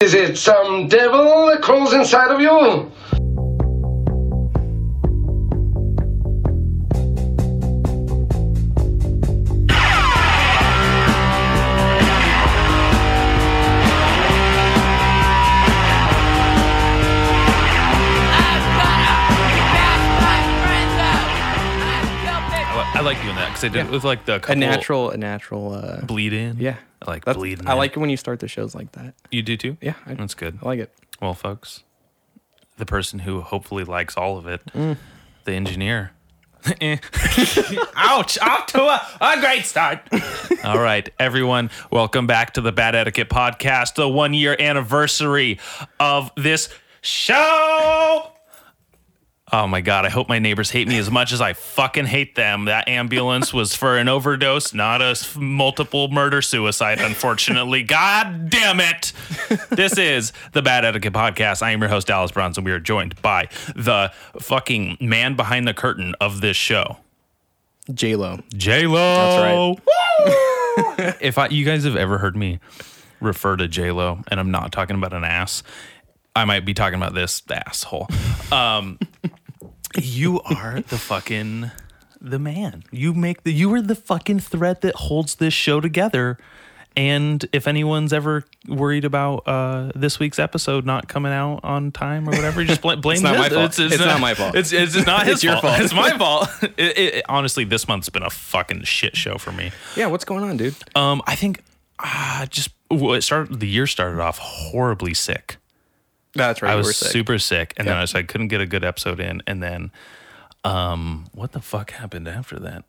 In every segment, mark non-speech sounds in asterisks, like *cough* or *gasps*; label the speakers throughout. Speaker 1: Is it some devil that crawls inside of you?
Speaker 2: I, li- I like doing that because I did it
Speaker 3: Yeah.
Speaker 2: with like the couple
Speaker 3: A natural, a natural. Uh,
Speaker 2: bleed in.
Speaker 3: yeah,
Speaker 2: I like
Speaker 3: That's-
Speaker 2: bleeding.
Speaker 3: I
Speaker 2: in.
Speaker 3: like it when you start the shows like that.
Speaker 2: you do too.
Speaker 3: Yeah, I,
Speaker 2: that's good.
Speaker 3: I like it.
Speaker 2: Well, folks, the person who hopefully likes all of it, the engineer. Eh. Ouch! Off to a, a great start. *laughs* all right, everyone, welcome back to the Bad Etiquette Podcast, the one year anniversary of this show. Oh my God, I hope my neighbors hate me as much as I fucking hate them. That ambulance was for an overdose, not a s- multiple murder suicide, unfortunately. God damn it. This is the Bad Etiquette Podcast. I am your host, Dallas Bronson. We are joined by the fucking man behind the curtain of this show,
Speaker 3: J Lo.
Speaker 2: J Lo. That's right. if I, you guys have ever heard me refer to J Lo, and I'm not talking about an ass, I might be talking about this asshole. Um, you are the fucking the man. You make the you are the fucking thread that holds this show together. And if anyone's ever worried about uh, this week's episode not coming out on time or whatever, just bl- *laughs* blame
Speaker 3: not
Speaker 2: his-
Speaker 3: my fault. It's not my fault.
Speaker 2: It's, it's
Speaker 3: *laughs*
Speaker 2: not his
Speaker 3: It's your
Speaker 2: fault.
Speaker 3: fault.
Speaker 2: It's my
Speaker 3: *laughs*
Speaker 2: fault. It- it- it- honestly, this month's been a fucking shit show for me.
Speaker 3: Yeah, what's going on, dude?
Speaker 2: Um, I think uh, just well, it started. The year started off horribly sick.
Speaker 3: That's right.
Speaker 2: I
Speaker 3: you
Speaker 2: was
Speaker 3: were sick.
Speaker 2: super sick, and then I, was, I couldn't get a good episode in. And then, um, what the fuck happened after that?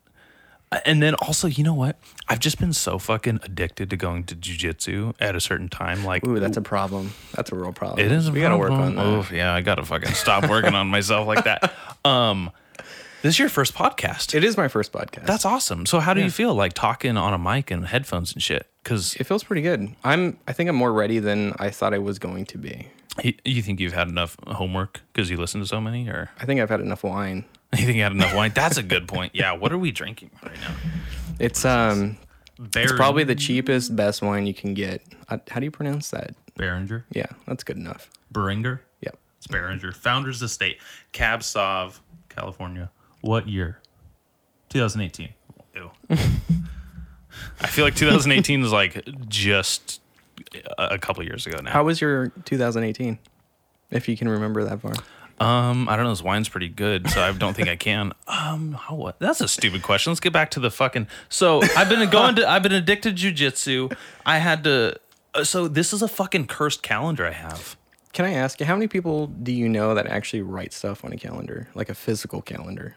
Speaker 2: Uh, And then also, you know what? I've just been so fucking addicted to going to jujitsu at a certain time. Like,
Speaker 3: Ooh, that's a problem. That's a real problem.
Speaker 2: it is. a
Speaker 3: We gotta work on
Speaker 2: problem.
Speaker 3: that.
Speaker 2: Oof, yeah, I gotta fucking stop working on myself like that. *laughs* Um, this is your first podcast.
Speaker 3: It is my first podcast.
Speaker 2: That's awesome. So how do you feel like talking on a mic and headphones and shit? Because
Speaker 3: it feels pretty good. I'm. I think I'm more ready than I thought I was going to be.
Speaker 2: you think you've had enough homework because you listen to so many, or *laughs*
Speaker 3: I think I've had enough wine.
Speaker 2: you think you had enough wine? That's a good point. Yeah. What are we drinking right now?
Speaker 3: It's um. It's
Speaker 2: Behringer-
Speaker 3: probably the cheapest, best wine you can get. Uh, How do you pronounce that?
Speaker 2: Behringer.
Speaker 3: Yeah, that's good enough.
Speaker 2: Beringer.
Speaker 3: Yep.
Speaker 2: It's Behringer. Founders Estate, Cab Sauv, California. What year? 2018. Ew. *laughs* I feel like 2018 is like just a a couple years ago now.
Speaker 3: How was your 2018? If you can remember that far.
Speaker 2: Um, I don't know. This wine's pretty good, so I don't think I can. *laughs* Um, how what? That's a stupid question. Let's get back to the fucking. So I've been going to. I've been addicted to jujitsu. I had to. uh, So this is a fucking cursed calendar I have.
Speaker 3: Can I ask you how many people do you know that actually write stuff on a calendar, like a physical calendar?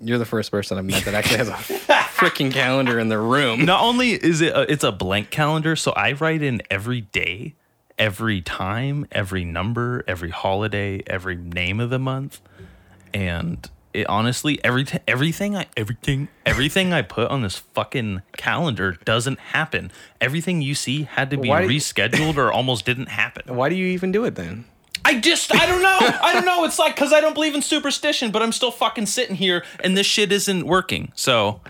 Speaker 3: You're the first person I've met that actually
Speaker 2: *laughs*
Speaker 3: has a freaking calendar in the room.
Speaker 2: Not only is it a, it's a blank calendar, so I write in every day, every time, every number, every holiday, every name of the month, and it honestly every t- everything I everything everything I put on this fucking calendar doesn't happen. Everything you see had to be
Speaker 3: Why do you-
Speaker 2: rescheduled or almost didn't happen.
Speaker 3: Why do you even do it then?
Speaker 2: I just I don't know. I don't know. It's like cuz I don't believe in superstition, but I'm still fucking sitting here and this shit isn't working. So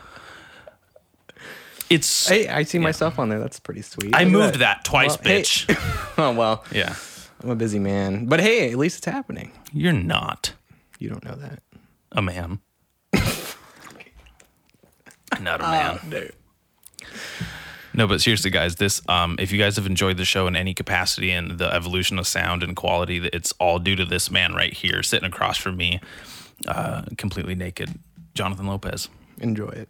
Speaker 2: it's
Speaker 3: Hey, I see myself on there. That's pretty sweet.
Speaker 2: I
Speaker 3: Look at
Speaker 2: moved that, twice,
Speaker 3: Well, hey.
Speaker 2: bitch.
Speaker 3: *laughs* Oh well,
Speaker 2: yeah.
Speaker 3: I'm a busy man, but hey, at least it's happening.
Speaker 2: You're not
Speaker 3: You don't know that.
Speaker 2: a
Speaker 3: *laughs*
Speaker 2: man. not a
Speaker 3: Ah,
Speaker 2: man. No, but seriously, guys, this um, if you guys have enjoyed the show in any capacity and the evolution of sound and quality, that it's all due to this man right here sitting across from me, uh, completely naked, Jonathan Lopez.
Speaker 3: Enjoy it.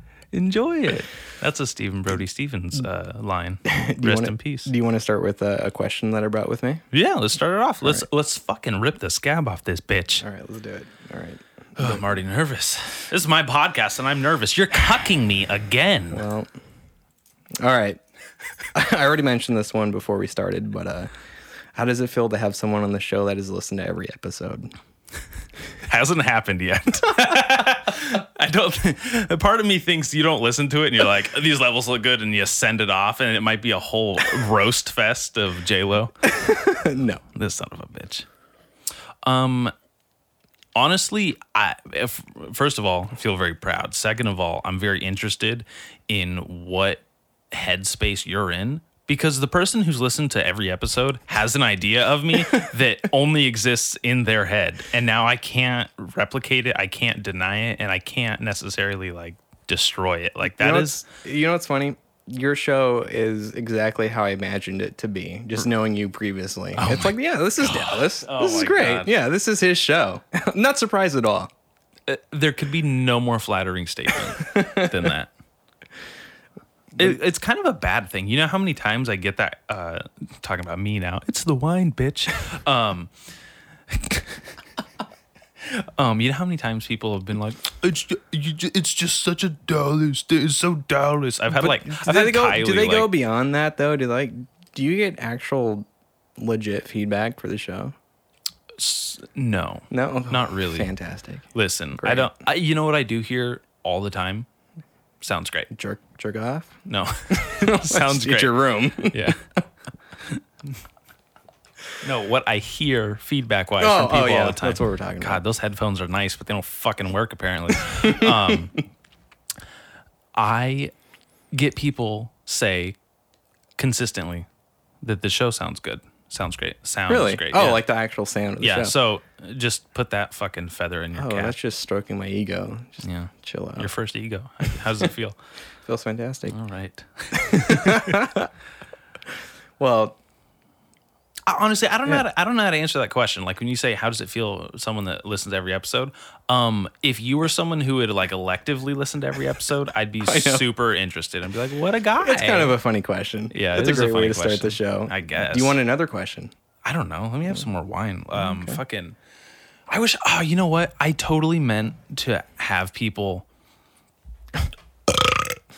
Speaker 3: *laughs*
Speaker 2: Enjoy it. That's a Stephen Brody Stevens uh, line. Rest
Speaker 3: *laughs* Do you wanna-
Speaker 2: in peace.
Speaker 3: Do you want to start with a, a question that I brought with me?
Speaker 2: yeah, let's start it off. Let's let's fucking rip the scab off this bitch.
Speaker 3: All right, let's do it. All right.
Speaker 2: I'm already nervous. This is my podcast, and I'm nervous. You're cucking me again.
Speaker 3: Well, all right. *laughs* I already mentioned this one before we started, but uh, how does it feel to have someone on the show that has listened to every episode?
Speaker 2: Hasn't happened yet. *laughs* I don't. a Part of me thinks you don't listen to it, and you're like, "These levels look good," and you send it off, and it might be a whole roast fest of J Lo.
Speaker 3: no.
Speaker 2: This son of a bitch. Um, honestly, I if, first of all I feel very proud. Second of all, I'm very interested in what headspace you're in because the person who's listened to every episode has an idea of
Speaker 3: *laughs*
Speaker 2: me that only exists in their head. And now I can't replicate it, I can't deny it, and I can't necessarily like destroy it. Like
Speaker 3: you
Speaker 2: that
Speaker 3: know
Speaker 2: is
Speaker 3: what's- you know what's funny? Your show is exactly how I imagined it to be, just knowing you previously. it's like, yeah, this is Dallas.
Speaker 2: Oh
Speaker 3: this is
Speaker 2: my
Speaker 3: great.
Speaker 2: God.
Speaker 3: Yeah, this is his show. *laughs* Not surprised at all.
Speaker 2: there could be no more flattering statement than
Speaker 3: *laughs*
Speaker 2: that. It, it's kind of a bad thing. You know how many times I get that uh, talking about me now? It's the wine,
Speaker 3: *laughs*
Speaker 2: bitch. Um, *laughs* um, you know how many times people have been like, "It's ju- you, ju- it's just such a Dallas. thing. It's so Dallas." I've had
Speaker 3: But
Speaker 2: like,
Speaker 3: do
Speaker 2: I've
Speaker 3: they
Speaker 2: had
Speaker 3: go?
Speaker 2: Kylie,
Speaker 3: do they go
Speaker 2: like-
Speaker 3: beyond that though? Do like, do you get actual, legit feedback for the show?
Speaker 2: no,
Speaker 3: No,
Speaker 2: not really.
Speaker 3: Fantastic.
Speaker 2: Listen, I
Speaker 3: Great.
Speaker 2: don't. I, you know what I do here all the time? Sounds great.
Speaker 3: Jerk, jerk off. *laughs*
Speaker 2: No, *laughs* sounds
Speaker 3: It's
Speaker 2: great. *laughs*
Speaker 3: your room.
Speaker 2: Yeah. no, what I hear feedback wise
Speaker 3: Oh,
Speaker 2: from people
Speaker 3: oh, yeah,
Speaker 2: all the time.
Speaker 3: that's what we're talking
Speaker 2: God,
Speaker 3: about.
Speaker 2: those headphones are nice, but they don't fucking work
Speaker 3: *laughs*
Speaker 2: apparently. um, I get people say consistently that the show sounds good, sounds great, sounds
Speaker 3: *laughs* really?
Speaker 2: great.
Speaker 3: Oh,
Speaker 2: yeah.
Speaker 3: like the actual sound of the
Speaker 2: yeah.
Speaker 3: show.
Speaker 2: So just put that fucking feather in your
Speaker 3: oh,
Speaker 2: cap.
Speaker 3: that's just stroking my ego. Just
Speaker 2: yeah.
Speaker 3: chill out.
Speaker 2: Your first ego. How does it
Speaker 3: *laughs*
Speaker 2: feel?
Speaker 3: Feels fantastic.
Speaker 2: all right.
Speaker 3: Well,
Speaker 2: I- honestly, I don't know. How to, I don't know how to answer that question. Like when you say, "How does it feel?" Someone that listens to every episode. Um, if you were someone who had like electively listened to every episode, I'd
Speaker 3: *laughs*
Speaker 2: be
Speaker 3: know.
Speaker 2: super interested. I'd be like, "What a guy!"
Speaker 3: It's kind of a funny question.
Speaker 2: Yeah,
Speaker 3: that's
Speaker 2: it
Speaker 3: a
Speaker 2: is a
Speaker 3: great way
Speaker 2: funny
Speaker 3: to start the show.
Speaker 2: question, I guess.
Speaker 3: Do you want another question?
Speaker 2: I don't know. Let me have some more wine. Um, fucking. I wish. Oh, you know what? I totally meant to have people.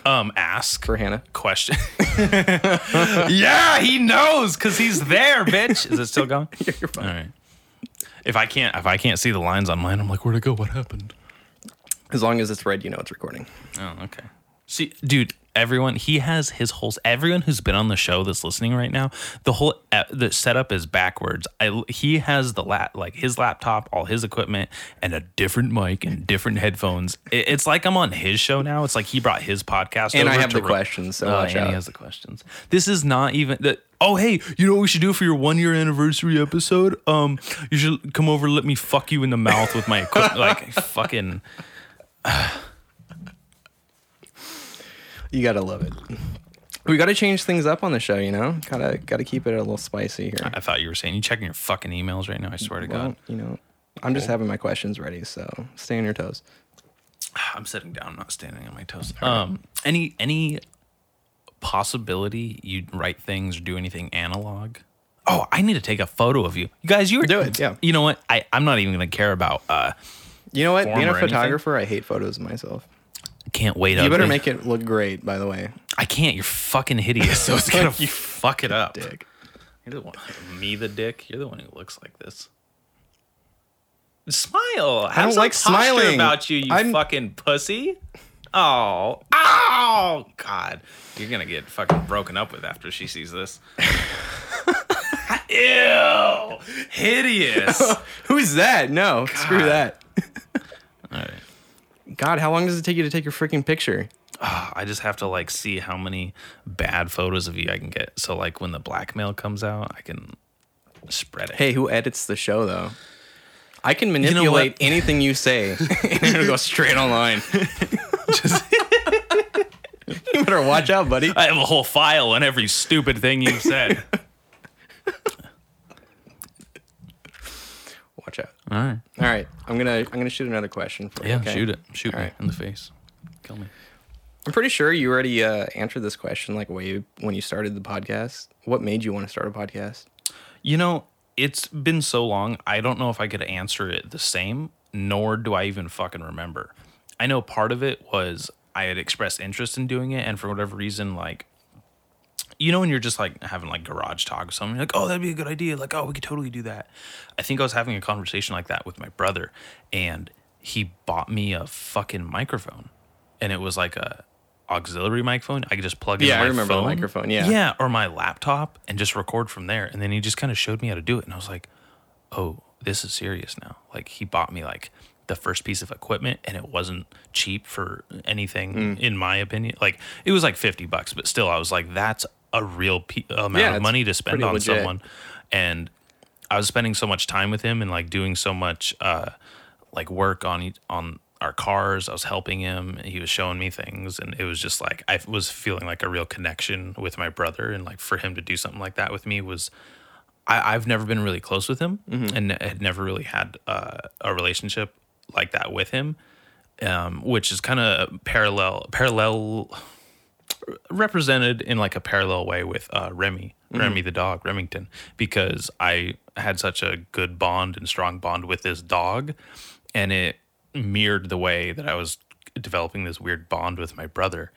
Speaker 2: Um, ask *laughs*
Speaker 3: For Hannah?
Speaker 2: question. yeah, he knows because he's there, bitch. Is it still
Speaker 3: *laughs*
Speaker 2: going?
Speaker 3: You're fine.
Speaker 2: All right. If I can't, if I can't see the lines on mine, I'm like, where'd it go? What happened?
Speaker 3: As long as it's red, you know it's recording.
Speaker 2: Oh, okay. See, dude, everyone, he has his whole. Everyone who's been on the show that's listening right now, the whole e- the setup is backwards. I he has the lap, like his laptop, all his equipment, and a different mic and different headphones. It, it's like I'm on his show now. It's like he brought his podcast.
Speaker 3: And I
Speaker 2: over
Speaker 3: have
Speaker 2: to
Speaker 3: the
Speaker 2: re-
Speaker 3: questions, so
Speaker 2: Oh,
Speaker 3: watch
Speaker 2: and
Speaker 3: out.
Speaker 2: he has the questions. This is not even the. Oh hey, you know what we should do for your one year anniversary episode? Um, you should come over, let me fuck you in the mouth with my equipment, *laughs* like fucking.
Speaker 3: You gotta love it. We gotta change things up on the show, you know. Gotta gotta keep it a little spicy here.
Speaker 2: I thought you were saying you checking your fucking emails right now. I swear to
Speaker 3: Well,
Speaker 2: God,
Speaker 3: you know, I'm just having my questions ready, so stay on your toes.
Speaker 2: *sighs* I'm sitting down, not standing on my toes. Um, any any possibility you'd write things or do anything analog? Oh, I need to take a photo of you, you guys. You were
Speaker 3: Do it, yeah.
Speaker 2: You know what? I I'm not even gonna care about. Uh,
Speaker 3: You know what?
Speaker 2: Form
Speaker 3: Being
Speaker 2: or
Speaker 3: a
Speaker 2: anything?
Speaker 3: photographer, I hate photos of myself.
Speaker 2: can't wait.
Speaker 3: You better make it look great, by the way.
Speaker 2: I can't. You're fucking hideous. So
Speaker 3: *laughs*
Speaker 2: it's gonna you fuck it up.
Speaker 3: Dick.
Speaker 2: You're the one. Me the dick. You're the one who looks like this. Smile. Have
Speaker 3: don't
Speaker 2: some
Speaker 3: like
Speaker 2: posture
Speaker 3: smiling.
Speaker 2: about you. You
Speaker 3: I'm-
Speaker 2: fucking pussy. Oh, oh, God! You're gonna get fucking broken up with after she sees
Speaker 3: *laughs*
Speaker 2: this. Ew!
Speaker 3: *laughs*
Speaker 2: Hideous. All
Speaker 3: Who's that? No, screw
Speaker 2: God.
Speaker 3: that.
Speaker 2: right.
Speaker 3: God, how long does it take you to take your freaking picture?
Speaker 2: Ah, I just have to like see how many bad photos of you I can get. So like when the blackmail comes out, I can spread it.
Speaker 3: Hey, who edits the show though? I can
Speaker 2: know
Speaker 3: manipulate
Speaker 2: what?
Speaker 3: anything you
Speaker 2: *laughs*
Speaker 3: say. *laughs* and it'll go straight online. *laughs* you better watch out, buddy.
Speaker 2: I have a whole file on every stupid thing you've
Speaker 3: *laughs*
Speaker 2: said.
Speaker 3: Watch out.
Speaker 2: All right.
Speaker 3: All right, I'm gonna I'm gonna shoot another question for you.
Speaker 2: Yeah,
Speaker 3: okay?
Speaker 2: shoot it. Shoot
Speaker 3: All
Speaker 2: me
Speaker 3: right.
Speaker 2: in the face. Kill me.
Speaker 3: I'm pretty sure you already uh, answered this question like way when you started the podcast. What made you want to start a podcast?
Speaker 2: You know, it's been so long. I don't know if I could answer it the same, nor do I even fucking remember. I know part of it was I had expressed interest in doing it, and for whatever reason, like, you know, when you're just like having like garage talk or something, you're like, oh, that'd be a good idea. Like, oh, we could totally do that. I think I was having a conversation like that with my brother, and he bought me a fucking microphone, and it was like a auxiliary microphone. I could just plug in
Speaker 3: Yeah, I
Speaker 2: my
Speaker 3: remember the
Speaker 2: phone.
Speaker 3: microphone, yeah.
Speaker 2: yeah, or my laptop, and just record from there. And then he just kind of showed me how to do it, and I was like, oh, this is serious now. Like he bought me like the first piece of equipment and it wasn't
Speaker 3: Hmm.
Speaker 2: cheap for anything in my opinion. Like it was like 50 bucks, but still I was like that's a real pe- amount
Speaker 3: Yeah,
Speaker 2: of
Speaker 3: it's
Speaker 2: money to spend
Speaker 3: pretty
Speaker 2: on
Speaker 3: legit.
Speaker 2: someone, and I was spending so much time with him and like doing so much uh, like work on e- on our cars. I was helping him. He was showing me things, and it was just like I was feeling like a real connection with my brother, and like for him to do something like that with me was. I, I've never been really close with him,
Speaker 3: Mm-hmm.
Speaker 2: and had never really had uh, a relationship like that with him, um, which is kind of parallel parallel represented in like a parallel way with uh, Remy, Remy the dog, Remington, because I had such a good bond and strong bond with this dog, and it mirrored the way that I was developing this weird bond with my brother.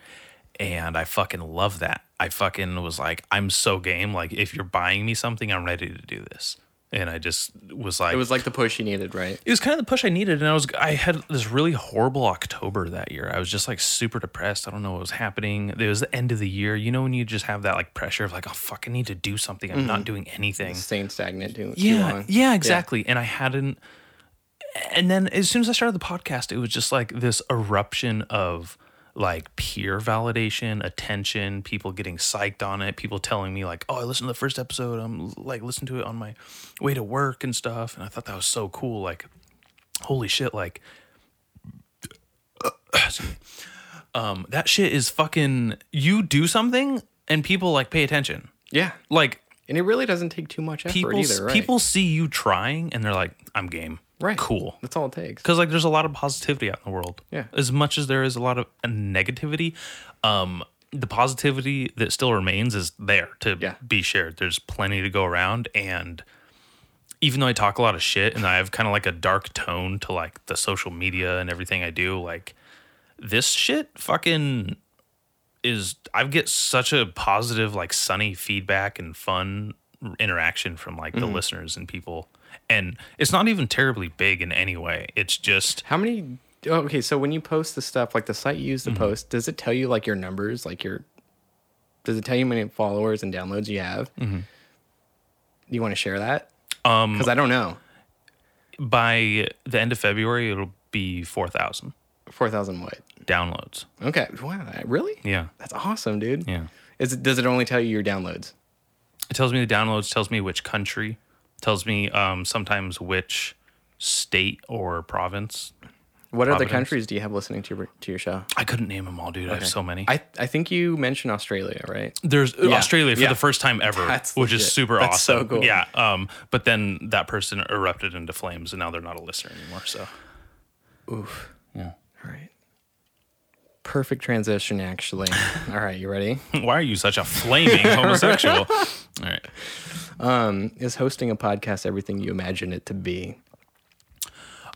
Speaker 2: And I fucking love that. I fucking was like, I'm so game. Like, if you're buying me something, I'm ready to do this. And I just was like,
Speaker 3: It was like the push you needed, right?
Speaker 2: it was kind of the push I needed. And I was, I had this really horrible October that year. I was just like super depressed. I don't know what was happening. It was the end of the year. You know, when you just have that like pressure of like, oh, fuck, I need to do something. I'm not doing anything.
Speaker 3: Staying stagnant too, too
Speaker 2: Yeah.
Speaker 3: long.
Speaker 2: Yeah, exactly. And I hadn't, and then as soon as I started the podcast, it was just like this eruption of like peer validation, attention, people getting psyched on it, people telling me like, "Oh, I listened to the first episode. I'm like listened to it on my way to work and stuff." And I thought that was so cool. Like, holy shit! Like, *coughs* excuse me. um, that shit is fucking. You do something and people like pay attention.
Speaker 3: Yeah.
Speaker 2: Like
Speaker 3: And it really doesn't take too much effort
Speaker 2: people,
Speaker 3: either, right?
Speaker 2: people see you trying and they're like, "I'm game."
Speaker 3: right.
Speaker 2: Cool.
Speaker 3: That's all it takes.
Speaker 2: because like there's a lot of positivity out in the world
Speaker 3: Yeah.
Speaker 2: as much as there is a lot of negativity um the positivity that still remains is there to
Speaker 3: Yeah.
Speaker 2: be shared there's plenty to go around and even though i talk a lot of shit and i have kind of like a dark tone to like the social media and everything i do like this shit fucking is I get such a positive, like sunny feedback and fun interaction from like the listeners and people. And it's not even terribly big in any way. It's just
Speaker 3: How many? oh, Okay, so when you post the stuff, like the site you use to
Speaker 2: Mm-hmm.
Speaker 3: post, does it tell you like your numbers, like your? Does it tell you how many followers and downloads you have?
Speaker 2: Mm-hmm.
Speaker 3: Do you want to share that? Um, because I don't know.
Speaker 2: by the end of February it'll be four thousand
Speaker 3: Four thousand what?
Speaker 2: downloads.
Speaker 3: Okay, wow, that- really?
Speaker 2: Yeah.
Speaker 3: That's awesome, dude.
Speaker 2: Yeah.
Speaker 3: Is it? Does it only tell you your downloads?
Speaker 2: It tells me the downloads, tells me which country, tells me um sometimes which state or province.
Speaker 3: What other
Speaker 2: Providence.
Speaker 3: countries do you have listening to your to your show?
Speaker 2: I couldn't name them all, dude. I have so many.
Speaker 3: I I think you mentioned Australia, right?
Speaker 2: there's uh, Australia for
Speaker 3: yeah.
Speaker 2: the first time ever,
Speaker 3: That's
Speaker 2: which is
Speaker 3: legit.
Speaker 2: super
Speaker 3: That's so
Speaker 2: awesome.
Speaker 3: cool.
Speaker 2: Yeah. Um, but then that person erupted into flames, and now they're not a listener anymore. So *laughs*
Speaker 3: All right. Perfect transition, actually.
Speaker 2: *laughs*
Speaker 3: All right, you ready?
Speaker 2: why are you such a
Speaker 3: *laughs*
Speaker 2: flaming homosexual? All right.
Speaker 3: Is hosting a podcast everything you imagine it to be?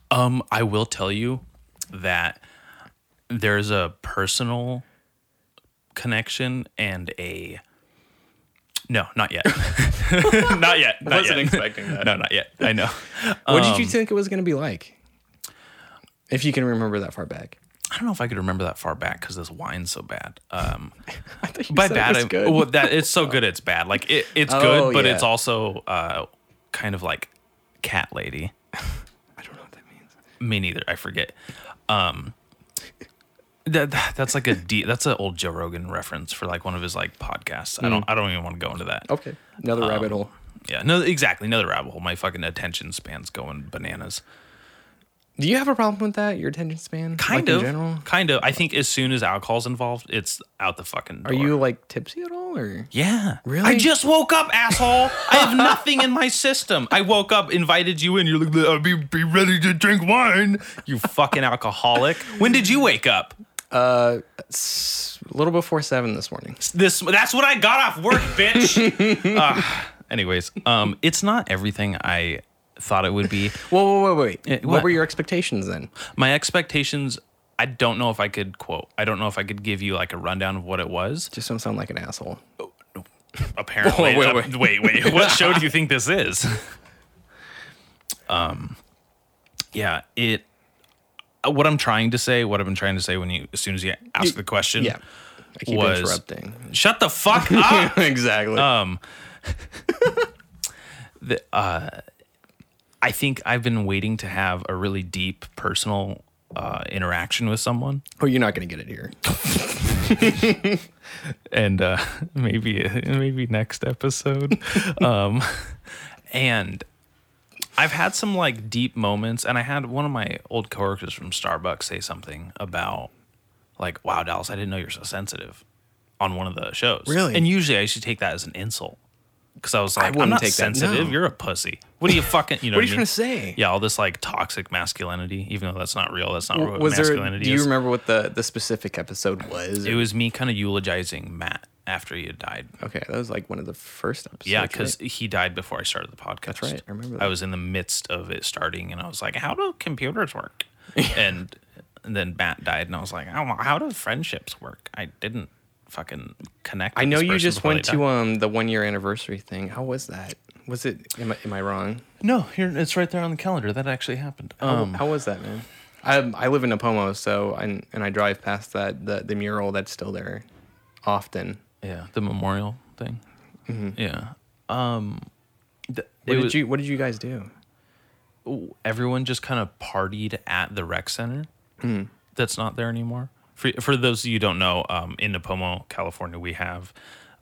Speaker 2: Um, I will tell you that there's a personal connection and a no, not yet, *laughs* not yet, not yet.
Speaker 3: wasn't expecting that.
Speaker 2: No, not yet. I know.
Speaker 3: What did you think it was going to be like? If you can remember that far back.
Speaker 2: I don't know if I could remember that far back because this wine's so bad. Um,
Speaker 3: *laughs* I thought you
Speaker 2: by
Speaker 3: said it
Speaker 2: bad,
Speaker 3: was
Speaker 2: I,
Speaker 3: good.
Speaker 2: well, that it's so good, it's bad. Like it, it's
Speaker 3: Oh,
Speaker 2: good, but
Speaker 3: yeah.
Speaker 2: it's also uh, kind of like cat lady.
Speaker 3: I don't know what that means.
Speaker 2: Me neither. I forget. Um, that, that- that's like a D, *laughs* that's an old Joe Rogan reference for like one of his like podcasts. I
Speaker 3: Mm.
Speaker 2: don't I don't even want to go into that.
Speaker 3: Okay. Another rabbit
Speaker 2: Um,
Speaker 3: hole.
Speaker 2: Yeah, no, exactly. Another rabbit hole. My fucking attention span's going bananas.
Speaker 3: Do you have a problem with that? Your attention span?
Speaker 2: Kind
Speaker 3: like
Speaker 2: of.
Speaker 3: In general?
Speaker 2: Kind of. I think as soon as alcohol's involved, it's out the fucking. Door.
Speaker 3: Are you like tipsy at all or?
Speaker 2: Yeah.
Speaker 3: Really?
Speaker 2: I just woke up, asshole. I have nothing in my system. I woke up, invited you in. You're like, I'll be, be ready to drink wine. You fucking alcoholic. When did you wake up?
Speaker 3: It's a little before seven this morning.
Speaker 2: This that's what I got off work, bitch.
Speaker 3: *laughs*
Speaker 2: Ah, anyways, um, it's not everything I thought it would be.
Speaker 3: Whoa, whoa, whoa, wait. what?
Speaker 2: what?
Speaker 3: were your expectations then?
Speaker 2: My expectations, I don't know if I could quote. I don't know if I could give you like a rundown of what it was.
Speaker 3: Just don't sound like an asshole.
Speaker 2: apparently.
Speaker 3: *laughs* Wait,
Speaker 2: uh,
Speaker 3: wait,
Speaker 2: wait, wait. What show do you think this
Speaker 3: *laughs*
Speaker 2: is? Um, yeah, it. uh, What I'm trying to say, what I've been trying to say when you, as soon as you ask the question,
Speaker 3: Yeah. I keep
Speaker 2: Was- Um,
Speaker 3: interrupting. *laughs*
Speaker 2: shut the fuck up.
Speaker 3: exactly.
Speaker 2: I think I've been waiting to have a really deep personal uh, interaction with someone.
Speaker 3: oh, you're not going to get it here.
Speaker 2: and uh, *laughs* maybe maybe next
Speaker 3: *laughs*
Speaker 2: episode. um, and I've had some like deep moments, and I had one of my old coworkers from Starbucks say something about like, "Wow, Dallas, I didn't know you're so sensitive." On one of the shows,
Speaker 3: Really?
Speaker 2: and usually I usuld take that as an insult because I was like, "I'm
Speaker 3: wouldn't
Speaker 2: not
Speaker 3: take that,
Speaker 2: sensitive.
Speaker 3: no.
Speaker 2: You're a pussy. What are you fucking?
Speaker 3: *laughs*
Speaker 2: You know
Speaker 3: What are
Speaker 2: what
Speaker 3: you
Speaker 2: I
Speaker 3: trying
Speaker 2: mean?
Speaker 3: to say?
Speaker 2: Yeah, all this like toxic masculinity, even though that's not real. That's not what
Speaker 3: was there?
Speaker 2: masculinity
Speaker 3: Do you
Speaker 2: is.
Speaker 3: remember what the the specific episode was?
Speaker 2: It was me kind of eulogizing Matt after he had died.
Speaker 3: okay, that was like one of the first episodes.
Speaker 2: Yeah,
Speaker 3: right?
Speaker 2: because he died before I started the podcast.
Speaker 3: right. I remember
Speaker 2: I
Speaker 3: that.
Speaker 2: was in the midst of it starting, and I was like, "How do computers
Speaker 3: *laughs*
Speaker 2: work?" and, and then Matt died, and I was like, "Oh, how do friendships work?" I didn't fucking connect.
Speaker 3: I
Speaker 2: with
Speaker 3: know
Speaker 2: this
Speaker 3: you
Speaker 2: person
Speaker 3: just
Speaker 2: before
Speaker 3: went
Speaker 2: they
Speaker 3: to
Speaker 2: died.
Speaker 3: um the one year anniversary thing. How was that? Was it? Am I, am I wrong?
Speaker 2: no, here it's right there on the calendar. That actually happened.
Speaker 3: How-
Speaker 2: Um,
Speaker 3: how was that, man? I I live in Napomo, so I and I drive past that the, the mural that's still there often.
Speaker 2: yeah, the memorial thing. Yeah. Um, th-
Speaker 3: Mm-hmm. What
Speaker 2: it
Speaker 3: did
Speaker 2: was-
Speaker 3: you What did you guys do?
Speaker 2: everyone just kind of partied at the rec center Hmm. that's not there anymore. For, for those of you who don't know, um, in Napomo, California, we have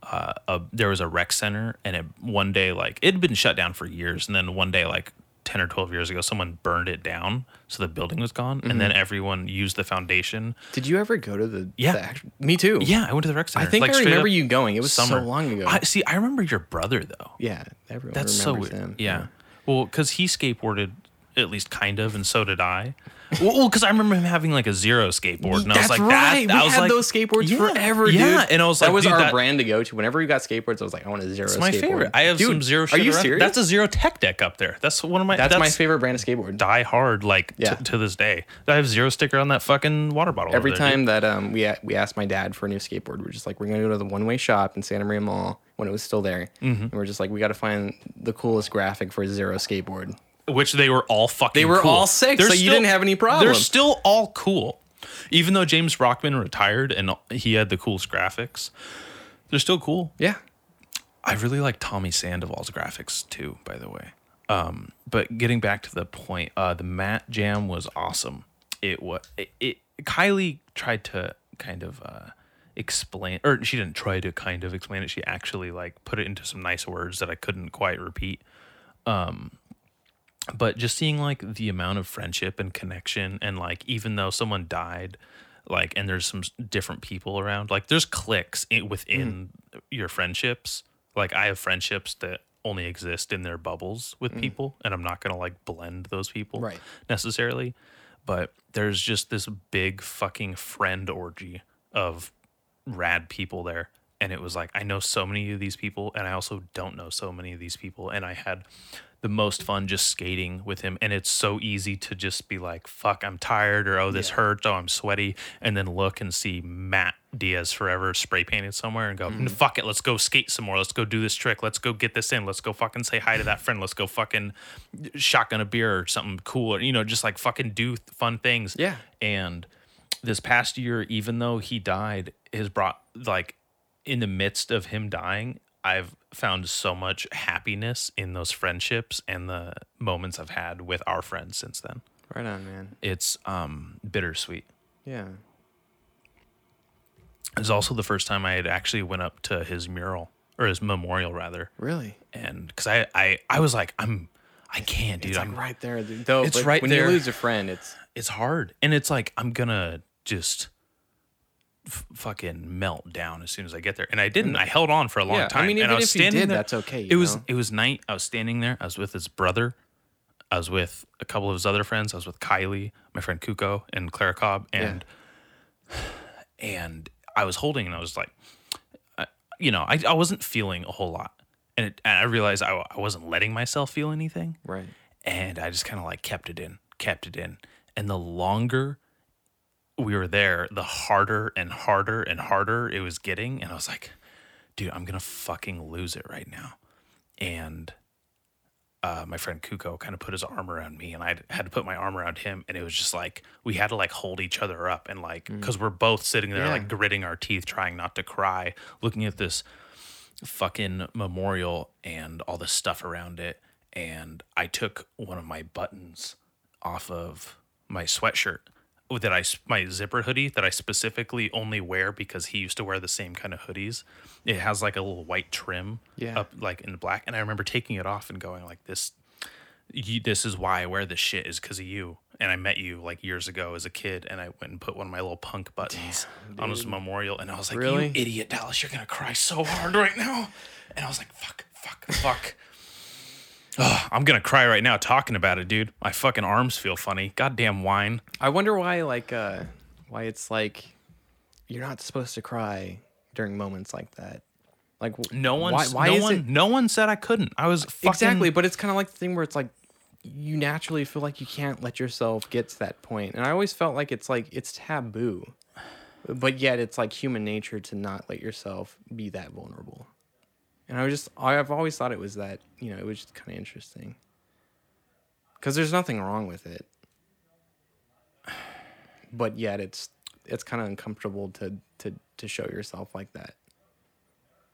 Speaker 2: uh, a, there was a rec center, and it one day like it had been shut down for years, and then one day like ten or twelve years ago, someone burned it down, so the building was gone, and then everyone used the foundation.
Speaker 3: Did you ever go to the
Speaker 2: Yeah.
Speaker 3: the act- me too.
Speaker 2: Yeah, I went to the rec center.
Speaker 3: I think I
Speaker 2: straight
Speaker 3: remember
Speaker 2: up
Speaker 3: you going. It was so long ago.
Speaker 2: I, see, I remember your brother though.
Speaker 3: yeah, everyone
Speaker 2: That's so
Speaker 3: remembers
Speaker 2: weird.
Speaker 3: him.
Speaker 2: Yeah. Well, because he skateboarded at least kind of, and so did I. well, because I remember him having like a zero skateboard, and I was
Speaker 3: That's
Speaker 2: like,
Speaker 3: right.
Speaker 2: that. I
Speaker 3: we
Speaker 2: was
Speaker 3: had
Speaker 2: like,
Speaker 3: those skateboards
Speaker 2: yeah,
Speaker 3: forever, dude.
Speaker 2: Yeah, and I was
Speaker 3: that
Speaker 2: like,
Speaker 3: was
Speaker 2: dude,
Speaker 3: our
Speaker 2: that-
Speaker 3: brand to go to. Whenever we got skateboards, I was like, I want a zero.
Speaker 2: It's my
Speaker 3: skateboard.
Speaker 2: favorite. I have
Speaker 3: dude,
Speaker 2: some zero.
Speaker 3: Are
Speaker 2: shit
Speaker 3: you
Speaker 2: around-
Speaker 3: serious?
Speaker 2: That's a zero tech deck up there. That's one of my.
Speaker 3: that's, my favorite brand of skateboard.
Speaker 2: Die hard, like
Speaker 3: Yeah.
Speaker 2: to, to this day. I have zero sticker on that fucking water bottle.
Speaker 3: Every
Speaker 2: over there, dude.
Speaker 3: time that um we a- we asked my dad for a new skateboard, we we're just like, we're gonna go to the one way shop in Santa Maria Mall when it was still there,
Speaker 2: Mm-hmm.
Speaker 3: and we're just like, we got to find the coolest graphic for a zero skateboard.
Speaker 2: which they were all fucking.
Speaker 3: They were
Speaker 2: cool.
Speaker 3: all sick, so you didn't have any problem.
Speaker 2: They're still all cool, even though James Rockman retired and he had the coolest graphics. They're still cool.
Speaker 3: Yeah,
Speaker 2: I really like Tommy Sandoval's graphics too, by the way. Um, but getting back to the point, uh, the Matt Jam was awesome. It was it, it. Kylie tried to kind of uh, explain, or she didn't try to kind of explain it. She actually like put it into some nice words that I couldn't quite repeat. Um, but just seeing like the amount of friendship and connection, and like even though someone died, like and there's some s- different people around, like there's cliques i- within your friendships. Like I have friendships that only exist in their bubbles with people, and I'm not gonna like blend those people
Speaker 3: Right.
Speaker 2: necessarily. But there's just this big fucking friend orgy of rad people there. And it was like, I know so many of these people, and I also don't know so many of these people. And I had the most fun just skating with him. And it's so easy to just be like, fuck, I'm tired, or oh, this hurts, oh, I'm sweaty. And then look and see Matt Diaz forever spray painted somewhere and go, "N- fuck it, let's go skate some more. Let's go do this trick. Let's go get this in. Let's go fucking say hi to that friend. Let's go fucking shotgun a beer or something cool, or, you know, just like fucking do th- fun things.
Speaker 3: Yeah.
Speaker 2: And this past year, even though he died, has brought like in the midst of him dying, I've found so much happiness in those friendships and the moments I've had with our friends since then.
Speaker 3: right on, man.
Speaker 2: It's um bittersweet.
Speaker 3: Yeah,
Speaker 2: It was also the first time I had actually went up to his mural or his memorial rather.
Speaker 3: really.
Speaker 2: And because I, I I was like, I'm I can't, dude.
Speaker 3: It's
Speaker 2: I'm
Speaker 3: like right there, dude. though.
Speaker 2: It's
Speaker 3: like,
Speaker 2: right
Speaker 3: when
Speaker 2: there.
Speaker 3: you lose a friend, it's
Speaker 2: it's hard and it's like i'm gonna just f- fucking melt down as soon as i get there and i didn't i held on for a long
Speaker 3: Yeah, I
Speaker 2: time
Speaker 3: mean,
Speaker 2: and
Speaker 3: even
Speaker 2: i was
Speaker 3: if you
Speaker 2: standing
Speaker 3: did,
Speaker 2: there.
Speaker 3: that's okay, you
Speaker 2: it was
Speaker 3: know?
Speaker 2: it was night i was standing there i was with his brother i was with a couple of his other friends i was with kylie my friend kuko and clara cobb and and i was holding and i was like I, you know I, I wasn't feeling a whole lot and, it, and i realized I, I wasn't letting myself feel anything
Speaker 3: right.
Speaker 2: and I just kind of like kept it in, kept it in. And the longer we were there, the harder and harder and harder it was getting. And I was like, dude, I'm gonna fucking lose it right now. And uh, my friend Kuko kind of put his arm around me, and I had to put my arm around him, and it was just like we had to like hold each other up, and like because we're both sitting there like gritting our teeth, trying not to cry, looking at this fucking memorial and all the stuff around it. And I took one of my buttons off of my sweatshirt oh, that I s- my zipper hoodie that I specifically only wear because he used to wear the same kind of hoodies. It has like a little white trim
Speaker 3: Yeah.
Speaker 2: up like in black, and I remember taking it off and going like this. You, this is why I wear this shit is because of you. And I met you like years ago as a kid, and I went and put one of my little punk buttons on his memorial, and I was like,
Speaker 3: Really?
Speaker 2: "You idiot, Dallas, you're gonna cry so hard right now." And I was like, "Fuck, fuck, fuck." *sighs* Ugh, I'm gonna cry right now talking about it, dude. My fucking arms feel funny. Goddamn wine.
Speaker 3: I wonder why, like, uh, why it's like you're not supposed to cry during moments like that. Like, w-
Speaker 2: No one,
Speaker 3: Why, why
Speaker 2: no
Speaker 3: is
Speaker 2: one,
Speaker 3: it
Speaker 2: no one said I couldn't. I was fucking,
Speaker 3: exactly? But it's kind of like the thing where it's like you naturally feel like you can't let yourself get to that point, and I always felt like it's like it's taboo, but yet it's like human nature to not let yourself be that vulnerable. And I was just, I- I've always thought it was that, you know, it was just kind of interesting. Because there's nothing wrong with it. But yet it's, it's kind of uncomfortable to, to, to show yourself like that.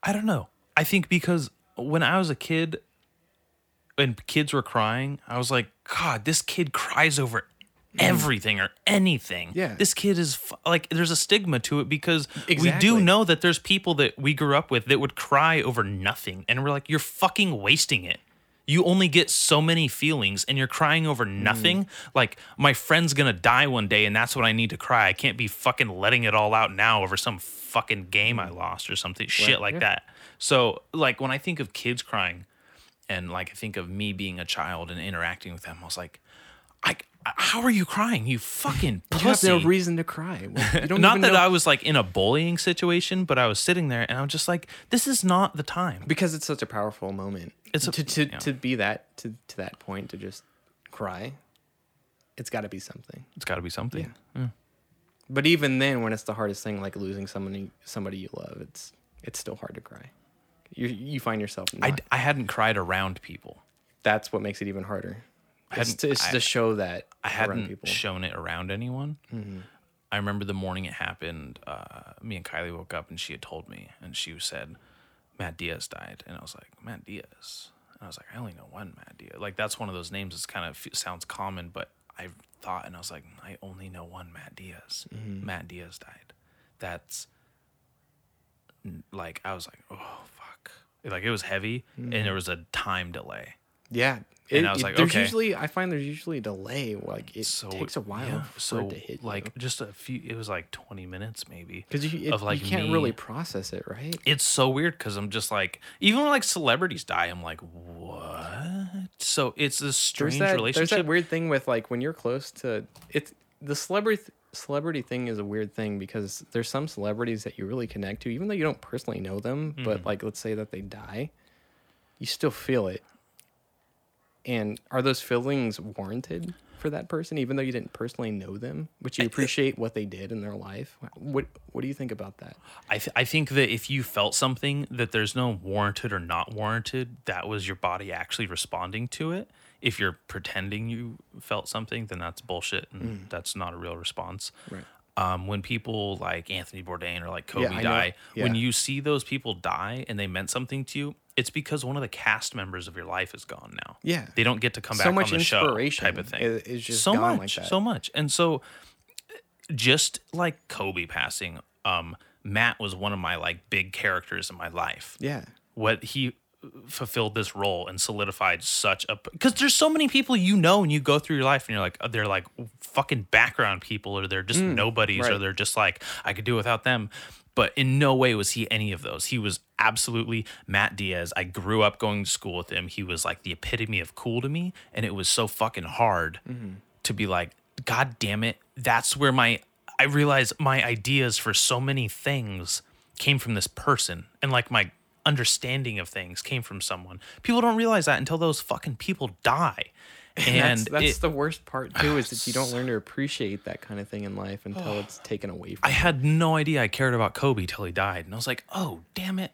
Speaker 2: I don't know. I think because when I was a kid, and kids were crying, I was like, God, this kid cries over everything or anything.
Speaker 3: Yeah.
Speaker 2: This kid is fu- like, there's a stigma to it because we
Speaker 3: Exactly.
Speaker 2: do know that there's people that we grew up with that would cry over nothing. And we're like, you're fucking wasting it. You only get so many feelings and you're crying over
Speaker 3: Mm.
Speaker 2: nothing. Like, my friend's gonna die one day and that's when I need to cry. I can't be fucking letting it all out now over some fucking game
Speaker 3: Mm.
Speaker 2: I lost or something, shit like that. So, like, when I think of kids crying, and like I think of me being a child and interacting with them, I was like, I, how are you crying? You fucking
Speaker 3: You have
Speaker 2: pussy.
Speaker 3: no reason to cry. Well,
Speaker 2: *laughs*
Speaker 3: you don't
Speaker 2: not
Speaker 3: even
Speaker 2: that
Speaker 3: know-
Speaker 2: I was like in a bullying situation, but I was sitting there and I'm just like, this is not the time.
Speaker 3: because it's such a powerful moment.
Speaker 2: It's a-
Speaker 3: to, to,
Speaker 2: yeah.
Speaker 3: to be that, to, to that point, to just cry. It's got to be something.
Speaker 2: It's got to be something.
Speaker 3: But even then, when it's the hardest thing, like losing somebody somebody you love, it's it's still hard to cry. You you find yourself. Not,
Speaker 2: I, I hadn't cried around people.
Speaker 3: that's what makes it even harder. It's
Speaker 2: hadn't-
Speaker 3: to, it's to show that
Speaker 2: I
Speaker 3: around
Speaker 2: hadn't
Speaker 3: people. Mm-hmm.
Speaker 2: shown it around anyone. I remember the morning it happened. Uh, me and Kylie woke up and she had told me, and she said, "Matt Diaz died," and I was like, "Matt Diaz," and I was like, "I only know one Matt Diaz." Like that's one of those names that's kind of f- sounds common, but I thought and I was like, "I only know one Matt Diaz.
Speaker 3: Mm-hmm.
Speaker 2: Matt Diaz died." That's n- like I was like, "Oh fuck!" Like it was heavy,
Speaker 3: Mm-hmm.
Speaker 2: and there was a time delay.
Speaker 3: yeah.
Speaker 2: And
Speaker 3: It-
Speaker 2: I was
Speaker 3: it-
Speaker 2: like,
Speaker 3: there's
Speaker 2: okay.
Speaker 3: usually I find there's usually a delay. Like it takes a while
Speaker 2: yeah,
Speaker 3: for
Speaker 2: so
Speaker 3: it to hit
Speaker 2: like
Speaker 3: like
Speaker 2: just a few it was like 20 minutes maybe
Speaker 3: because you, it-
Speaker 2: of like
Speaker 3: you can't
Speaker 2: me-
Speaker 3: really process it, right?
Speaker 2: it's so weird because i'm just like even when like celebrities die i'm like what so it's a strange
Speaker 3: There's that,
Speaker 2: relationship
Speaker 3: There's that weird thing with like when you're close to it's the celebrity celebrity thing is a weird thing because there's some celebrities that you really connect to, even though you don't personally know them. But
Speaker 2: Mm-hmm.
Speaker 3: like, let's say that they die, you still feel it. And are those feelings warranted for that person, even though you didn't personally know them,
Speaker 2: Eh,
Speaker 3: but you appreciate what they did in their life? What What do you think about that?
Speaker 2: I, th- I think that if you felt something that there's no warranted or not warranted, that was your body actually responding to it. If you're pretending you felt something, then that's bullshit and that's not a real response.
Speaker 3: Mm. Right.
Speaker 2: Um, when people like Anthony Bourdain or like Kobe
Speaker 3: I know.
Speaker 2: die, when
Speaker 3: Yeah.
Speaker 2: you see those people die and they meant something to you, it's because one of the cast members of your life is gone now.
Speaker 3: Yeah.
Speaker 2: They don't get to come
Speaker 3: So
Speaker 2: back
Speaker 3: much
Speaker 2: on the show
Speaker 3: inspiration
Speaker 2: type of thing.
Speaker 3: is- is just
Speaker 2: so
Speaker 3: gone like
Speaker 2: much,
Speaker 3: that.
Speaker 2: so much. And so just like Kobe passing, um, Matt was one of my like big characters in my life.
Speaker 3: Yeah,
Speaker 2: What he uh, fulfilled this role and solidified such a because there's so many people you know and you go through your life and you're like uh, they're like fucking background people or they're just nobodies or
Speaker 3: Mm, right.
Speaker 2: they're just like I could do without them. But in no way was he any of those. He was absolutely Matt Diaz. I grew up going to school with him. He was like the epitome of cool to me. And it was so fucking hard
Speaker 3: Mm-hmm.
Speaker 2: to be like, God damn it. That's where my, I realized my ideas for so many things came from this person. And like my understanding of things came from someone. People don't realize that until those fucking people die. And
Speaker 3: that's, that's
Speaker 2: it-
Speaker 3: the worst part too, is that you
Speaker 2: *sighs*
Speaker 3: don't learn to appreciate that kind of thing in life until it's taken away from.
Speaker 2: I had no idea I cared about Kobe till he died. And I was like, oh, damn it.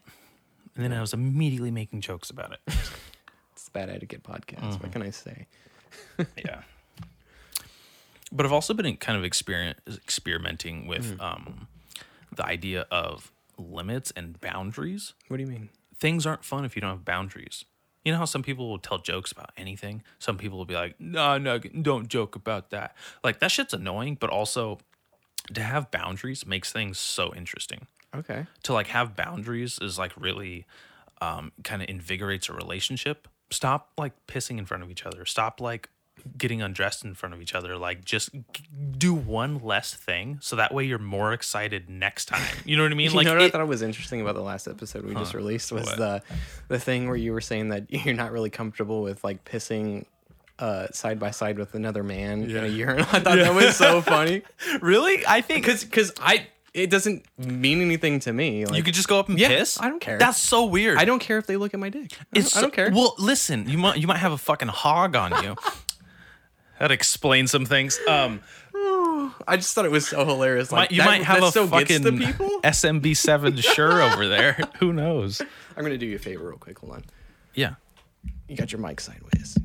Speaker 2: And then I was immediately making jokes about it.
Speaker 3: It's bad etiquette podcast.
Speaker 2: Mm-hmm.
Speaker 3: What can I say?
Speaker 2: yeah. But I've also been kind of experien experimenting with um, the idea of limits and boundaries.
Speaker 3: What do you mean?
Speaker 2: Things aren't fun if you don't have boundaries. You know how some people will tell jokes about anything? Some people will be like, no, no, don't joke about that. Like, that shit's annoying, but also to have boundaries makes things so interesting.
Speaker 3: Okay.
Speaker 2: To like have boundaries is like really um, kind of invigorates a relationship. Stop like pissing in front of each other. Stop like getting undressed in front of each other. Like just g- do one less thing so that way you're more excited next time. You know what I mean? Like
Speaker 3: *laughs* you know what I
Speaker 2: it-
Speaker 3: thought was interesting about the last episode we just released was
Speaker 2: What?
Speaker 3: the the thing where you were saying that *laughs* you're not really comfortable with like pissing uh, side by side with another man in a urinal. *laughs* I thought that was so funny
Speaker 2: *laughs* really? I think
Speaker 3: because because I it doesn't mean anything to me. Like,
Speaker 2: you could just go up and
Speaker 3: Yeah,
Speaker 2: piss.
Speaker 3: I don't care.
Speaker 2: That's so weird.
Speaker 3: I don't care if they look at my dick. I don't, I don't care.
Speaker 2: Well, listen, you might you might have a fucking hog on
Speaker 3: *laughs*
Speaker 2: you. that explains some things. Um,
Speaker 3: I just thought it was so hilarious. Like
Speaker 2: you
Speaker 3: that-
Speaker 2: might have
Speaker 3: that
Speaker 2: a
Speaker 3: so
Speaker 2: fucking
Speaker 3: gets the people. *laughs*
Speaker 2: SMB7 sure over there. Who knows?
Speaker 3: I'm gonna do you a favor real quick. Hold on.
Speaker 2: Yeah,
Speaker 3: You got your mic sideways.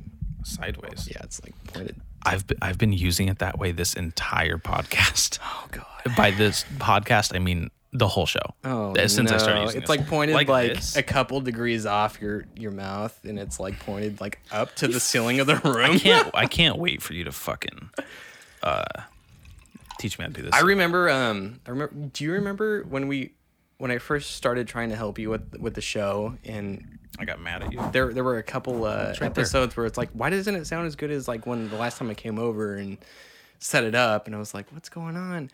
Speaker 2: sideways.
Speaker 3: Yeah, it's like pointed.
Speaker 2: I've been, I've been using it that way this entire podcast.
Speaker 3: *laughs* Oh god.
Speaker 2: By this podcast, I mean the whole show.
Speaker 3: Oh,
Speaker 2: since I started
Speaker 3: no.
Speaker 2: using
Speaker 3: it's
Speaker 2: this.
Speaker 3: like pointed like,
Speaker 2: this?
Speaker 3: a couple degrees off your your mouth, and it's like pointed like up
Speaker 2: *laughs*
Speaker 3: to the ceiling of the room.
Speaker 2: I
Speaker 3: *laughs*
Speaker 2: can't I can't wait for you to fucking uh, teach me how to do this.
Speaker 3: I remember. Um, I remember. Do you remember when we when I first started trying to help you with with the show, and
Speaker 2: I got mad at you.
Speaker 3: there there were a couple uh,
Speaker 2: right there.
Speaker 3: episodes where it's like, why doesn't it sound as good as like when the last time I came over and set it up, and I was like, what's going on?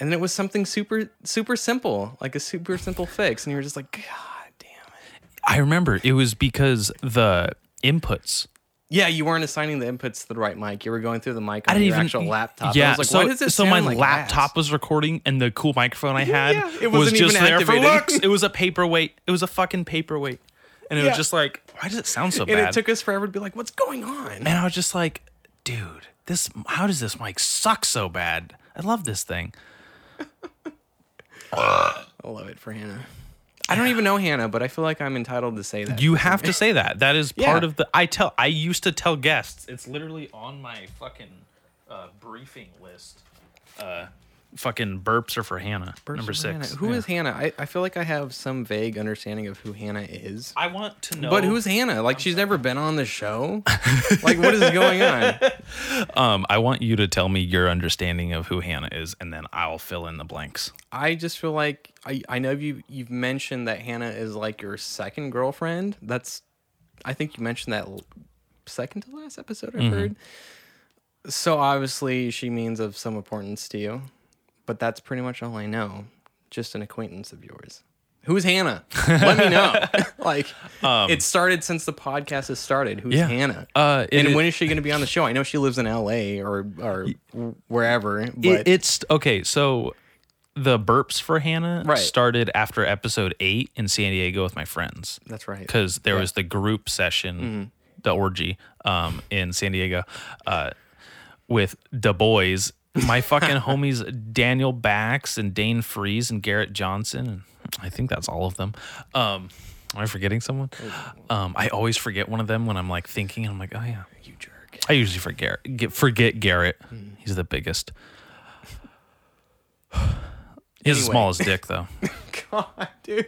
Speaker 3: And then it was something super super simple, like a super simple fix, and you were just like, God damn it.
Speaker 2: I remember it was because the inputs.
Speaker 3: Yeah, you weren't assigning the inputs to the right mic. You were going through the mic
Speaker 2: I
Speaker 3: on
Speaker 2: didn't
Speaker 3: your
Speaker 2: even e-,
Speaker 3: actual laptop.
Speaker 2: Yeah,
Speaker 3: I was like,
Speaker 2: so,
Speaker 3: why does it
Speaker 2: so
Speaker 3: sound
Speaker 2: my
Speaker 3: like
Speaker 2: laptop
Speaker 3: ass?
Speaker 2: was recording, and the cool microphone I had
Speaker 3: yeah, it
Speaker 2: was
Speaker 3: wasn't
Speaker 2: just
Speaker 3: even
Speaker 2: there for
Speaker 3: activated. *laughs*
Speaker 2: looks. It was a paperweight. It was a fucking paperweight, and it
Speaker 3: Yeah.
Speaker 2: was just like, why does it sound so
Speaker 3: And
Speaker 2: bad?
Speaker 3: it took us forever to be like, what's going on?
Speaker 2: and I was just like, dude, this how does this mic suck so bad? I love this thing.
Speaker 3: I love it for Hannah. I don't even know Hannah, but I feel like I'm entitled to say that.
Speaker 2: You have to say that. That is
Speaker 3: Yeah.
Speaker 2: part of the. I tell. I used to tell guests. It's literally on my fucking uh, briefing list. Uh, fucking burps are for Hannah. number
Speaker 3: Who is Hannah?
Speaker 2: six.
Speaker 3: Who is Hannah? I, I feel like I have some vague understanding of who Hannah is.
Speaker 2: I want to know.
Speaker 3: But who's Hannah? Like she's never been on the show. like what is going on?
Speaker 2: Um, I want you to tell me your understanding of who Hannah is, and then I'll fill in the blanks.
Speaker 3: I just feel like I, I know you you've mentioned that Hannah is like your second girlfriend. That's I think you mentioned that l- second to last episode I've heard. So obviously she means of some importance to you, but that's pretty much all I know. Just an acquaintance of yours. Who's Hannah? Let me know. *laughs* like it started since the podcast has started. Who's
Speaker 2: yeah.
Speaker 3: Hannah?
Speaker 2: Uh, it-
Speaker 3: and when is she going to be on the show? I know she lives in LA or or wherever, but
Speaker 2: It, it's okay. So the burps for Hannah
Speaker 3: Right.
Speaker 2: started after episode eight in San Diego with my friends.
Speaker 3: that's right. *laughs*
Speaker 2: because there was the group session,
Speaker 3: Mm-hmm.
Speaker 2: the orgy, um, in San Diego, uh, with the boys, my
Speaker 3: *laughs*
Speaker 2: fucking homies Daniel Bax and Dane Freeze and Garrett Johnson, and I think that's all of them. Um, am I forgetting someone? Um, I always forget one of them when I'm like thinking. I'm like, oh yeah,
Speaker 3: You jerk.
Speaker 2: I
Speaker 3: Hmm.
Speaker 2: usually forget get, forget Garrett. He's the
Speaker 3: *sighs*
Speaker 2: biggest. He has the
Speaker 3: Anyway.
Speaker 2: smallest dick
Speaker 3: *laughs*
Speaker 2: though.
Speaker 3: God, dude.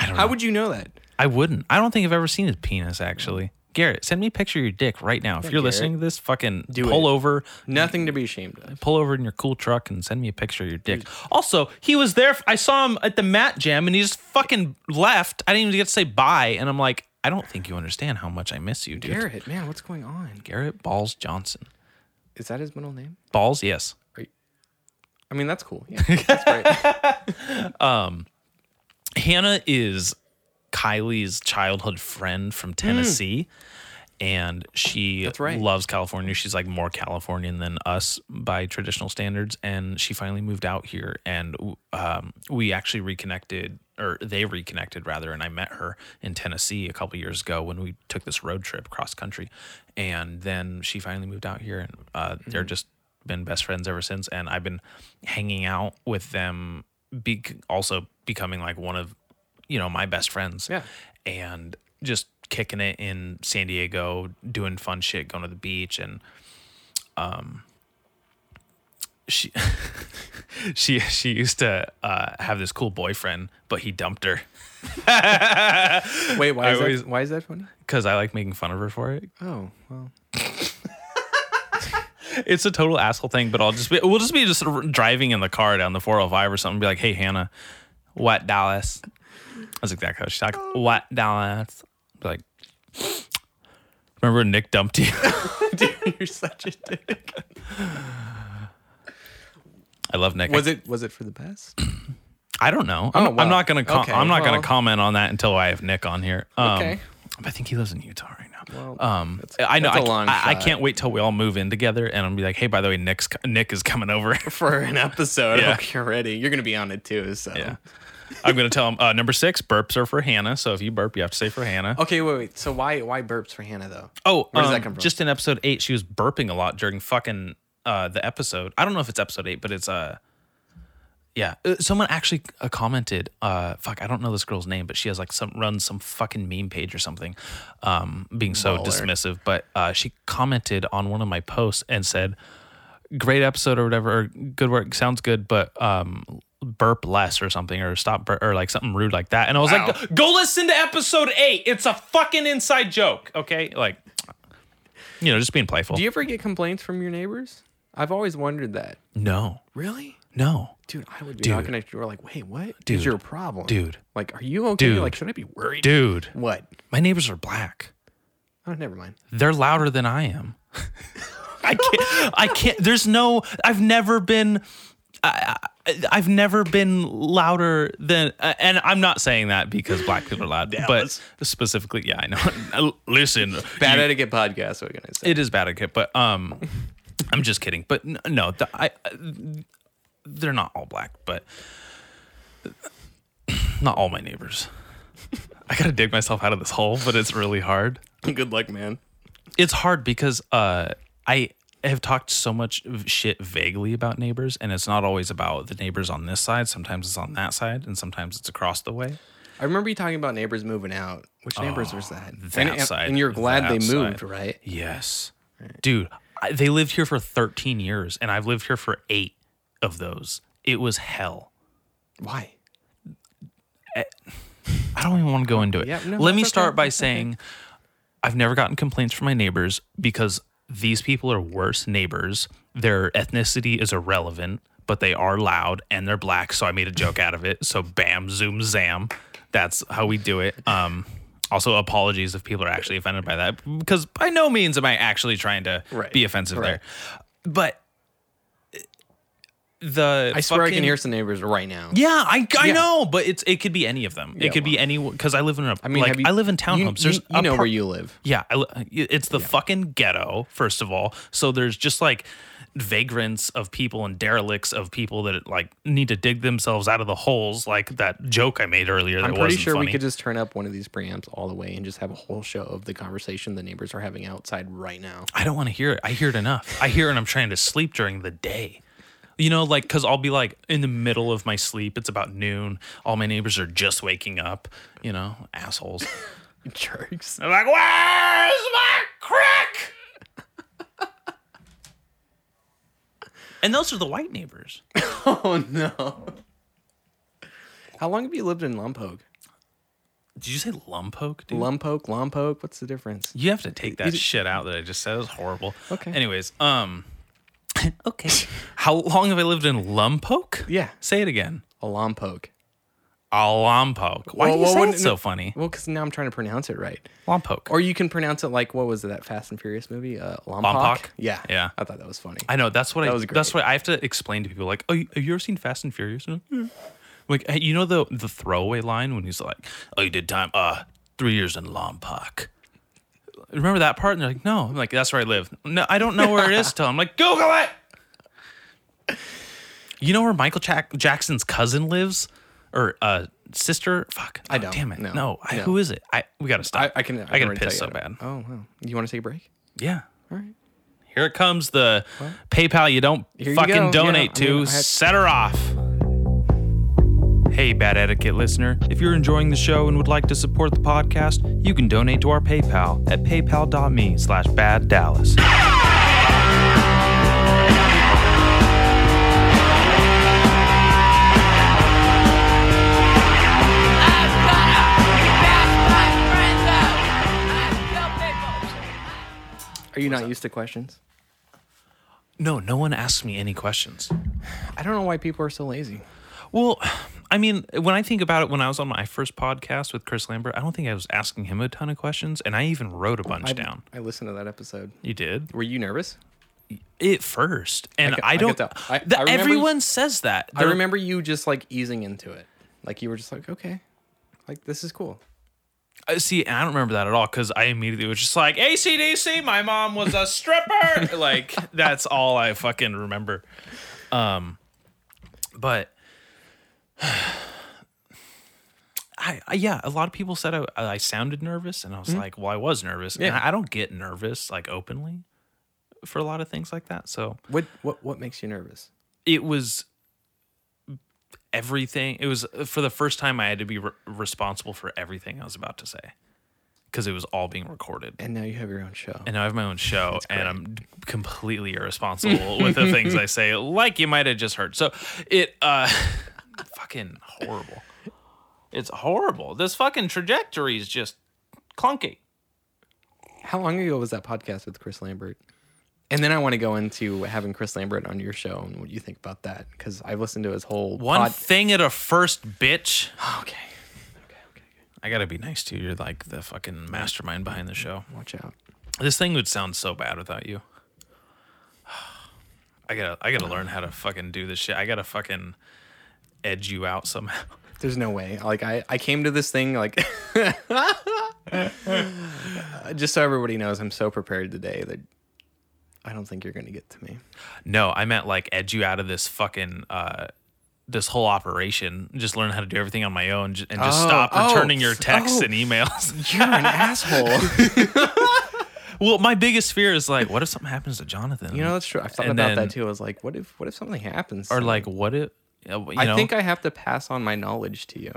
Speaker 2: I don't know.
Speaker 3: How would you know that?
Speaker 2: I wouldn't. I don't think I've ever seen his penis actually. Garrett, send me a picture of your dick right now. If you're
Speaker 3: Garrett.
Speaker 2: listening to this, fucking
Speaker 3: Do
Speaker 2: pull
Speaker 3: it.
Speaker 2: over,
Speaker 3: Nothing to be ashamed of.
Speaker 2: pull over in your cool truck and send me a picture of your dick. Also, he was there. I saw him at the mat jam and he just fucking left. I didn't even get to say bye. And I'm like, I don't think you understand how much I miss you, dude.
Speaker 3: Garrett, man, what's going on?
Speaker 2: Garrett Balls Johnson.
Speaker 3: Is that his middle name?
Speaker 2: Balls, yes.
Speaker 3: I mean, that's cool. Yeah, that's *laughs* great.
Speaker 2: Hannah is Kylie's childhood friend
Speaker 3: Mm.
Speaker 2: from Tennessee. And she
Speaker 3: right.
Speaker 2: loves California. She's like more Californian than us by traditional standards. And she finally moved out here. And um, we actually reconnected, or they reconnected rather. And I met her in Tennessee a couple years ago when we took this road trip cross country. And then she finally moved out here. And uh, they're just been best friends ever since. And I've been hanging out with them, be- also becoming like one of you know my best friends
Speaker 3: Yeah.
Speaker 2: and just kicking it in san diego doing fun shit going to the beach and um she *laughs* she she used to uh, have this cool boyfriend, but he dumped her
Speaker 3: Wait, why
Speaker 2: I
Speaker 3: is,
Speaker 2: always-
Speaker 3: that, why is that funny?
Speaker 2: because I like making fun of her for it.
Speaker 3: Oh, *laughs* well.
Speaker 2: It's a total asshole thing, but I'll just be we'll just be just r- driving in the car down the 405 or something. Be like, hey Hannah, what Dallas? That's exactly how she's like.
Speaker 3: Oh.
Speaker 2: What Dallas? Be like, remember when Nick dumped you? *laughs*
Speaker 3: You're such a dick.
Speaker 2: I love Nick.
Speaker 3: Was it was it for the best?
Speaker 2: I don't know. I'm,
Speaker 3: Oh,
Speaker 2: I'm
Speaker 3: well.
Speaker 2: not gonna. Com-
Speaker 3: Okay,
Speaker 2: I'm not
Speaker 3: well.
Speaker 2: gonna comment on that until I have Nick on here. Um,
Speaker 3: Okay.
Speaker 2: but I think he lives in Utah right now.
Speaker 3: Well,
Speaker 2: um,
Speaker 3: that's-
Speaker 2: I know.
Speaker 3: that's
Speaker 2: I,
Speaker 3: a long
Speaker 2: I, I
Speaker 3: shot.
Speaker 2: can't wait till we all move in together, and I'll be like, "Hey, by the way, Nick's co- Nick is coming over." *laughs*
Speaker 3: *laughs* For an episode
Speaker 2: Yeah.
Speaker 3: okay, already. You're gonna be on it too, so
Speaker 2: yeah. I'm gonna tell him. Uh, number six, burps are for Hannah. So if you burp, you have to say for Hannah.
Speaker 3: Okay, wait, wait. So why why burps for Hannah though?
Speaker 2: Oh,
Speaker 3: Where does
Speaker 2: um,
Speaker 3: that come from?
Speaker 2: Just in episode eight, she was burping a lot during fucking uh, the episode. I don't know if it's episode eight, but it's uh, yeah. Uh, Someone actually uh, commented, uh, fuck, I don't know this girl's name, but she has like some runs some fucking meme page or something, um, being so
Speaker 3: Baller.
Speaker 2: dismissive. But uh, she commented on one of my posts and said, "Great episode or whatever, or good work, sounds good, but um." burp less or something or stop bur- or like something rude like that and i was like go listen to episode 8 it's a fucking inside joke okay like you know, just being playful.
Speaker 3: Do you ever get complaints from your neighbors? I've always wondered that.
Speaker 2: no,
Speaker 3: Really?
Speaker 2: no,
Speaker 3: Dude, I would be
Speaker 2: Dude.
Speaker 3: knocking at your door like, wait, what is
Speaker 2: Dude.
Speaker 3: your problem?
Speaker 2: Dude.
Speaker 3: Like, are you okay?
Speaker 2: Dude.
Speaker 3: Like, should I be worried?
Speaker 2: dude.
Speaker 3: What?
Speaker 2: My neighbors are black.
Speaker 3: Oh, never mind.
Speaker 2: They're louder than I am. *laughs* I can't. I can't. There's no. I've never been. I, I, I've never been louder than. Uh, and I'm not saying that because black people are loud, but
Speaker 3: Dallas.
Speaker 2: specifically, yeah, I know. *laughs* Listen,
Speaker 3: Bad etiquette podcast, what can I say?
Speaker 2: It is bad etiquette, but um, I'm just kidding. But n- no, the, I they're not all black, but not all my neighbors. *laughs* I gotta dig myself out of this hole, but it's really hard.
Speaker 3: *laughs* Good luck, man.
Speaker 2: It's hard because uh, I have talked so much v- shit vaguely about neighbors, and it's not always about the neighbors on this side. Sometimes it's on that side, and sometimes it's across the way.
Speaker 3: I remember you talking about neighbors moving out. Which neighbors was that?
Speaker 2: that
Speaker 3: and,
Speaker 2: side,
Speaker 3: and you're glad
Speaker 2: that
Speaker 3: they moved,
Speaker 2: side.
Speaker 3: right?
Speaker 2: Yes, dude. I, they lived here for 13 years, and I've lived here for eight of those. It was hell.
Speaker 3: Why?
Speaker 2: I don't even want to go into it.
Speaker 3: Yeah, no,
Speaker 2: Let me
Speaker 3: that's okay.
Speaker 2: start by
Speaker 3: That's okay.
Speaker 2: saying I've never gotten complaints from my neighbors because these people are worse neighbors. Their ethnicity is irrelevant, but they are loud and they're black. So I made a joke out of it. So bam, zoom, zam. That's how we do it. Um, also, apologies if people are actually offended by that because by no means am I actually trying to
Speaker 3: Right.
Speaker 2: be offensive
Speaker 3: Right.
Speaker 2: there. But uh, the
Speaker 3: I swear I can
Speaker 2: fucking-
Speaker 3: hear some neighbors right now.
Speaker 2: yeah, I, I
Speaker 3: Yeah.
Speaker 2: know, but it's it could be any of them.
Speaker 3: Yeah,
Speaker 2: it could be any because I live in a I
Speaker 3: I mean,
Speaker 2: like
Speaker 3: have you,
Speaker 2: I live in
Speaker 3: you-
Speaker 2: townhomes.
Speaker 3: You,
Speaker 2: There's
Speaker 3: you know
Speaker 2: apart-
Speaker 3: where you live.
Speaker 2: yeah, I li- it's the fucking ghetto first of all. So there's just like vagrants of people and derelicts of people that like need to dig themselves out of the holes, like that joke I made earlier. That
Speaker 3: I'm pretty
Speaker 2: wasn't
Speaker 3: sure
Speaker 2: funny.
Speaker 3: we could just turn up one of these preamps all the way and just have a whole show of the conversation the neighbors are having outside
Speaker 2: *laughs*
Speaker 3: right now.
Speaker 2: I don't want to hear it. I hear it enough. I hear it and I'm trying to sleep during the day. You know, like, cause I'll be like in the middle of my sleep. It's about noon. All my neighbors are just waking up, you know, assholes.
Speaker 3: Jerks.
Speaker 2: They're like, where's my crack? and those are the white neighbors.
Speaker 3: *laughs* Oh no. How long have you lived in Lumpoke?
Speaker 2: Did you say lumpoke, dude?
Speaker 3: Lumpoke, Lompoke, what's the difference?
Speaker 2: you have to take that shit out that I just said. It was horrible.
Speaker 3: Okay.
Speaker 2: Anyways, um. *laughs* okay. How long have I lived in lumpoke?
Speaker 3: Yeah.
Speaker 2: Say it again.
Speaker 3: A Lompoke.
Speaker 2: A lumpoke. Why
Speaker 3: Well,
Speaker 2: do you
Speaker 3: well,
Speaker 2: say
Speaker 3: wouldn't
Speaker 2: it
Speaker 3: it-
Speaker 2: so funny?
Speaker 3: Well, because now I'm trying to pronounce it right.
Speaker 2: Lompoke.
Speaker 3: Or you can pronounce it like what was it, that Fast and Furious movie? Uh Lompoc?
Speaker 2: Lompoc?
Speaker 3: Yeah.
Speaker 2: Yeah.
Speaker 3: I thought that was funny.
Speaker 2: I know that's what I.
Speaker 3: That was
Speaker 2: That's
Speaker 3: great.
Speaker 2: what I have to explain to people. Like, oh, you- have you ever seen Fast and Furious? And I'm Like, "Yeah." Like, hey, you know the the throwaway line when he's like, "Oh, you did time. Uh, three years in Lompoc." Remember that part? And they're like, "No." I'm like, "That's where I live." No, I don't know where it
Speaker 3: *laughs*
Speaker 2: is. Till I'm like, "Google it." You know where Michael Jack- Jackson's cousin lives, or uh, sister? Fuck,
Speaker 3: I
Speaker 2: Oh,
Speaker 3: don't.
Speaker 2: Damn it, no.
Speaker 3: No.
Speaker 2: I,
Speaker 3: No.
Speaker 2: Who is it? I we gotta stop.
Speaker 3: I, I can
Speaker 2: I, gotta
Speaker 3: already tell
Speaker 2: piss
Speaker 3: you
Speaker 2: so
Speaker 3: that.
Speaker 2: bad.
Speaker 3: Oh wow. You want to take a break?
Speaker 2: Yeah.
Speaker 3: All right.
Speaker 2: Here it comes the PayPal you don't
Speaker 3: you
Speaker 2: fucking
Speaker 3: go.
Speaker 2: donate
Speaker 3: Yeah, I
Speaker 2: to.
Speaker 3: mean, I had-
Speaker 2: Set her off. Hey, Bad Etiquette listener. If you're enjoying the show and would like to support the podcast, you can donate to our PayPal at paypal.me slash bad Dallas.
Speaker 3: Are you not used to questions?
Speaker 2: No, no one asks me any questions.
Speaker 3: I don't know why people are so lazy.
Speaker 2: Well, I mean, when I think about it, when I was on my first podcast with Chris Lambert, I don't think I was asking him a ton of questions, and I even wrote a bunch
Speaker 3: I,
Speaker 2: down.
Speaker 3: I listened to that episode.
Speaker 2: You did
Speaker 3: Were you nervous?
Speaker 2: it first, and
Speaker 3: get-
Speaker 2: I,
Speaker 3: I get
Speaker 2: don't.
Speaker 3: that. I-
Speaker 2: the-
Speaker 3: I remember-
Speaker 2: everyone says that.
Speaker 3: I
Speaker 2: They're-
Speaker 3: remember you just like easing into it. Like you were just like, okay, like this is cool.
Speaker 2: Uh, See, and I don't remember that at all because I immediately was just like, ACDC, my mom was a stripper. *laughs* like, that's all I fucking remember. Um, but *sighs* I, I, yeah, a lot of people said I, I sounded nervous, and I was like, well, I was nervous. And
Speaker 3: Yeah.
Speaker 2: I, I don't get nervous like openly for a lot of things like that. So
Speaker 3: What what what makes you nervous?
Speaker 2: it was everything. It was uh, for the first time I had to be re- responsible for everything I was about to say because it was all being recorded.
Speaker 3: And now you have your own show.
Speaker 2: And now I have my own show, and I'm completely irresponsible with the things I
Speaker 3: *laughs*
Speaker 2: say, like you might have just heard. So it, uh, *laughs* fucking horrible. It's horrible. This fucking trajectory is just clunky.
Speaker 3: How long ago was that podcast with Chris Lambert? And then I want to go into having Chris Lambert on your show and what you think about that because I've listened to his whole
Speaker 2: One
Speaker 3: pod-
Speaker 2: thing at a first, bitch.
Speaker 3: okay, okay, okay.
Speaker 2: I gotta be nice to you. You're like the fucking mastermind behind the show.
Speaker 3: Watch out.
Speaker 2: This thing would sound so bad without you. *sighs* I gotta, I gotta learn how to fucking do this shit. I gotta fucking edge you out somehow. *laughs*
Speaker 3: There's no way. Like I, I came to this thing like *laughs* Uh, just so everybody knows, I'm so prepared today that I don't think you're gonna get to me.
Speaker 2: No, I meant like edge you out of this fucking uh this whole operation. Just learn how to do everything on my own j- and just
Speaker 3: Oh,
Speaker 2: stop
Speaker 3: *laughs* oh,
Speaker 2: returning your
Speaker 3: s-
Speaker 2: texts
Speaker 3: oh.
Speaker 2: and emails. *laughs*
Speaker 3: You're *laughs* an asshole.
Speaker 2: well, my biggest fear is like, what if something happens to Jonathan?
Speaker 3: You know that's true. I've thought
Speaker 2: And
Speaker 3: about
Speaker 2: then-
Speaker 3: that too. I was like, what if what if something happens?
Speaker 2: or
Speaker 3: to me?
Speaker 2: like, what if? You know,
Speaker 3: I think I have to pass on my knowledge to you.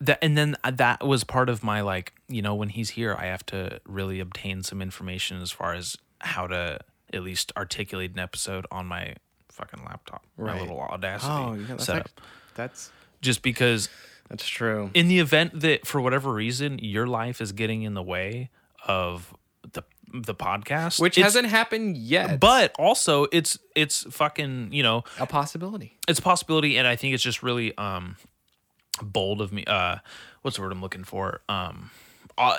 Speaker 2: that, and then uh, that was part of my like, you know, when he's here, I have to really obtain some information as far as how to at least articulate an episode on my fucking laptop, my
Speaker 3: Right. Oh,
Speaker 2: little Audacity
Speaker 3: that's
Speaker 2: setup.
Speaker 3: act- that's
Speaker 2: Just because
Speaker 3: that's true.
Speaker 2: in the event that for whatever reason your life is getting in the way of the the podcast
Speaker 3: Which
Speaker 2: it's-
Speaker 3: hasn't happened yet.
Speaker 2: but also it's it's fucking you know
Speaker 3: a possibility.
Speaker 2: it's a possibility and i think it's just really um bold of me uh what's the word i'm looking for um au-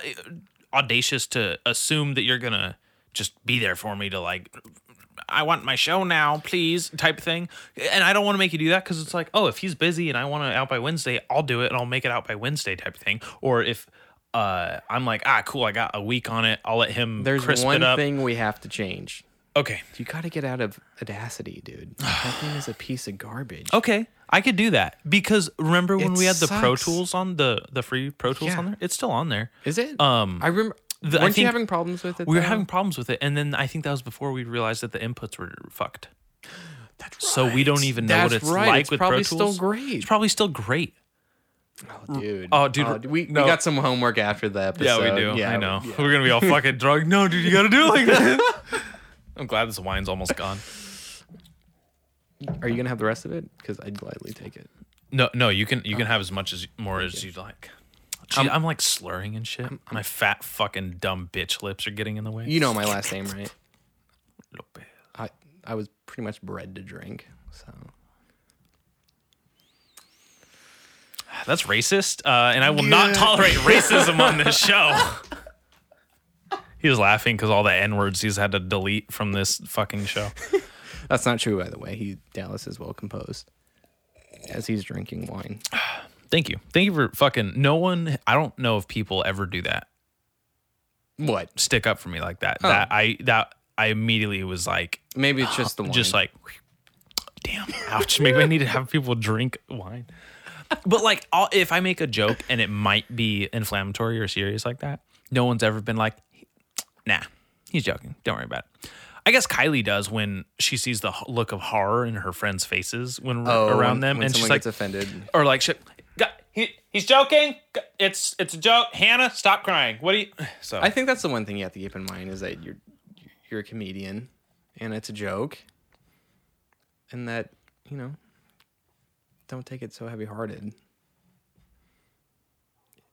Speaker 2: audacious to assume that you're gonna just be there for me to like i want my show now please type thing and i don't want to make you do that because it's like oh if he's busy and i want it out by wednesday i'll do it and i'll make it out by wednesday type thing or if uh i'm like ah cool i got a week on it i'll let him
Speaker 3: There's
Speaker 2: crisp it
Speaker 3: one
Speaker 2: up
Speaker 3: thing we have to change.
Speaker 2: okay
Speaker 3: You got to get out of audacity, dude. that *sighs* thing is a piece of garbage.
Speaker 2: Okay, I could do that because remember when
Speaker 3: It
Speaker 2: we had the Pro
Speaker 3: sucks.
Speaker 2: Tools on the the free Pro Tools
Speaker 3: Yeah.
Speaker 2: on there? It's still on there.
Speaker 3: Is it?
Speaker 2: Um,
Speaker 3: I remember.
Speaker 2: the- I
Speaker 3: weren't
Speaker 2: think
Speaker 3: you having problems with it?
Speaker 2: we were
Speaker 3: though?
Speaker 2: having problems with it, and then I think that was before we realized that the inputs were fucked. That's right. So we don't even know what
Speaker 3: That's
Speaker 2: it's
Speaker 3: right.
Speaker 2: like
Speaker 3: It's
Speaker 2: with
Speaker 3: probably
Speaker 2: Pro
Speaker 3: still
Speaker 2: Tools.
Speaker 3: great.
Speaker 2: It's probably still great.
Speaker 3: Oh, dude.
Speaker 2: Oh, dude,
Speaker 3: we,
Speaker 2: no.
Speaker 3: we got some homework after the episode.
Speaker 2: Yeah, we do. I know. We're gonna be
Speaker 3: *laughs*
Speaker 2: all fucking drunk. No, dude, you gotta do it like that. *laughs* I'm glad this wine's almost gone.
Speaker 3: Are you gonna have the rest of it? Because I'd gladly take it.
Speaker 2: No, no, you can
Speaker 3: Oh.
Speaker 2: you can have as much as more as you like. Gee, I'm, like slurring and shit. My fat fucking dumb bitch lips are getting in the way.
Speaker 3: You know my last name, right?
Speaker 2: Lopez.
Speaker 3: I I was pretty much bred to drink. So
Speaker 2: That's racist, uh, and I will not tolerate racism on this show. *laughs* he was laughing because all the N words he's had to delete from this fucking show.
Speaker 3: that's not true, by the way. He Dallas is well composed as he's drinking wine.
Speaker 2: Thank you. Thank you for fucking. No one, I don't know if people ever do that,
Speaker 3: What?
Speaker 2: stick up for me like that. That I, that I immediately was like,
Speaker 3: Maybe it's just the
Speaker 2: *sighs*
Speaker 3: wine.
Speaker 2: just like damn ouch maybe i need to have people drink wine but like I'll, if i make a joke and it might be inflammatory or serious like that no one's ever been like nah he's joking don't worry about it i guess kylie does when she sees the h- look of horror in her friends faces when
Speaker 3: Oh,
Speaker 2: we're around
Speaker 3: when-
Speaker 2: them
Speaker 3: when
Speaker 2: and she's
Speaker 3: someone
Speaker 2: like
Speaker 3: gets offended.
Speaker 2: or like she, God, he, he's joking G- it's it's a joke hannah stop crying what do you *sighs* so
Speaker 3: I think that's the one thing you have to keep in mind is that you're you're a comedian and it's a joke. And that, you know, don't take it so heavy hearted.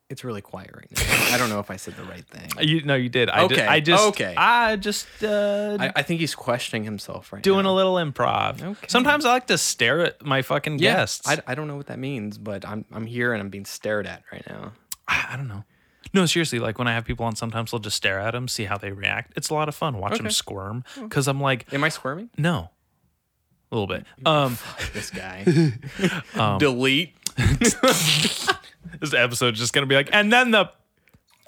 Speaker 3: It's really quiet right now. I don't know if I said the right thing. *laughs*
Speaker 2: You no, you did. I
Speaker 3: Okay,
Speaker 2: Just, I just.
Speaker 3: okay.
Speaker 2: I just uh,
Speaker 3: I, I think he's questioning himself right
Speaker 2: doing
Speaker 3: now.
Speaker 2: a little improv.
Speaker 3: Okay.
Speaker 2: Sometimes I like to stare at my fucking guests.
Speaker 3: I, I don't know what that means, but I'm I'm here and I'm being stared at right now.
Speaker 2: I, I don't know. No, seriously. Like when I have people on, sometimes I'll just stare at them, see how they react. It's a lot of fun. Watch them
Speaker 3: Okay. Hmm.
Speaker 2: squirm because I'm like,
Speaker 3: Am I *laughs* squirming?
Speaker 2: no, a little
Speaker 3: *laughs*
Speaker 2: bit. Um,
Speaker 3: This
Speaker 2: *laughs*
Speaker 3: *laughs* guy. Delete.
Speaker 2: this episode's just gonna be like, and then the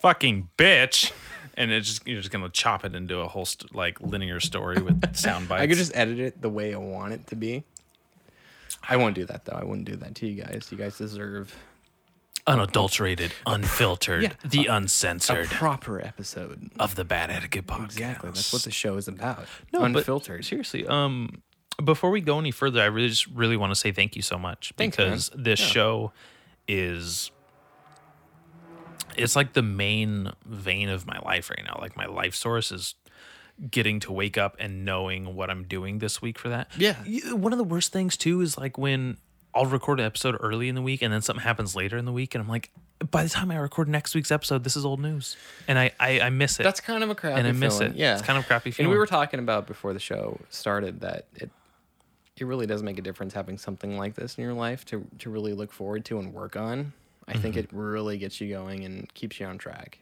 Speaker 2: fucking bitch, and it's just you're just gonna chop it into a whole st- like linear story
Speaker 3: *laughs*
Speaker 2: with sound bites.
Speaker 3: I could just edit it the way I want it to be. I won't do that though. I wouldn't do that to you guys. You guys deserve
Speaker 2: unadulterated, unfiltered,
Speaker 3: Yeah.
Speaker 2: the
Speaker 3: a
Speaker 2: uncensored
Speaker 3: proper episode.
Speaker 2: of the Bad Etiquette Podcast.
Speaker 3: Exactly. That's what the show is about.
Speaker 2: but
Speaker 3: Unfiltered.
Speaker 2: seriously, um, before we go any further, I really just really want to say thank you so much
Speaker 3: Thanks, man.
Speaker 2: because this show is it's like the main vein of my life right now. Like my life source is getting to wake up and knowing what I'm doing this week for that.
Speaker 3: Yeah.
Speaker 2: Y- One of the worst things too is like when I'll record an episode early in the week and then something happens later in the week and I'm like, by the time I record next week's episode, this is old news. And I I, I miss it.
Speaker 3: That's kind of a crappy
Speaker 2: and I miss
Speaker 3: feeling.
Speaker 2: it.
Speaker 3: Yeah.
Speaker 2: It's kind of a crappy
Speaker 3: And we
Speaker 2: feeling.
Speaker 3: were talking about before the show started that it it really does make a difference having something like this in your life to to really look forward to and work on. I think
Speaker 2: Mm-hmm.
Speaker 3: it really gets you going and keeps you on track.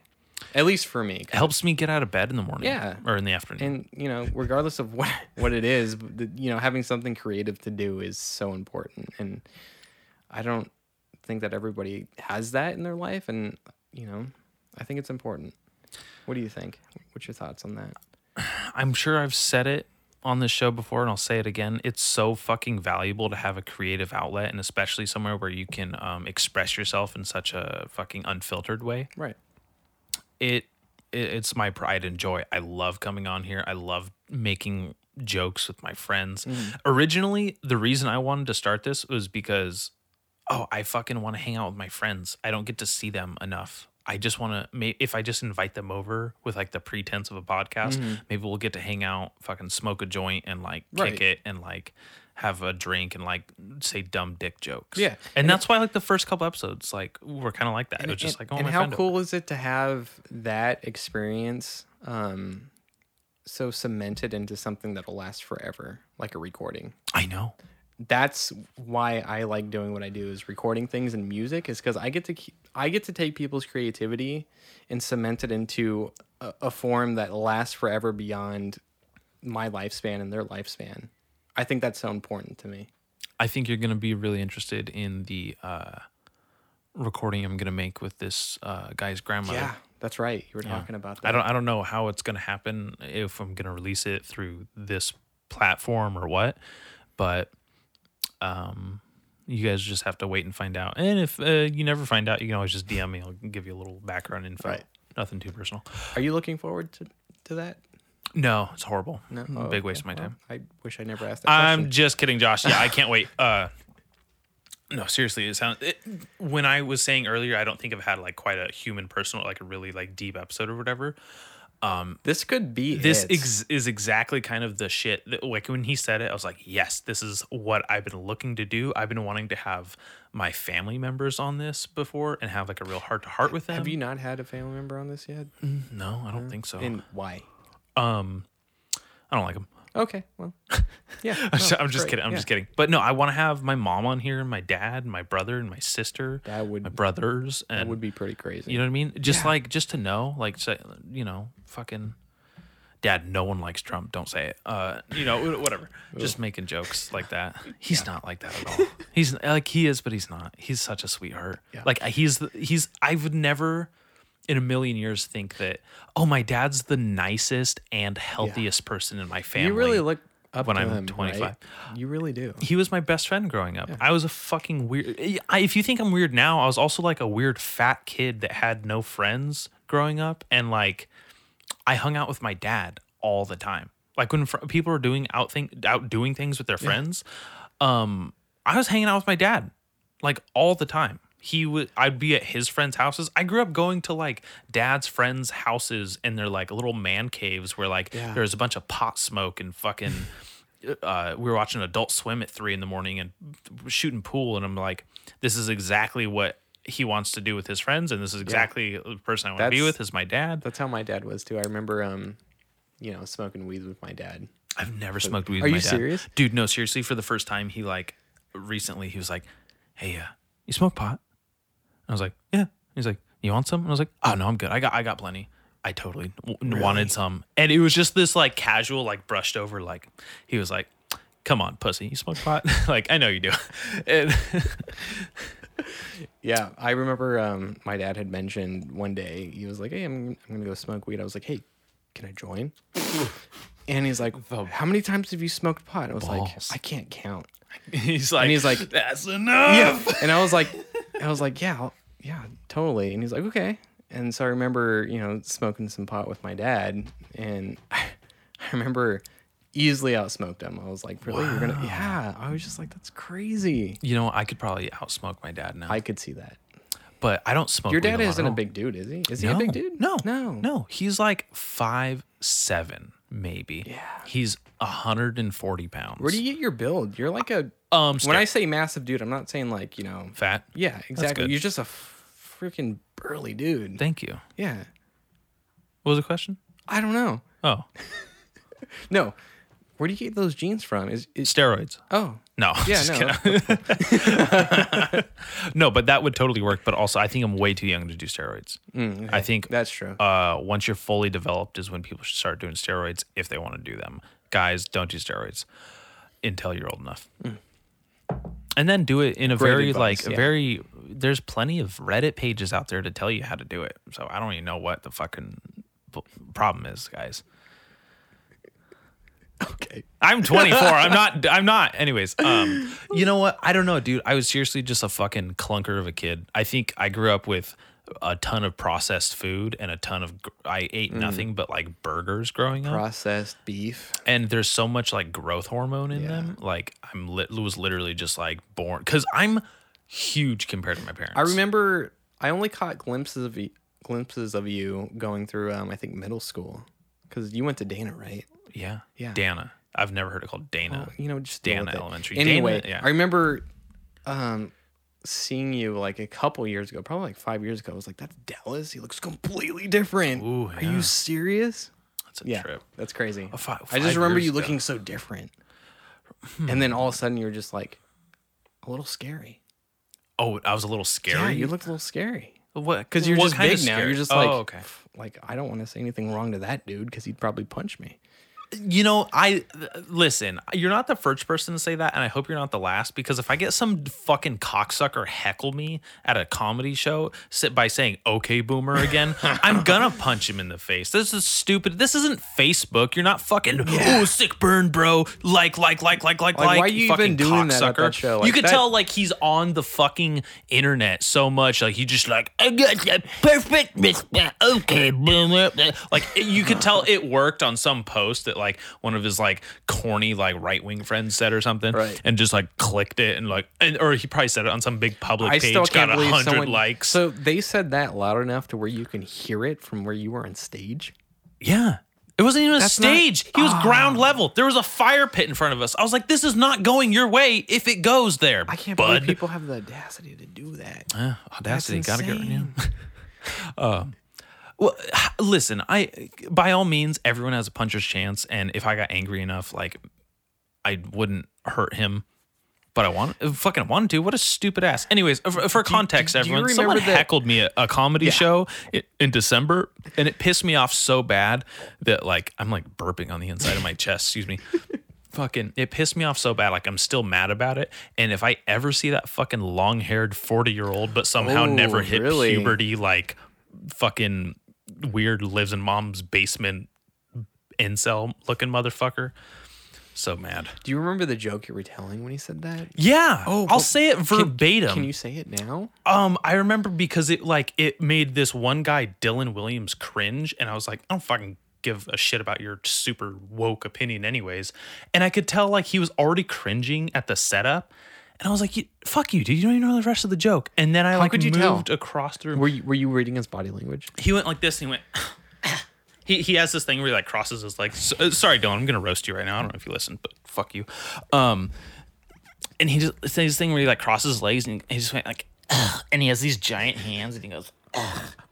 Speaker 3: At least for me.
Speaker 2: It helps me get out of bed in the morning.
Speaker 3: Yeah.
Speaker 2: Or in the afternoon.
Speaker 3: And you know, regardless of what *laughs* what it is, but the, you know, having something creative to do is so important and I don't think that everybody has that in their life and you know, I think it's important. What do you think? What's your thoughts on that?
Speaker 2: I'm sure I've said it on this show before and I'll say it again. It's so fucking valuable to have a creative outlet and especially somewhere where you can um, express yourself in such a fucking unfiltered way.
Speaker 3: Right.
Speaker 2: It, it it's my pride and joy. I love coming on here. I love making jokes with my friends.
Speaker 3: Mm-hmm.
Speaker 2: Originally, the reason I wanted to start this was because oh, I fucking want to hang out with my friends. I don't get to see them enough. I just want to, if I just invite them over with like the pretense of a podcast,
Speaker 3: Mm-hmm.
Speaker 2: maybe we'll get to hang out, fucking smoke a joint and like
Speaker 3: Right.
Speaker 2: kick it and like have a drink and like say dumb dick jokes.
Speaker 3: Yeah.
Speaker 2: And, that's why like the first couple episodes, like were kind of like that. it was just
Speaker 3: and,
Speaker 2: like, oh,
Speaker 3: and
Speaker 2: my
Speaker 3: how
Speaker 2: friend
Speaker 3: cool is it to have that experience um, so cemented into something that'll last forever, like a recording?
Speaker 2: I know.
Speaker 3: That's why I like doing what I do is recording things and music is because I get to keep, I get to take people's creativity and cement it into a, a form that lasts forever beyond my lifespan and their lifespan. I think that's so important to me.
Speaker 2: I think you're going to be really interested in the uh, recording I'm going to make with this uh, guy's grandmother.
Speaker 3: that's right. You were talking about that.
Speaker 2: I don't I don't know how it's gonna happen if I'm gonna release it through this platform or what, but um, you guys just have to wait and find out. And if uh, you never find out, you can always just DM me. I'll give you a little background info.
Speaker 3: Right.
Speaker 2: Nothing too personal.
Speaker 3: Are you looking forward to, to that?
Speaker 2: No, it's horrible. No,
Speaker 3: Oh,
Speaker 2: big
Speaker 3: okay.
Speaker 2: waste of my
Speaker 3: Well,
Speaker 2: time.
Speaker 3: I wish I never asked that
Speaker 2: I'm
Speaker 3: question.
Speaker 2: just kidding, Josh. Yeah, I can't
Speaker 3: *sighs*
Speaker 2: wait. Uh, no, seriously, it sounds. It, when I was saying earlier, I don't think I've had like quite a human, personal, like a really like deep episode or whatever.
Speaker 3: This could be
Speaker 2: this
Speaker 3: it.
Speaker 2: ex- is exactly kind of the shit that, like when he said it i was like yes this is what i've been looking to do i've been wanting to have my family members on this before and have like a real heart to heart with them
Speaker 3: Have you not had a family member on this yet?
Speaker 2: no i don't think so
Speaker 3: And why?
Speaker 2: i don't like them
Speaker 3: Okay, well, yeah.
Speaker 2: *laughs* i'm just,
Speaker 3: no,
Speaker 2: I'm just
Speaker 3: great,
Speaker 2: kidding i'm
Speaker 3: yeah.
Speaker 2: just kidding but no i want to have my mom on here and my dad and my brother and my sister
Speaker 3: That would
Speaker 2: my brothers
Speaker 3: that
Speaker 2: and
Speaker 3: would be pretty crazy.
Speaker 2: you know what i mean just like just to know like say, you know fucking Dad, no one likes Trump. Don't say it. Uh, you know,
Speaker 3: *laughs*
Speaker 2: whatever. Just making jokes like that. He's not like that at all. He's like he is, but he's not. He's such a sweetheart. Like he's the, he's. I would never, in a million years, think that. Oh, my dad's the nicest and healthiest person in my family.
Speaker 3: You really look up
Speaker 2: when
Speaker 3: to
Speaker 2: I'm
Speaker 3: him,
Speaker 2: 25.
Speaker 3: right? You really do.
Speaker 2: He was my best friend growing up. I was a fucking weird. I, if you think I'm weird now, I was also like a weird fat kid that had no friends growing up, and like I hung out with my dad all the time. Like when fr- people were doing out thing out doing things with their friends, um, I was hanging out with my dad like all the time. He would I'd be at his friends' houses. I grew up going to like dad's friends' houses and they're like little man caves where like
Speaker 3: Yeah.
Speaker 2: there's a bunch of pot smoke and fucking *laughs* uh we were watching adult swim at three in the morning and shooting pool and I'm like, this is exactly what he wants to do with his friends, and this is exactly the person I want to be
Speaker 3: That's-
Speaker 2: with is my dad.
Speaker 3: That's how my dad was too. I remember, um, you know, smoking weed with my dad.
Speaker 2: I've never smoked weed. with
Speaker 3: Are you
Speaker 2: my dad.
Speaker 3: serious?
Speaker 2: dude? No, seriously. For the first time, he like recently, he was like, "Hey, uh, you smoke pot?" I was like, "Yeah." He's like, "You want some?" And I was like, "Oh no, I'm good. I got I got plenty." I totally w- wanted some, and it was just this like casual, like brushed over. Like he was like, "Come on, pussy, you smoke pot?" *laughs* like I know you do. And *laughs*
Speaker 3: Yeah, I remember um, my dad had mentioned one day he was like, "Hey, I'm, I'm gonna go smoke weed." I was like, "Hey, can I *laughs* join?" and he's like, "How many times have you smoked pot?" I was
Speaker 2: Balls.
Speaker 3: like, "I can't count."
Speaker 2: he's like,
Speaker 3: he's like,
Speaker 2: "That's enough."
Speaker 3: *laughs* and I was like, I was like, "Yeah, I'll- yeah, totally." And he's like, "Okay." And so I remember, you know, smoking some pot with my dad, and *laughs* I remember easily outsmoked him. I was like, "Really? You're gonna?" Yeah, I was just like, "That's crazy."
Speaker 2: You know, I could probably outsmoke my dad now,
Speaker 3: I could see that.
Speaker 2: but I don't smoke.
Speaker 3: Your
Speaker 2: weed
Speaker 3: dad
Speaker 2: lot at
Speaker 3: isn't a
Speaker 2: all.
Speaker 3: big dude, is he? Is he
Speaker 2: no,
Speaker 3: a big dude?
Speaker 2: No,
Speaker 3: no,
Speaker 2: no. He's like five seven, maybe. Yeah. He's hundred and forty pounds.
Speaker 3: Where do you get your build? You're like a.
Speaker 2: um
Speaker 3: when
Speaker 2: skinny,
Speaker 3: I say massive dude, I'm not saying like you know.
Speaker 2: fat?
Speaker 3: Yeah, exactly.
Speaker 2: good.
Speaker 3: You're just a f- freaking burly dude.
Speaker 2: Thank you.
Speaker 3: yeah,
Speaker 2: What was the question?
Speaker 3: I don't know.
Speaker 2: Oh,
Speaker 3: No, where do you get those jeans from? Is, is
Speaker 2: steroids.
Speaker 3: oh *laughs*
Speaker 2: No.
Speaker 3: yeah
Speaker 2: just
Speaker 3: no
Speaker 2: kidding.
Speaker 3: that's-
Speaker 2: *laughs* No, but that would totally work. But also, I think I'm way too young to do steroids.
Speaker 3: Mm,
Speaker 2: I think
Speaker 3: that's true.
Speaker 2: uh, once you're fully developed is when people should start doing steroids if they want to do them. Guys, don't do steroids until you're old enough. And then do it in a
Speaker 3: Mm. Great
Speaker 2: very
Speaker 3: advice,
Speaker 2: like
Speaker 3: yeah.
Speaker 2: very there's plenty of Reddit pages out there to tell you how to do it. So I don't even know what the fucking p- problem is, guys.
Speaker 3: *laughs* okay, *laughs*
Speaker 2: I'm 24. I'm not. I'm not. Anyways, um, you know what? I don't know, dude. I was seriously just a fucking clunker of a kid. I think I grew up with a ton of processed food and a ton of. gr- I
Speaker 3: Mm.
Speaker 2: ate nothing but like burgers growing up,
Speaker 3: processed beef.
Speaker 2: and there's so much like growth hormone in them. Like I'm lit was literally just like born because I'm huge compared to my parents.
Speaker 3: I remember I only caught glimpses of y- glimpses of you going through um I think middle school because you went to Dana right.
Speaker 2: Yeah.
Speaker 3: Yeah. Oh,
Speaker 2: Dana. I've never heard it called Dana.
Speaker 3: you know, just
Speaker 2: Dana
Speaker 3: deal with it.
Speaker 2: Elementary.
Speaker 3: Anyway,
Speaker 2: Dana- yeah.
Speaker 3: I remember um, seeing you like a couple years ago, probably like five years ago. I was like, "That's Dallas. He looks completely different.
Speaker 2: Ooh,
Speaker 3: Are
Speaker 2: yeah.
Speaker 3: you serious?
Speaker 2: That's a
Speaker 3: Yeah,
Speaker 2: trip.
Speaker 3: that's crazy.
Speaker 2: fi- Hmm.
Speaker 3: I
Speaker 2: five
Speaker 3: just remember
Speaker 2: years
Speaker 3: you
Speaker 2: ago.
Speaker 3: looking so different, and then all of a sudden you're just like a little scary.
Speaker 2: Oh, I was a little scary.
Speaker 3: Yeah, you looked a little scary
Speaker 2: what?
Speaker 3: because you're
Speaker 2: what
Speaker 3: just
Speaker 2: kind of
Speaker 3: big now.
Speaker 2: scary?
Speaker 3: You're just
Speaker 2: Oh,
Speaker 3: like,
Speaker 2: okay.
Speaker 3: like I don't want to say anything wrong to that dude because he'd probably punch me.
Speaker 2: You know, I listen. You're not the first person to say that, and I hope you're not the last. Because if I get some fucking cocksucker heckle me at a comedy show sit by saying "Okay, boomer"
Speaker 3: *laughs*
Speaker 2: again, I'm gonna punch him in the face. This is stupid. This isn't Facebook. You're not fucking oh sick burn, bro. Like, like, like, like, like, like.
Speaker 3: why you even
Speaker 2: fucking
Speaker 3: doing that at
Speaker 2: cocksucker.
Speaker 3: that show?
Speaker 2: you
Speaker 3: Like,
Speaker 2: could
Speaker 3: that-
Speaker 2: tell like he's on the fucking internet so much. Like he just like I got that perfect response. Okay, boomer. Like it- you could tell it worked on some post that like one of his like corny like right wing friends said or something,
Speaker 3: Right.
Speaker 2: and just like clicked it and like and or he probably said it on some big public
Speaker 3: I
Speaker 2: page,
Speaker 3: still
Speaker 2: got
Speaker 3: can't
Speaker 2: a
Speaker 3: believe
Speaker 2: hundred
Speaker 3: someone
Speaker 2: likes.
Speaker 3: So they said that loud enough to where you can hear it from where you were on stage.
Speaker 2: yeah. It wasn't even a
Speaker 3: not-
Speaker 2: stage. he was ground level. There was a fire pit in front of us. I was like, "This is not going your way. If it goes there,
Speaker 3: I can't
Speaker 2: bud.
Speaker 3: believe people have the audacity to do that.
Speaker 2: Yeah, audacity.
Speaker 3: That's
Speaker 2: Got to Ah, get rid of
Speaker 3: insane.
Speaker 2: Um, well, h- listen. I, by all means, everyone has a puncher's chance, and if I got angry enough, like, I wouldn't hurt him. But I want, I fucking wanted to. What a stupid ass. Anyways, uh, for, for context,
Speaker 3: do you
Speaker 2: everyone,
Speaker 3: remember
Speaker 2: someone
Speaker 3: that-
Speaker 2: heckled me at a comedy show i- in December, and it pissed me off so bad that like I'm like burping on the inside of my chest. Excuse me. fucking it pissed me off so bad like i'm still mad about it and if i ever see that fucking long-haired 40-year-old but somehow
Speaker 3: Oh,
Speaker 2: never hit
Speaker 3: really?
Speaker 2: puberty like fucking weird lives in mom's basement incel looking motherfucker so mad
Speaker 3: Do you remember the joke you were telling when he said that?
Speaker 2: yeah oh, i'll
Speaker 3: well,
Speaker 2: say it verbatim
Speaker 3: Can you say it now?
Speaker 2: um, I remember because it like it made this one guy Dylan Williams cringe, and I was like, I don't fucking give a shit about your super woke opinion, anyways. And I could tell like he was already cringing at the setup, and I was like, you, "Fuck you, dude! You don't even know the rest of the joke." And then I like
Speaker 3: could you tell?
Speaker 2: moved across the room
Speaker 3: Were you were you reading his body language?
Speaker 2: he went like this and he went *coughs* he, he has this thing where he like crosses his legs S- uh, sorry dylan i'm gonna roast you right now i don't know if you listen but fuck you um and he just it's this thing where he like *coughs* crosses his legs and he just went like
Speaker 4: "Ugh," and he has these giant hands, and he goes,
Speaker 3: *laughs*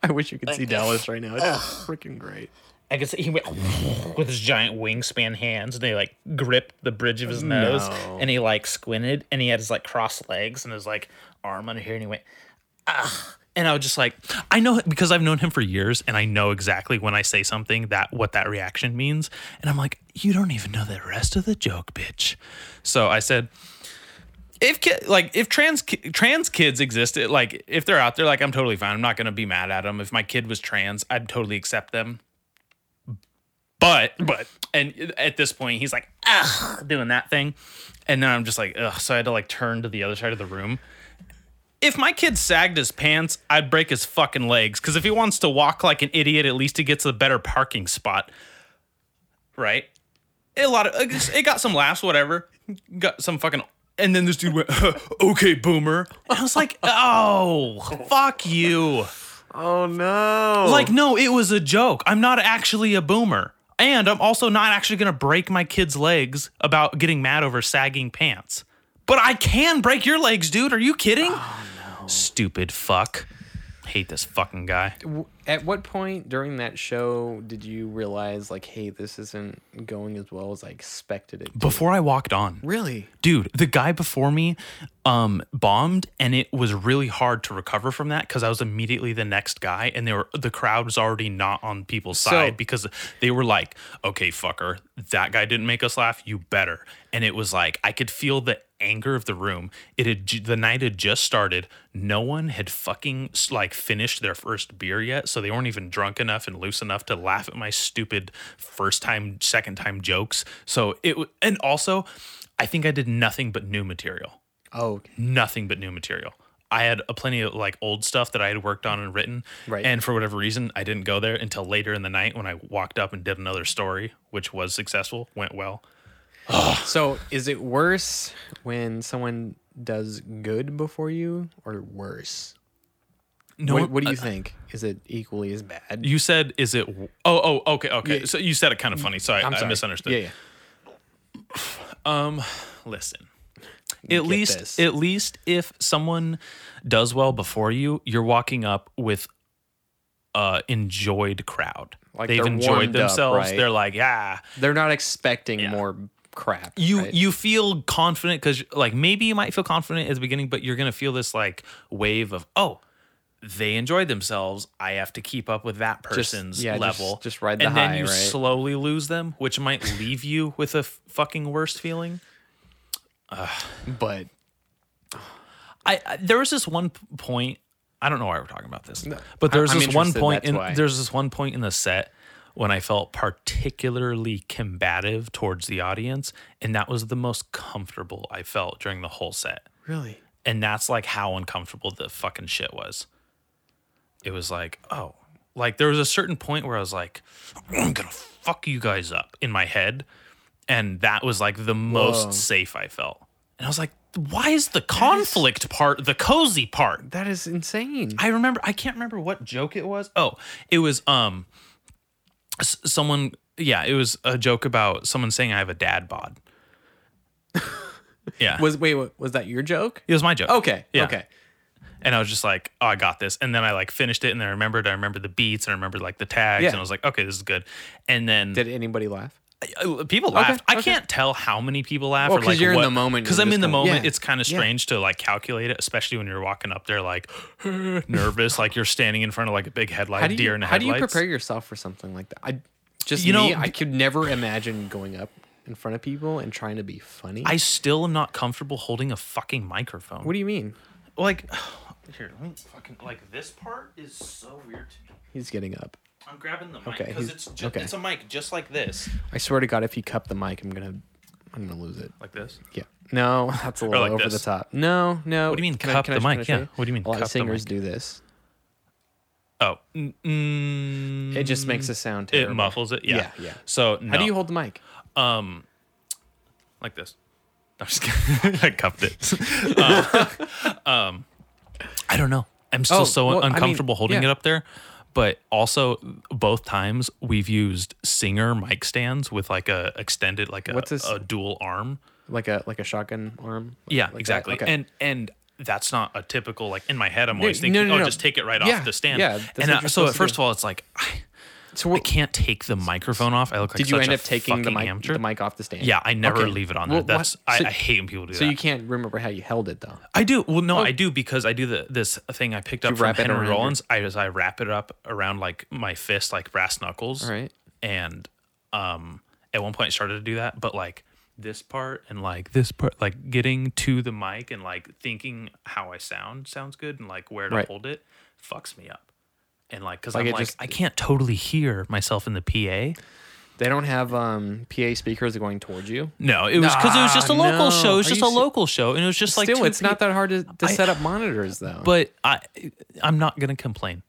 Speaker 3: I wish you could see Dallas right now. It's freaking great.
Speaker 4: I guess he went with his giant wingspan hands, and they like gripped the bridge of his nose,
Speaker 3: No.
Speaker 4: and he like squinted, and he had his like crossed legs and his like arm under here, and he went, ah.
Speaker 2: And I was just like, I know because I've known him for years, and I know exactly when I say something that what that reaction means. And I'm like, you don't even know the rest of the joke, bitch. So I said, if ki- like if trans ki- trans kids existed, like if they're out there, like I'm totally fine. I'm not gonna be mad at them. If my kid was trans, I'd totally accept them. But but and at this point, he's like, ugh, doing that thing, and then I'm just like, ugh. So I had to like turn to the other side of the room if my kid sagged his pants, I'd break his fucking legs. Because if he wants to walk like an idiot, at least he gets a better parking spot, right? A lot of it got some laughs, whatever. Got some fucking. And then this dude went, *laughs* "Okay, boomer." And I was like, "Oh, fuck you!"
Speaker 3: Oh no!
Speaker 2: Like, no, it was a joke. I'm not actually a boomer, and I'm also not actually gonna break my kid's legs about getting mad over sagging pants. But I can break your legs, dude. Are you kidding? Stupid fuck. Hate this fucking guy.
Speaker 3: at what point during that show did you realize like, hey, this isn't going as well as I expected it?
Speaker 2: Before I walked on,
Speaker 3: Really?
Speaker 2: dude, the guy before me um bombed and it was really hard to recover from that cuz I was immediately the next guy and they were the crowd was already not on people's side because they were like, "Okay, fucker, that guy didn't make us laugh, you better." And it was like I could feel the anger of the room. It had ju- the night had just started. No one had fucking s- like finished their first beer yet, so they weren't even drunk enough and loose enough to laugh at my stupid first time, second time jokes. So it w- and also I think I did nothing but new material.
Speaker 3: Oh, okay.
Speaker 2: Nothing but new material. I had a plenty of like old stuff that I had worked on and written.
Speaker 3: Right.
Speaker 2: And for whatever reason, I didn't go there until later in the night when I walked up and did another story, which was successful, went well.
Speaker 3: so is it worse when someone does good before you, or worse?
Speaker 2: No,
Speaker 3: what, what do you think? Is it equally as bad?
Speaker 2: uh, you said? Is it? w- Oh, oh, okay, okay. So you said it kind of funny. So I, I
Speaker 3: sorry.
Speaker 2: misunderstood.
Speaker 3: Yeah, yeah.
Speaker 2: Listen. At least,
Speaker 3: this.
Speaker 2: at least, if someone does well before you, you're walking up with a enjoyed crowd.
Speaker 3: Like
Speaker 2: They've
Speaker 3: they're
Speaker 2: enjoyed
Speaker 3: warmed up,
Speaker 2: themselves.
Speaker 3: right?
Speaker 2: They're like, yeah,
Speaker 3: They're not expecting more crap.
Speaker 2: you
Speaker 3: right?
Speaker 2: you feel confident because like maybe you might feel confident at the beginning but you're gonna feel this like wave of oh they enjoyed themselves i have to keep up with that person's
Speaker 3: yeah, just-
Speaker 2: level
Speaker 3: just ride the
Speaker 2: and
Speaker 3: high,
Speaker 2: then you
Speaker 3: right?
Speaker 2: slowly lose them which might leave you with a f- fucking worst feeling
Speaker 3: but
Speaker 2: I, I there was this one p- point. I don't know why we're talking about this, but there was
Speaker 3: I'm
Speaker 2: this one
Speaker 3: interested,
Speaker 2: point.
Speaker 3: that's
Speaker 2: In,
Speaker 3: why.
Speaker 2: there's this one point in the set when I felt particularly combative towards the audience, and that was the most comfortable I felt during the whole set.
Speaker 3: really,
Speaker 2: And that's like how uncomfortable the fucking shit was. It was like, oh, like there was a certain point where I was like, I'm gonna fuck you guys up in my head. And that was like the most
Speaker 3: Whoa.
Speaker 2: safe I felt. And I was like, why is the conflict part the cozy part?
Speaker 3: that is insane.
Speaker 2: I remember I can't remember what joke it was. Oh, it was um s- someone yeah, it was a joke about someone saying I have a dad bod.
Speaker 3: *laughs*
Speaker 2: yeah.
Speaker 3: was Oh, wait, wa- was that your joke?
Speaker 2: it was my joke.
Speaker 3: Okay,
Speaker 2: Yeah.
Speaker 3: okay.
Speaker 2: And I was just like, oh, I got this. And then I like finished it and then I remembered, I remembered the beats and I remembered like the tags.
Speaker 3: Yeah.
Speaker 2: And I was like, okay, this is good. And then
Speaker 3: Did anybody laugh?
Speaker 2: uh, people laughed. I
Speaker 3: okay.
Speaker 2: can't tell how many people laughed.
Speaker 3: Well,
Speaker 2: or
Speaker 3: 'cause
Speaker 2: like
Speaker 3: you're in
Speaker 2: what-
Speaker 3: the moment,
Speaker 2: Because
Speaker 3: you're
Speaker 2: I'm in
Speaker 3: just
Speaker 2: the
Speaker 3: going,
Speaker 2: moment.
Speaker 3: yeah,
Speaker 2: It's kind of
Speaker 3: yeah.
Speaker 2: strange to like calculate it, especially when you're walking up there like *laughs* nervous, like you're standing in front of like a big headlight,
Speaker 3: How do you,
Speaker 2: deer in a
Speaker 3: how do you
Speaker 2: headlights.
Speaker 3: prepare yourself for something like that? I just
Speaker 2: You
Speaker 3: you
Speaker 2: know,
Speaker 3: know I could never imagine going up in front of people and trying to be funny.
Speaker 2: I still am not comfortable holding a fucking microphone.
Speaker 3: what do you mean?
Speaker 2: like? *sighs* Here, let me fucking like this part is so weird to me.
Speaker 3: He's getting up.
Speaker 2: I'm grabbing the mic
Speaker 3: Okay,
Speaker 2: because
Speaker 3: he's-
Speaker 2: it's ju-
Speaker 3: okay.
Speaker 2: it's a mic just like this,
Speaker 3: I swear to God, if you cup the mic, I'm gonna I'm gonna lose it.
Speaker 2: like this.
Speaker 3: Yeah.
Speaker 2: *laughs*
Speaker 3: No, that's a little
Speaker 2: like
Speaker 3: over
Speaker 2: this.
Speaker 3: the top. No, no. What
Speaker 2: do you mean, cup the mic? Yeah, what do you mean,
Speaker 3: A lot
Speaker 2: cup
Speaker 3: of
Speaker 2: the
Speaker 3: singers
Speaker 2: mic?
Speaker 3: do this.
Speaker 2: Oh, mm, mm,
Speaker 3: It just makes a sound.
Speaker 2: it
Speaker 3: Terrible.
Speaker 2: muffles it. Yeah,
Speaker 3: Yeah, yeah.
Speaker 2: So no.
Speaker 3: How do you hold the mic?
Speaker 2: like this. I'm just kidding. *laughs* I cupped
Speaker 3: *laughs*
Speaker 2: it. Um, um, I don't know. I'm still
Speaker 3: Oh,
Speaker 2: so
Speaker 3: well, I mean,
Speaker 2: uncomfortable holding
Speaker 3: yeah.
Speaker 2: it up there. But also, both times we've used singer mic stands with like a extended, like a,
Speaker 3: What's this?
Speaker 2: a dual arm.
Speaker 3: Like a like a shotgun arm.
Speaker 2: Yeah,
Speaker 3: Like that?
Speaker 2: exactly.
Speaker 3: Okay.
Speaker 2: And and that's not a typical like in my head. I'm always
Speaker 3: no,
Speaker 2: thinking,
Speaker 3: no,
Speaker 2: oh,
Speaker 3: no.
Speaker 2: just take it right
Speaker 3: Yeah,
Speaker 2: off the stand.
Speaker 3: yeah, that's
Speaker 2: and
Speaker 3: what
Speaker 2: uh,
Speaker 3: you're
Speaker 2: so
Speaker 3: supposed
Speaker 2: at
Speaker 3: to
Speaker 2: first
Speaker 3: do.
Speaker 2: of all, it's like I,
Speaker 3: So
Speaker 2: I
Speaker 3: what-
Speaker 2: can't take the microphone off. I look like
Speaker 3: Did you
Speaker 2: such
Speaker 3: end
Speaker 2: a
Speaker 3: up taking the,
Speaker 2: fucking
Speaker 3: mic,
Speaker 2: amateur.
Speaker 3: the mic off the stand?
Speaker 2: Yeah, I never
Speaker 3: Okay.
Speaker 2: leave it on
Speaker 3: Well,
Speaker 2: there.
Speaker 3: what-
Speaker 2: That's
Speaker 3: so-
Speaker 2: I, I hate when people do
Speaker 3: So
Speaker 2: that.
Speaker 3: you can't remember how you held it though.
Speaker 2: I do. Well, no, I do because I do the this thing I picked up from
Speaker 3: wrap it around
Speaker 2: Henry
Speaker 3: your-
Speaker 2: Rollins. I just I wrap it up around like my fist, like brass knuckles.
Speaker 3: All right.
Speaker 2: And um, at one point I started to do that, but like this part and like this part, like getting to the mic and like thinking how I sound sounds good and like where to
Speaker 3: Right.
Speaker 2: hold it fucks me up. And like, cause
Speaker 3: Like,
Speaker 2: I'm
Speaker 3: it
Speaker 2: like,
Speaker 3: just-
Speaker 2: I can't totally hear myself in the PA.
Speaker 3: They don't have um, PA speakers going towards you.
Speaker 2: No, it was because it was just a
Speaker 3: Nah,
Speaker 2: local
Speaker 3: no.
Speaker 2: show. It was
Speaker 3: Are
Speaker 2: just
Speaker 3: you
Speaker 2: a
Speaker 3: se-
Speaker 2: local show, and it was just like
Speaker 3: Still,
Speaker 2: two
Speaker 3: it's not
Speaker 2: peo-
Speaker 3: that hard to, to
Speaker 2: I-
Speaker 3: set up monitors though.
Speaker 2: but I I'm not gonna complain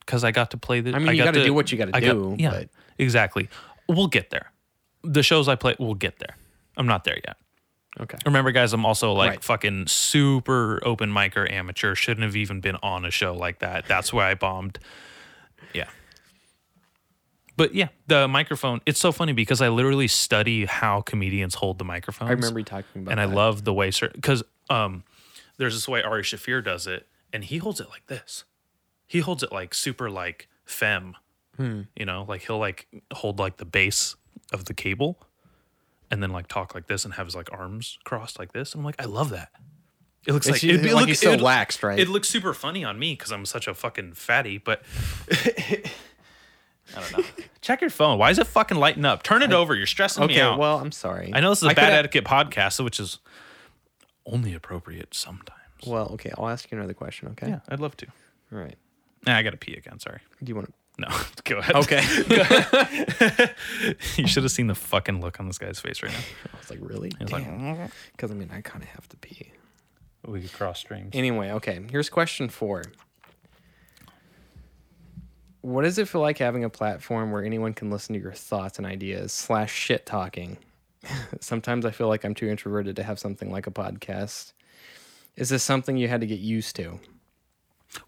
Speaker 2: because I got to play the.
Speaker 3: I mean, you
Speaker 2: got
Speaker 3: gotta do what you gotta
Speaker 2: I got-
Speaker 3: do,
Speaker 2: yeah,
Speaker 3: but-
Speaker 2: exactly. We'll get there. The shows I play, we'll get there. I'm not there yet.
Speaker 3: okay,
Speaker 2: Remember, guys, I'm also like
Speaker 3: Right.
Speaker 2: fucking super open micer amateur. Shouldn't have even been on a show like that. That's where I bombed. Yeah. But yeah, the microphone, it's so funny because I literally study how comedians hold the microphones
Speaker 3: I remember you talking about.
Speaker 2: and I
Speaker 3: that.
Speaker 2: love the way sir because um there's this way Ari Shafir does it and he holds it like this. He holds it like super like femme.
Speaker 3: Hmm.
Speaker 2: You know, like he'll like hold like the base of the cable and then like talk like this and have his like arms crossed like this. I'm like, I love that. It looks
Speaker 3: It's
Speaker 2: like it'd be-
Speaker 3: like
Speaker 2: look-
Speaker 3: he's so
Speaker 2: it'd-
Speaker 3: waxed, right?
Speaker 2: It looks super funny on me because I'm such a fucking fatty, but *laughs* I
Speaker 3: *laughs*
Speaker 2: don't know. Check your phone. Why is it fucking lighting up? Turn it over. You're stressing
Speaker 3: Okay,
Speaker 2: me out.
Speaker 3: well, I'm sorry.
Speaker 2: I know this is a
Speaker 3: coulda-
Speaker 2: bad etiquette podcast, which is only appropriate sometimes.
Speaker 3: Well, okay, I'll ask you another question. Okay.
Speaker 2: Yeah, I'd love to.
Speaker 3: All right.
Speaker 2: Nah, I gotta pee again. Sorry.
Speaker 3: Do you oh, want to?
Speaker 2: No, *laughs* go ahead.
Speaker 3: Okay.
Speaker 2: *laughs* you should have seen the fucking look on this guy's face right now.
Speaker 3: I was like, really?
Speaker 2: was like,
Speaker 3: Damn. Because I mean, I kind of have to pee.
Speaker 2: We could cross streams.
Speaker 3: Anyway, okay. Here's question four. What does it feel like having a platform where anyone can listen to your thoughts and ideas slash shit talking? *laughs* Sometimes I feel like I'm too introverted to have something like a podcast. Is this something you had to get used to?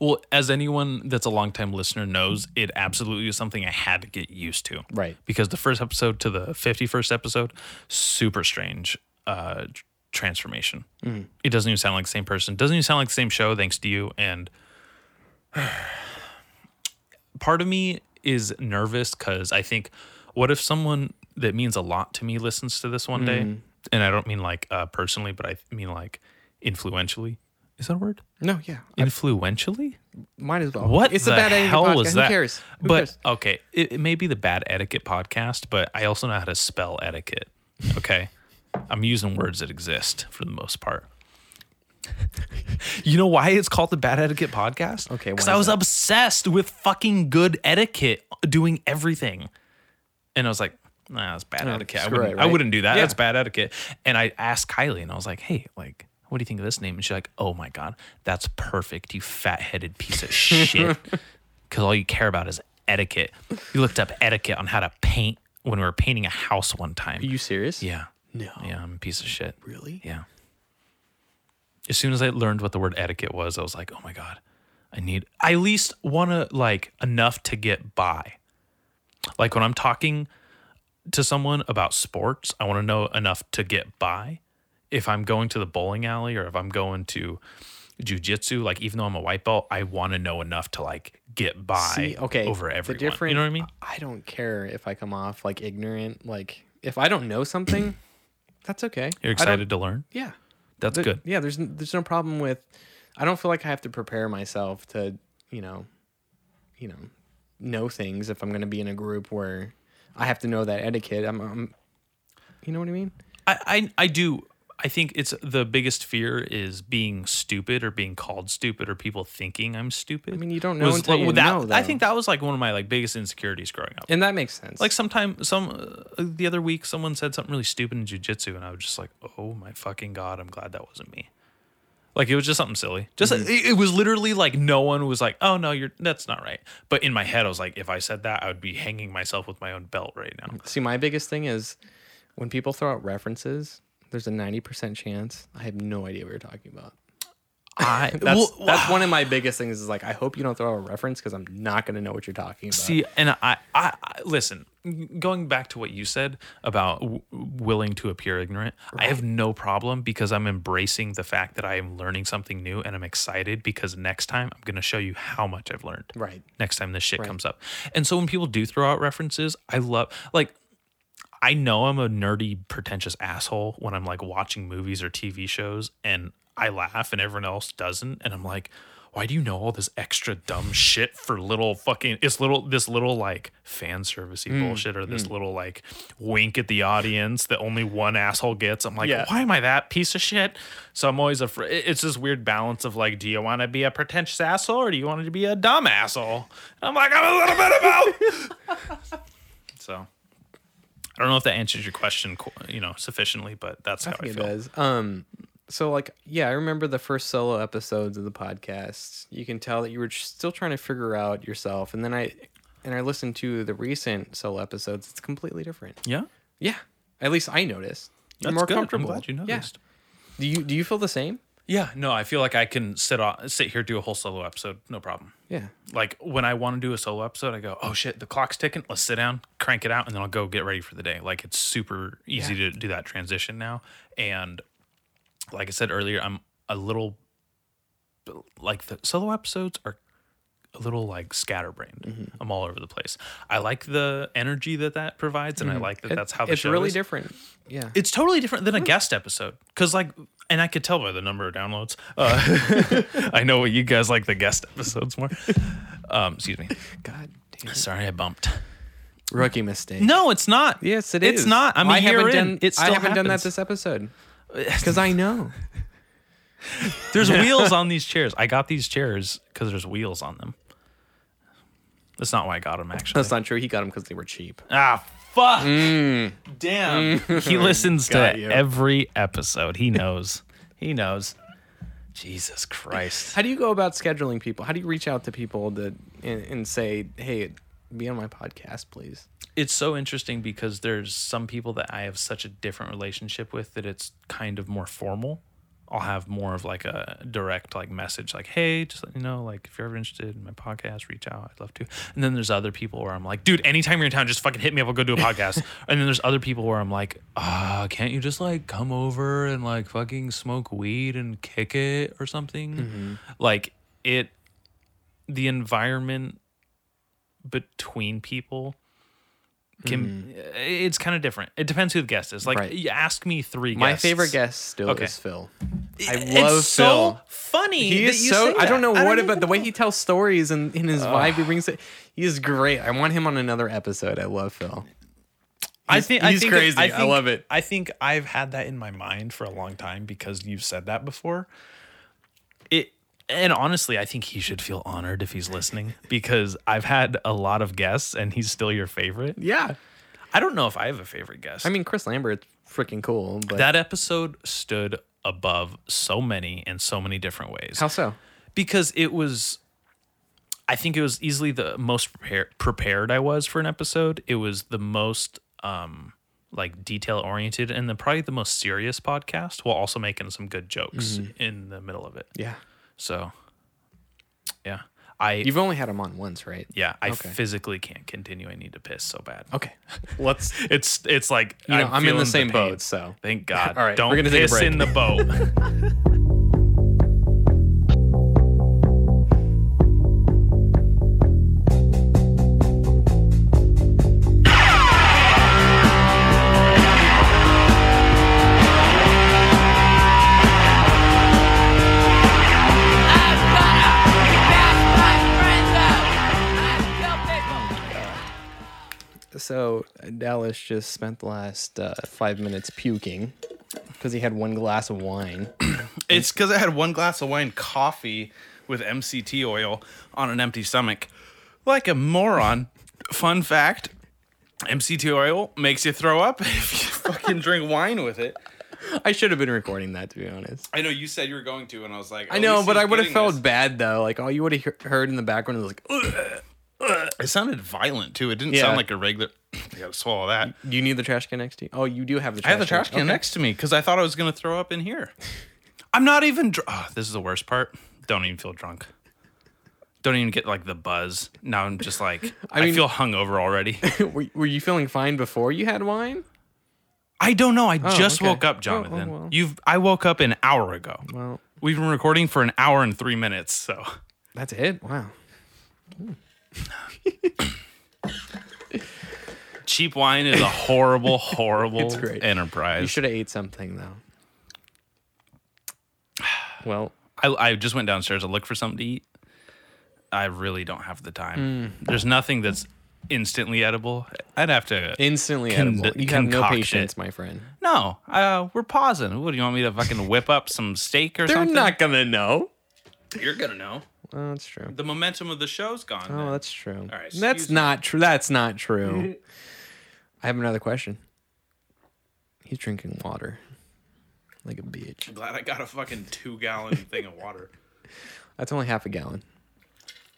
Speaker 2: Well, as anyone that's a longtime listener knows, it absolutely is something I had to get used to.
Speaker 3: Right.
Speaker 2: Because the first episode to the 51st episode, super strange uh, tr- transformation. It doesn't even sound like the same person. Doesn't even sound like the same show, thanks to you. And *sighs* part of me is nervous because I think, what if someone that means a lot to me listens to this one day? And I don't mean like uh, personally, but I mean like influentially. Is that a word?
Speaker 3: No, yeah.
Speaker 2: Influentially?
Speaker 3: Might as well.
Speaker 2: What
Speaker 3: It's
Speaker 2: the
Speaker 3: a bad idea.
Speaker 2: hell was that?
Speaker 3: Who cares? Who
Speaker 2: but
Speaker 3: cares?
Speaker 2: okay, it, it may be the bad etiquette podcast, but I also know how to spell etiquette. Okay, I'm using words that exist for the most part. you know why it's called the bad etiquette podcast?
Speaker 3: Okay,
Speaker 2: because
Speaker 3: why
Speaker 2: I
Speaker 3: is
Speaker 2: was
Speaker 3: that?
Speaker 2: obsessed with fucking good etiquette, doing everything, and I was like. Nah, that's bad etiquette. I
Speaker 3: Oh, screw it,
Speaker 2: wouldn't, I
Speaker 3: right?
Speaker 2: wouldn't do that.
Speaker 3: Yeah.
Speaker 2: That's bad etiquette. And I asked Kylie, and I was like, "Hey, like, what do you think of this name?" And she's like, "Oh my god, that's perfect. You fat-headed piece of shit."
Speaker 3: *laughs*
Speaker 2: because all you care about is etiquette. You looked up etiquette on how to paint when we were painting a house one time.
Speaker 3: Are you serious?
Speaker 2: yeah.
Speaker 3: No.
Speaker 2: Yeah, I'm a piece of shit.
Speaker 3: Really?
Speaker 2: Yeah. As soon as I learned what the word etiquette was, I was like, oh my God, I need, I at least want to, like, enough to get by. Like, when I'm talking to someone about sports, I want to know enough to get by. If I'm going to the bowling alley or if I'm going to jujitsu, like, even though I'm a white belt, I want to know enough to, like, get by
Speaker 3: See, okay.
Speaker 2: over
Speaker 3: the
Speaker 2: everyone.
Speaker 3: different-
Speaker 2: you know what I mean?
Speaker 3: I don't care if I come off like ignorant. Like if I don't know something, *clears throat* that's okay.
Speaker 2: You're
Speaker 3: I don't-
Speaker 2: excited to learn?
Speaker 3: Yeah.
Speaker 2: That's
Speaker 3: There-
Speaker 2: good.
Speaker 3: Yeah. There's n- there's no problem with. I don't feel like I have to prepare myself to you know, you know, know things if I'm going to be in a group where I have to know that etiquette. I'm, I'm you know what I mean?
Speaker 2: I, I I do. I think it's the biggest fear is being stupid or being called stupid or people thinking I'm stupid. I
Speaker 3: mean, you don't know until you know,
Speaker 2: I
Speaker 3: though.
Speaker 2: think that was like one of my like biggest insecurities growing up.
Speaker 3: And that makes sense.
Speaker 2: like sometime some uh, the other week someone said something really stupid in jujitsu and I was just like, oh my fucking god, I'm glad that wasn't me. Like it was just something silly. Just
Speaker 3: Mm-hmm.
Speaker 2: it, it was literally like no one was like, oh no, you're that's not right. But in my head, I was like, if I said that, I would be hanging myself with my own belt right now.
Speaker 3: *laughs* See, my biggest thing is when people throw out references. There's a ninety percent chance I have no idea what you're talking about.
Speaker 2: I
Speaker 3: That's
Speaker 2: well, uh,
Speaker 3: that's one of my biggest things. Is like I hope you don't throw out a reference because I'm not going to know what you're talking about.
Speaker 2: See, and I, I, I listen, going back to what you said about w- willing to appear ignorant, I have no problem because I'm embracing the fact that I am learning something new and I'm excited because next time I'm going to show you how much I've learned.
Speaker 3: Right.
Speaker 2: Next time this shit comes up. And so when people do throw out references, I love, like, I know I'm a nerdy, pretentious asshole when I'm like watching movies or TV shows and I laugh and everyone else doesn't. And I'm like, why do you know all this extra dumb shit for little fucking it's little this little like fan servicey bullshit or this little like wink at the audience that only one asshole gets? I'm like,
Speaker 3: Yeah.
Speaker 2: why am I that piece of shit? So I'm always afraid it's this weird balance of like, do you want to be a pretentious asshole or do you want to be a dumb asshole? I'm like, I'm a little bit of both. so I don't know if that answers your question, qu- you know, sufficiently, but that's how
Speaker 3: I
Speaker 2: I,
Speaker 3: think it
Speaker 2: feel.
Speaker 3: does. Um, so like, yeah, I remember the first solo episodes of the podcast. You can tell that you were still trying to figure out yourself, and then I, and I listened to the recent solo episodes. It's completely different.
Speaker 2: Yeah,
Speaker 3: Yeah, at least I noticed. You're
Speaker 2: that's
Speaker 3: more
Speaker 2: good.
Speaker 3: comfortable.
Speaker 2: I'm glad you
Speaker 3: Yeah.
Speaker 2: noticed.
Speaker 3: Do you do you feel the same?
Speaker 2: Yeah. no, I feel like I can sit on, sit here, do a whole solo episode, no problem.
Speaker 3: Yeah.
Speaker 2: Like when I want to do a solo episode, I go, oh shit, the clock's ticking. Let's sit down, crank it out, and then I'll go get ready for the day. Like it's super easy to do that transition now. And like I said earlier, I'm a little like the solo episodes are a little like scatterbrained.
Speaker 3: Mm-hmm.
Speaker 2: I'm all over the place. I like the energy that that provides, and I like that
Speaker 3: Mm-hmm. It-
Speaker 2: that's how the
Speaker 3: it's
Speaker 2: show
Speaker 3: really
Speaker 2: is.
Speaker 3: different. Yeah.
Speaker 2: It's totally different
Speaker 3: Hmm.
Speaker 2: than a guest episode because, like, and I could tell by the number of downloads. Uh, *laughs* I know what you guys like the guest episodes more. Um, excuse me.
Speaker 3: God damn.
Speaker 2: Sorry, I bumped.
Speaker 3: Rookie mistake.
Speaker 2: No, it's not.
Speaker 3: Yes, it
Speaker 2: it's
Speaker 3: is.
Speaker 2: not. I'm a
Speaker 3: I
Speaker 2: year
Speaker 3: haven't
Speaker 2: in.
Speaker 3: done.
Speaker 2: it still
Speaker 3: I haven't done that
Speaker 2: happens. *laughs*
Speaker 3: this episode because I know. *laughs*
Speaker 2: There's wheels on these chairs. I got these chairs because there's wheels on them. That's not why I got them. Actually,
Speaker 3: That's not true. He got them because they were cheap.
Speaker 2: Ah, fuck. Damn. *laughs* He listens to
Speaker 3: Mm. Got you.
Speaker 2: every episode. He knows. he knows. Jesus Christ.
Speaker 3: How do you go about scheduling people? How do you reach out to people to and, and say, "Hey, be on my podcast, please"?
Speaker 2: It's so interesting because there's some people that I have such a different relationship with that it's kind of more formal. I'll have more of like a direct like message like, hey, just let you know, like if you're ever interested in my podcast, reach out. I'd love to. And then there's other people where I'm like, dude, anytime you're in town, just fucking hit me up, I'll go do a podcast. and then there's other people where I'm like, ah, can't you just like come over and like fucking smoke weed and kick it or something? Like it the environment between people can it's kind of different. It depends who the guest is. Like
Speaker 3: Mm-hmm. Right.
Speaker 2: you ask me three
Speaker 3: My
Speaker 2: guests.
Speaker 3: favorite guest still
Speaker 2: Okay.
Speaker 3: is Phil. I love
Speaker 2: it's so
Speaker 3: Phil.
Speaker 2: funny.
Speaker 3: he
Speaker 2: that
Speaker 3: is
Speaker 2: you
Speaker 3: so.
Speaker 2: say
Speaker 3: I
Speaker 2: that.
Speaker 3: don't know what,
Speaker 2: even
Speaker 3: about the way he tells stories and in his vibe he brings it. He is great. I want him on another episode. I love Phil.
Speaker 2: I
Speaker 3: He's-
Speaker 2: think I
Speaker 3: he's
Speaker 2: think,
Speaker 3: crazy.
Speaker 2: I,
Speaker 3: I
Speaker 2: think,
Speaker 3: love it.
Speaker 2: I think I've had that in my mind for a long time because you've said that before. It and honestly, I think he should feel honored if he's listening because I've had a lot of guests and he's still your favorite.
Speaker 3: Yeah.
Speaker 2: I don't know if I have a favorite guest.
Speaker 3: I mean, Chris Lambert's freaking cool, but
Speaker 2: that episode stood above so many in so many different ways.
Speaker 3: how so?
Speaker 2: because it was i think it was easily the most prepared prepared i was for an episode it was the most um like detail oriented and then probably the most serious podcast while also making some good jokes
Speaker 3: Mm-hmm.
Speaker 2: in the middle of it
Speaker 3: Yeah.
Speaker 2: so yeah i
Speaker 3: You've only had him on once, right?
Speaker 2: yeah i
Speaker 3: Okay.
Speaker 2: physically can't continue i need to piss so bad
Speaker 3: Okay. *laughs* Let's.
Speaker 2: it's it's like
Speaker 3: You know, I'm in the
Speaker 2: feeling
Speaker 3: same
Speaker 2: pain.
Speaker 3: boat, so.
Speaker 2: thank god
Speaker 3: *laughs* All right,
Speaker 2: don't
Speaker 3: we're gonna take a
Speaker 2: piss
Speaker 3: break.
Speaker 2: in the boat
Speaker 3: *laughs*
Speaker 5: I'm gonna bash my friends up. I'm still people.
Speaker 3: So uh, Dallas just spent the last uh, five minutes puking because he had one glass of wine.
Speaker 6: It's because I had one glass of wine coffee with MCT oil on an empty stomach. Like a moron. Fun fact MCT oil makes you throw up *laughs* if you fucking drink wine with it.
Speaker 3: *coughs* I should have been recording that, to be honest.
Speaker 6: I know you said you were going to, and I was like,
Speaker 3: I know, but I would have felt bad though. Like all you would have he- heard in the background was like, "Ugh,
Speaker 6: It sounded violent too. It didn't
Speaker 3: Yeah.
Speaker 6: sound like a regular. *clears throat* I gotta swallow that.
Speaker 3: "Do you need the trash can next to you?" Oh, you do have the. trash
Speaker 6: I have the trash can
Speaker 3: Okay.
Speaker 6: next to me because I thought I was gonna throw up in ah, here. I'm not even. Dr- oh, this is the worst part. Don't even feel drunk.
Speaker 2: Don't even get like the buzz. Now I'm just
Speaker 3: *laughs*
Speaker 2: like I,
Speaker 3: mean-
Speaker 2: feel hungover already.
Speaker 3: *laughs* were, were you feeling fine before you had wine?
Speaker 2: I don't know. I just
Speaker 3: okay.
Speaker 2: woke
Speaker 3: Oh,
Speaker 2: up,
Speaker 3: oh,
Speaker 2: Jonathan.
Speaker 3: well.
Speaker 2: You've I woke up an hour ago.
Speaker 3: Well,
Speaker 2: We've been recording for an hour and three minutes, so *laughs*
Speaker 3: that's it. Wow.
Speaker 2: cheap wine
Speaker 3: *laughs*
Speaker 2: is a horrible, horrible
Speaker 3: great. You
Speaker 2: enterprise.
Speaker 3: should have ate something *sighs* though. Well,
Speaker 2: I, I just went downstairs to look for something to eat. I really don't have the time.
Speaker 3: Hmm.
Speaker 2: There's nothing that's instantly edible. I'd have to.
Speaker 3: instantly
Speaker 2: Con-
Speaker 3: edible. You have no
Speaker 2: concoct
Speaker 3: patience,
Speaker 2: it.
Speaker 3: my friend.
Speaker 2: no, uh, we're pausing. What do you want me to fucking whip up some steak or
Speaker 3: They're
Speaker 2: something?
Speaker 3: not gonna know.
Speaker 2: You're gonna know.
Speaker 3: Oh, that's true.
Speaker 2: The momentum of the show's gone.
Speaker 3: Oh,
Speaker 2: then.
Speaker 3: that's true.
Speaker 2: right, excuse
Speaker 3: that's
Speaker 2: me.
Speaker 3: not true. That's
Speaker 2: *laughs*
Speaker 3: not true. I have another question. He's drinking water like a bitch.
Speaker 2: Glad I got a fucking two gallon thing of water.
Speaker 3: That's only half a gallon.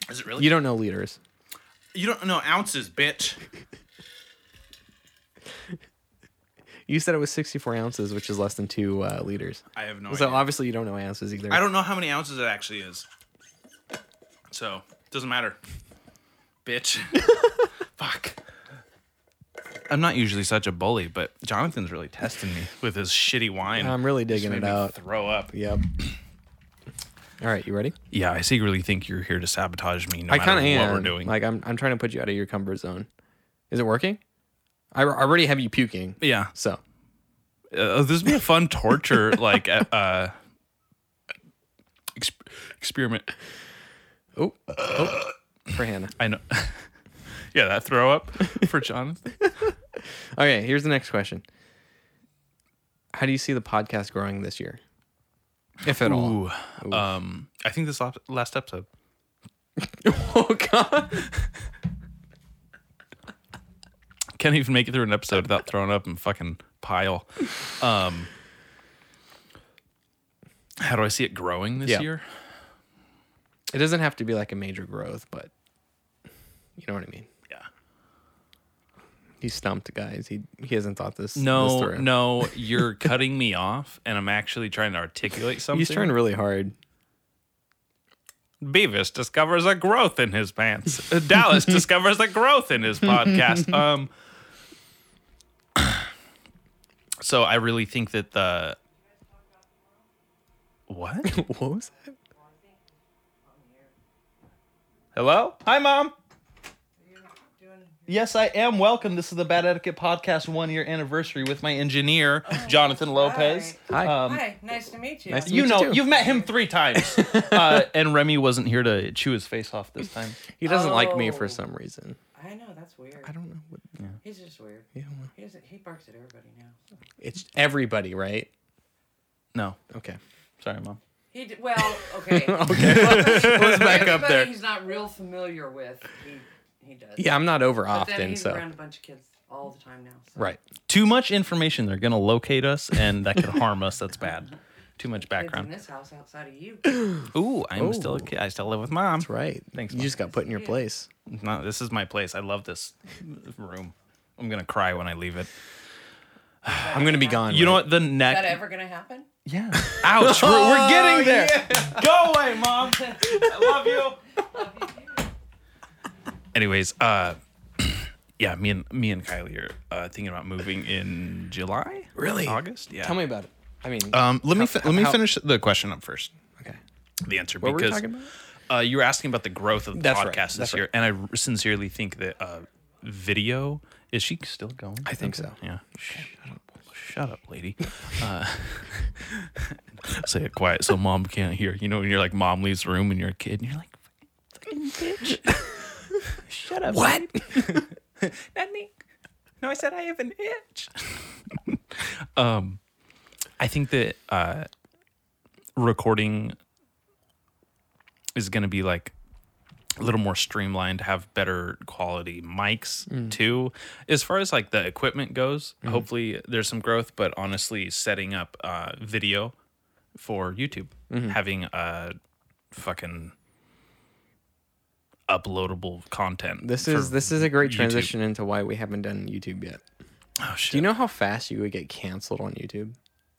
Speaker 2: Is it really?
Speaker 3: You don't know liters.
Speaker 2: You don't know ounces, bitch.
Speaker 3: You said it was 64 ounces, which is less than two uh, liters.
Speaker 2: I have no
Speaker 3: so
Speaker 2: idea.
Speaker 3: obviously you don't know ounces either.
Speaker 2: Oh, I don't know how many ounces it actually is. So doesn't matter. Bitch.
Speaker 3: *laughs*
Speaker 2: Fuck. I'm not usually such a bully, but Jonathan's really testing me with his shitty wine.
Speaker 3: I'm really
Speaker 2: Just
Speaker 3: digging
Speaker 2: made
Speaker 3: it
Speaker 2: me
Speaker 3: out.
Speaker 2: Throw up. *clears throat*
Speaker 3: Yep. All right, you ready?
Speaker 2: Yeah, I secretly think you're here to sabotage me. No
Speaker 3: I
Speaker 2: matter
Speaker 3: kind of am.
Speaker 2: What we're doing.
Speaker 3: Like I'm, I'm trying to put you out of your comfort zone. Is it working? I r- already have you puking.
Speaker 2: yeah,
Speaker 3: So
Speaker 2: uh, this would be a
Speaker 3: *laughs*
Speaker 2: fun torture like uh, uh exp- experiment.
Speaker 3: oh, oh for Hannah.
Speaker 2: I know. *laughs* yeah, that throw up
Speaker 3: *laughs*
Speaker 2: for Jonathan.
Speaker 3: Okay, here's the next question. How do you see the podcast growing this year, if at all?
Speaker 2: Ooh. Um, I think this last, last episode.
Speaker 3: *laughs* Oh God!
Speaker 2: Can't even make it through an episode without throwing up and fucking pile. Um, how do I see it growing this
Speaker 3: Yeah.
Speaker 2: year?
Speaker 3: It doesn't have to be like a major growth, but you know what I mean.
Speaker 2: Yeah.
Speaker 3: He's stumped, guys. He he hasn't thought this. this
Speaker 2: No,
Speaker 3: through. *laughs*
Speaker 2: no, you're cutting me off, and I'm actually trying to articulate something.
Speaker 3: He's trying really hard. *laughs*
Speaker 2: Beavis discovers a growth in his pants. Uh,
Speaker 3: *laughs*
Speaker 2: Dallas discovers a growth in his podcast. Um, *clears throat* so I really think that the what?
Speaker 3: What was that?
Speaker 2: Hello? Hi, Mom. Yes, I am. Welcome. This is the Bad Etiquette Podcast one year anniversary with my engineer, Jonathan Lopez. Um,
Speaker 3: Hi.
Speaker 7: Hi, nice to meet you.
Speaker 3: Um, nice to meet
Speaker 2: You know,
Speaker 3: too.
Speaker 2: you've met him three *laughs* times. uh, and Remy wasn't here to chew his face off this time.
Speaker 3: He doesn't like me
Speaker 7: Oh.
Speaker 3: for some reason.
Speaker 7: I know that's weird.
Speaker 3: I don't know. What,
Speaker 7: He's just weird.
Speaker 3: yeah, well,
Speaker 7: He doesn't. He barks at everybody now.
Speaker 3: it's everybody, right?
Speaker 2: No.
Speaker 3: Okay.
Speaker 2: Sorry, Mom.
Speaker 3: *laughs*
Speaker 7: He d- well, okay.
Speaker 3: Let's back up
Speaker 7: Everybody
Speaker 3: there.
Speaker 7: He's not real familiar with. He he does.
Speaker 3: Yeah, I'm not over
Speaker 7: But then
Speaker 3: often,
Speaker 7: he's
Speaker 3: so
Speaker 7: around a bunch of kids all the time now. So
Speaker 3: right.
Speaker 2: Too much information. They're going to locate us, and that could harm us. That's bad. Too much
Speaker 7: Lives in
Speaker 2: background.
Speaker 7: this house outside
Speaker 3: *laughs*
Speaker 7: of you.
Speaker 2: Ooh, I'm still a kid. I still live with Mom.
Speaker 3: That's right.
Speaker 2: Thanks,
Speaker 3: You
Speaker 2: Mom.
Speaker 3: just got put in your
Speaker 7: Yeah.
Speaker 3: place.
Speaker 2: No, this is my place. I love this room. I'm going to cry when I leave it.
Speaker 3: I'm gonna be gone.
Speaker 2: You know
Speaker 3: right?
Speaker 2: what? The
Speaker 7: Is that
Speaker 2: neck.
Speaker 7: ever gonna happen?
Speaker 2: Yeah. Ouch. We're, we're *laughs*
Speaker 3: Oh,
Speaker 2: getting there. Go away, mom. I love you. Anyways, uh, *clears throat* yeah, me and me and Kylie are uh, thinking about moving in July.
Speaker 3: Really?
Speaker 2: August? Yeah.
Speaker 3: Tell me about it. I mean,
Speaker 2: Um, let me fi- let me
Speaker 3: how-
Speaker 2: finish the question up first.
Speaker 3: okay.
Speaker 2: The answer
Speaker 3: What were we
Speaker 2: because
Speaker 3: talking about?
Speaker 2: Uh, you were asking about the growth of the
Speaker 3: That's
Speaker 2: podcast
Speaker 3: right,
Speaker 2: this
Speaker 3: that's
Speaker 2: year,
Speaker 3: right.
Speaker 2: and I sincerely think that uh, video is she still going?
Speaker 3: I think so.
Speaker 2: Yeah. Shut up, shut up lady. Uh, *laughs* say it quiet so mom can't hear. You know, when you're like, mom leaves the room and you're a kid and you're like, fucking bitch. shut up. What? Not me. No, I said I have an itch. um, I think that uh, recording is going to be like a little more streamlined, have better quality mics
Speaker 3: Mm.
Speaker 2: too. As far as like the equipment goes,
Speaker 3: Mm-hmm.
Speaker 2: hopefully there's some growth, but honestly, setting up uh, video for YouTube,
Speaker 3: Mm-hmm.
Speaker 2: having a fucking uploadable content.
Speaker 3: This
Speaker 2: for-
Speaker 3: is this is a great
Speaker 2: YouTube.
Speaker 3: transition into why we haven't done YouTube yet.
Speaker 2: oh, shit.
Speaker 3: Do you know how fast you would get canceled on YouTube?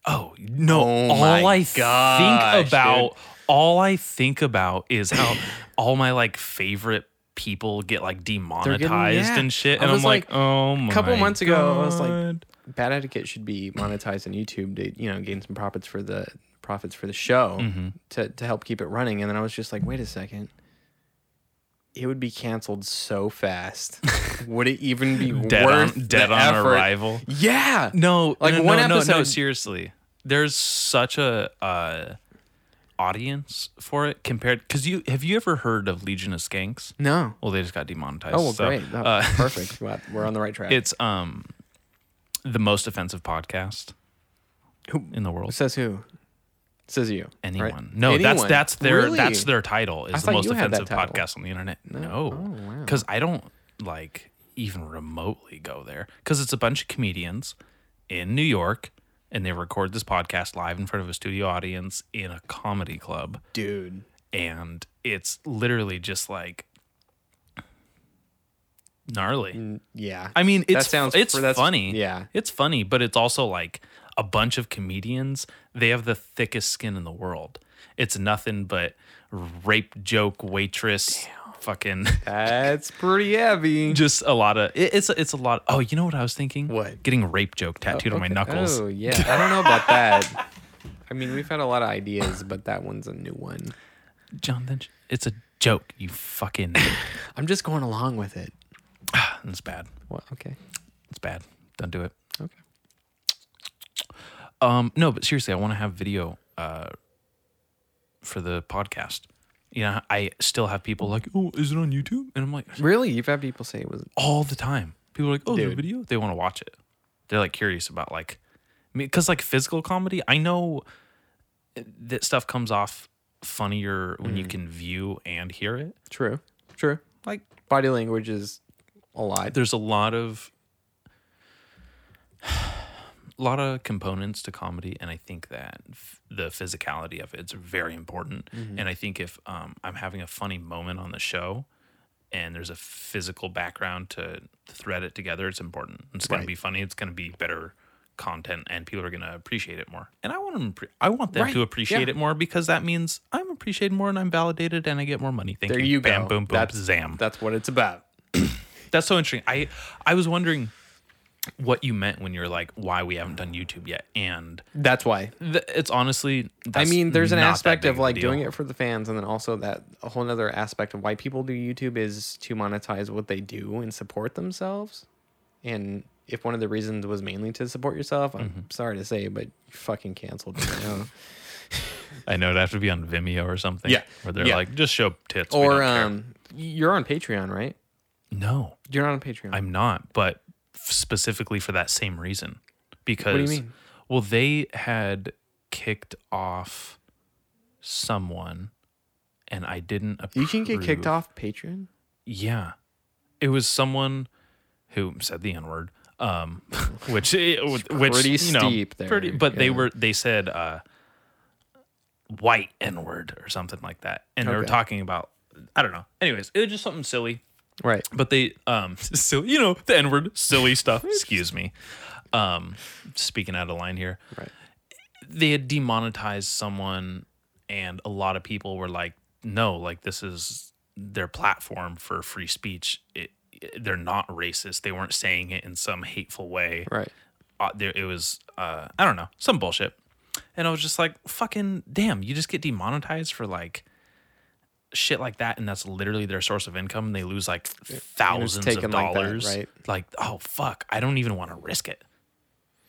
Speaker 2: Oh no! all
Speaker 3: my
Speaker 2: I
Speaker 3: gosh,
Speaker 2: think about, all I think about is
Speaker 3: *laughs*
Speaker 2: how all my like favorite people get like demonetized
Speaker 3: yeah.
Speaker 2: and shit,
Speaker 3: I
Speaker 2: and I'm
Speaker 3: was
Speaker 2: like,
Speaker 3: like,
Speaker 2: oh my.
Speaker 3: couple months ago, I was like-
Speaker 2: God.
Speaker 3: Bad etiquette should be monetized on YouTube to you know gain some profits for the profits for the show
Speaker 2: Mm-hmm.
Speaker 3: to to help keep it running. And then I was just like, wait a second. It would be canceled so fast.
Speaker 2: *laughs*
Speaker 3: would it even be
Speaker 2: dead
Speaker 3: worth
Speaker 2: on, dead
Speaker 3: the
Speaker 2: on
Speaker 3: effort?
Speaker 2: arrival.
Speaker 3: Yeah.
Speaker 2: No,
Speaker 3: Like,
Speaker 2: no,
Speaker 3: one
Speaker 2: no, no, No,
Speaker 3: episode-
Speaker 2: seriously, there's such a uh, audience for it compared. Because you have you ever heard of Legion of Skanks?
Speaker 3: No.
Speaker 2: Well, they just got demonetized.
Speaker 3: Oh well,
Speaker 2: so,
Speaker 3: great. No,
Speaker 2: uh,
Speaker 3: perfect. Wow, We're on the right
Speaker 2: *laughs*
Speaker 3: track.
Speaker 2: It's um the most offensive podcast in the world.
Speaker 3: says who? says you. right?
Speaker 2: Anyone? No, that's
Speaker 3: Anyone.
Speaker 2: that's their
Speaker 3: Really?
Speaker 2: that's their title is the
Speaker 3: thought
Speaker 2: most
Speaker 3: you had that
Speaker 2: offensive
Speaker 3: title. Oh,
Speaker 2: podcast on the internet. No, because I don't like even remotely go there because it's a bunch of comedians in New York and they record this podcast live in front of a studio audience in a comedy club
Speaker 3: dude.
Speaker 2: and it's literally just like gnarly.
Speaker 3: Yeah.
Speaker 2: I mean, it's
Speaker 3: sounds-
Speaker 2: it's
Speaker 3: that's-
Speaker 2: funny.
Speaker 3: yeah.
Speaker 2: it's funny, but it's also like a bunch of comedians. They have the thickest skin in the world. It's nothing but rape joke waitress, fucking *laughs*
Speaker 3: That's pretty heavy.
Speaker 2: just a lot of it, it's it's a lot. Oh, you know what I was thinking?
Speaker 3: What?
Speaker 2: Getting rape joke tattooed on my knuckles.
Speaker 3: Oh yeah, I don't know about that. I mean, we've had a lot of ideas, but that one's a new one.
Speaker 2: Jonathan, it's a joke. You fucking. *laughs*
Speaker 3: I'm just going along with it.
Speaker 2: it's bad.
Speaker 3: Well, okay.
Speaker 2: It's bad. Don't do it.
Speaker 3: Okay.
Speaker 2: Um, no, but seriously, I want to have video uh, for the podcast. You know, I still have people like, "Oh, is it on YouTube?" And I'm like,
Speaker 3: Really, you've had people say it was
Speaker 2: all the time. People are like, "Oh, there's a
Speaker 3: Dude.
Speaker 2: video." They want to watch it. They're like curious about like, I mean, because like physical comedy, I know that stuff comes off funnier when you can view and hear it.
Speaker 3: true. True.
Speaker 2: Like,
Speaker 3: Body language is a lot.
Speaker 2: there's a lot of *sighs* a lot of components to comedy and i think that f- the physicality of it's very important
Speaker 3: Mm-hmm.
Speaker 2: and i think if um, i'm having a funny moment on the show and there's a physical background to thread it together it's important it's going to be funny it's going to be better content and people are going to appreciate it more and i want them i want them
Speaker 3: Right.
Speaker 2: to appreciate
Speaker 3: Yeah.
Speaker 2: it more because that means i'm appreciated more and i'm validated and i get more money thank
Speaker 3: There
Speaker 2: you
Speaker 3: you
Speaker 2: bam
Speaker 3: go.
Speaker 2: boom boom
Speaker 3: That's-
Speaker 2: zam
Speaker 3: That's what it's about.
Speaker 2: that's so interesting. I I was wondering what you meant when you were like, why we haven't done YouTube yet, and
Speaker 3: That's why.
Speaker 2: th- it's honestly.
Speaker 3: I
Speaker 2: that's
Speaker 3: mean, there's an
Speaker 2: not that
Speaker 3: aspect
Speaker 2: big
Speaker 3: of like
Speaker 2: deal.
Speaker 3: doing it for the fans, and then also that a whole other aspect of why people do YouTube is to monetize what they do and support themselves. And if one of the reasons was mainly to support yourself, I'm
Speaker 2: Mm-hmm.
Speaker 3: sorry to say, but you fucking canceled. You know?
Speaker 2: I know it'd have to be on Vimeo or something.
Speaker 3: Yeah.
Speaker 2: where they're
Speaker 3: Yeah.
Speaker 2: like, just show tits. *laughs* we don't
Speaker 3: or
Speaker 2: care."
Speaker 3: um, you're on Patreon, right?
Speaker 2: no,
Speaker 3: You're not on Patreon.
Speaker 2: I'm not, but specifically for that same reason, because
Speaker 3: mean?
Speaker 2: well, they had kicked off someone, and I didn't. Approve.
Speaker 3: you can get kicked off Patreon.
Speaker 2: Yeah. It was someone who said the N word. Um, *laughs* which which
Speaker 3: pretty
Speaker 2: you know,
Speaker 3: steep there,
Speaker 2: pretty- but they
Speaker 3: yeah.
Speaker 2: were they said uh, white N word or something like that, and they were
Speaker 3: Okay.
Speaker 2: talking about I don't know. Anyways, it was just something silly,
Speaker 3: Right.
Speaker 2: but they um *laughs* silly you know the N word silly stuff. Excuse me, um, speaking out of line here.
Speaker 3: Right.
Speaker 2: They had demonetized someone, and a lot of people were like, "No, like this is their platform for free speech. It, it- they're not racist. They weren't saying it in some hateful way.
Speaker 3: Right.
Speaker 2: Uh, there, it was uh, I don't know some bullshit." And I was just like, "Fucking damn! You just get demonetized for like." shit like that and that's literally their source of income and they lose like thousands of
Speaker 3: taken like that,
Speaker 2: dollars
Speaker 3: right?
Speaker 2: like oh fuck i don't even want to risk it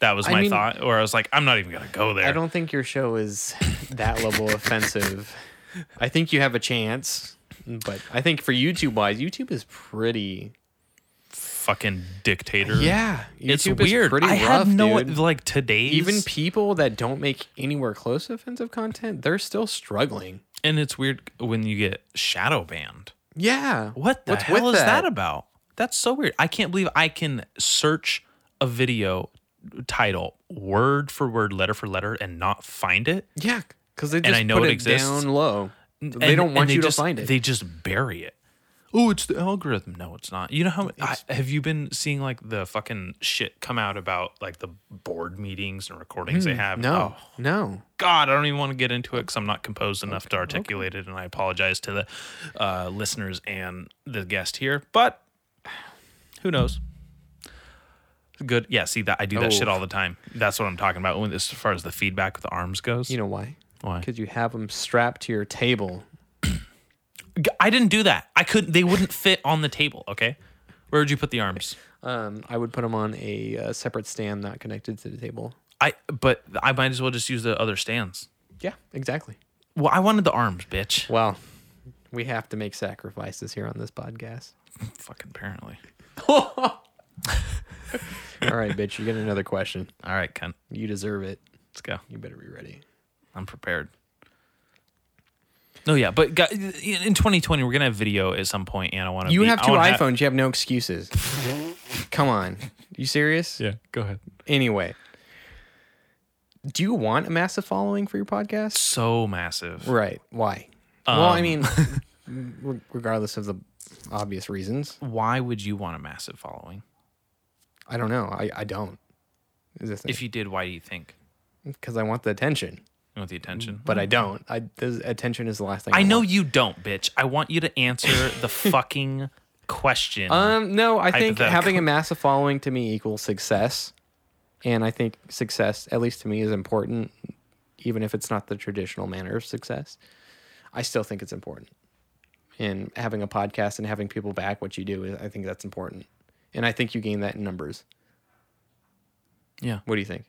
Speaker 2: that was
Speaker 3: I
Speaker 2: my
Speaker 3: mean-
Speaker 2: thought or i was like i'm not even gonna go there
Speaker 3: I don't think your
Speaker 2: *laughs*
Speaker 3: show is that level offensive. I think you have a chance, but I think for YouTube wise, YouTube is pretty.
Speaker 2: fucking dictator
Speaker 3: Yeah,
Speaker 2: it's
Speaker 3: YouTube
Speaker 2: weird
Speaker 3: Is pretty
Speaker 2: i
Speaker 3: rough,
Speaker 2: have no
Speaker 3: dude.
Speaker 2: like today's
Speaker 3: Even people that don't make anywhere close to offensive content, they're still struggling.
Speaker 2: and it's weird when you get shadow banned
Speaker 3: Yeah,
Speaker 2: What the
Speaker 3: What's
Speaker 2: hell
Speaker 3: with
Speaker 2: is that? about? That's so weird. I can't believe I can search a video title word for word, letter for letter, and not find it.
Speaker 3: Yeah, because they just
Speaker 2: I know
Speaker 3: put
Speaker 2: it
Speaker 3: it,
Speaker 2: exists.
Speaker 3: down low. They
Speaker 2: And-
Speaker 3: don't
Speaker 2: and
Speaker 3: want you to
Speaker 2: just-
Speaker 3: find it.
Speaker 2: They just bury it. oh, it's the algorithm. No, it's not. You know how I, have you been seeing like the fucking shit come out about like the board meetings and recordings they have?
Speaker 3: Hmm, No,
Speaker 2: Oh,
Speaker 3: no.
Speaker 2: God, I don't even want to get into it because I'm not composed enough to articulate it, and I apologize to the uh, listeners and the guest here. But who knows? Good. Yeah. See that I do that
Speaker 3: Oh.
Speaker 2: shit all the time. That's what I'm talking about. When as far as the feedback with the arms goes,
Speaker 3: You know why?
Speaker 2: Why?
Speaker 3: Because you have them strapped to your table.
Speaker 2: G- I didn't do that. I couldn't. They wouldn't fit on the table. Okay. Where would you put the arms?
Speaker 3: Um, I would put them on a uh, separate stand not connected to the table.
Speaker 2: I. But I might as well just use the other stands.
Speaker 3: Yeah, exactly.
Speaker 2: Well, I wanted the arms, bitch.
Speaker 3: Well, we have to make sacrifices here on this podcast.
Speaker 2: Fucking apparently.
Speaker 3: All right, bitch, you get another question.
Speaker 2: All right, cunt.
Speaker 3: You deserve it.
Speaker 2: Let's go.
Speaker 3: You better be ready.
Speaker 2: I'm prepared. No, Oh, yeah, but gu- in 2020 we're gonna have video at some point, and I want to.
Speaker 3: You
Speaker 2: be,
Speaker 3: have
Speaker 2: I
Speaker 3: two
Speaker 2: wanna ha-
Speaker 3: iPhones. you have no excuses. Come on. You serious?
Speaker 2: yeah, go ahead.
Speaker 3: Anyway, do you want a massive following for your podcast?
Speaker 2: So massive.
Speaker 3: Right. Why? well,
Speaker 2: Um, *laughs*
Speaker 3: I mean, re- regardless of the obvious reasons,
Speaker 2: Why would you want a massive following?
Speaker 3: I don't know. I, I don't. Is the
Speaker 2: If you did, why do you think?
Speaker 3: Because I want the attention,
Speaker 2: You want the attention?
Speaker 3: but I don't. I the attention is the last thing.
Speaker 2: Mm. I know
Speaker 3: want.
Speaker 2: you don't, bitch. I want you to answer
Speaker 3: *laughs*
Speaker 2: the fucking question.
Speaker 3: Um. No, I think
Speaker 2: Hypothetical.
Speaker 3: having a massive following to me equals success, and I think success, at least to me, is important, even if it's not the traditional manner of success. I still think it's important, and having a podcast and having people back what you do, is, I think that's important, and I think you gain that in numbers.
Speaker 2: Yeah.
Speaker 3: What do you think?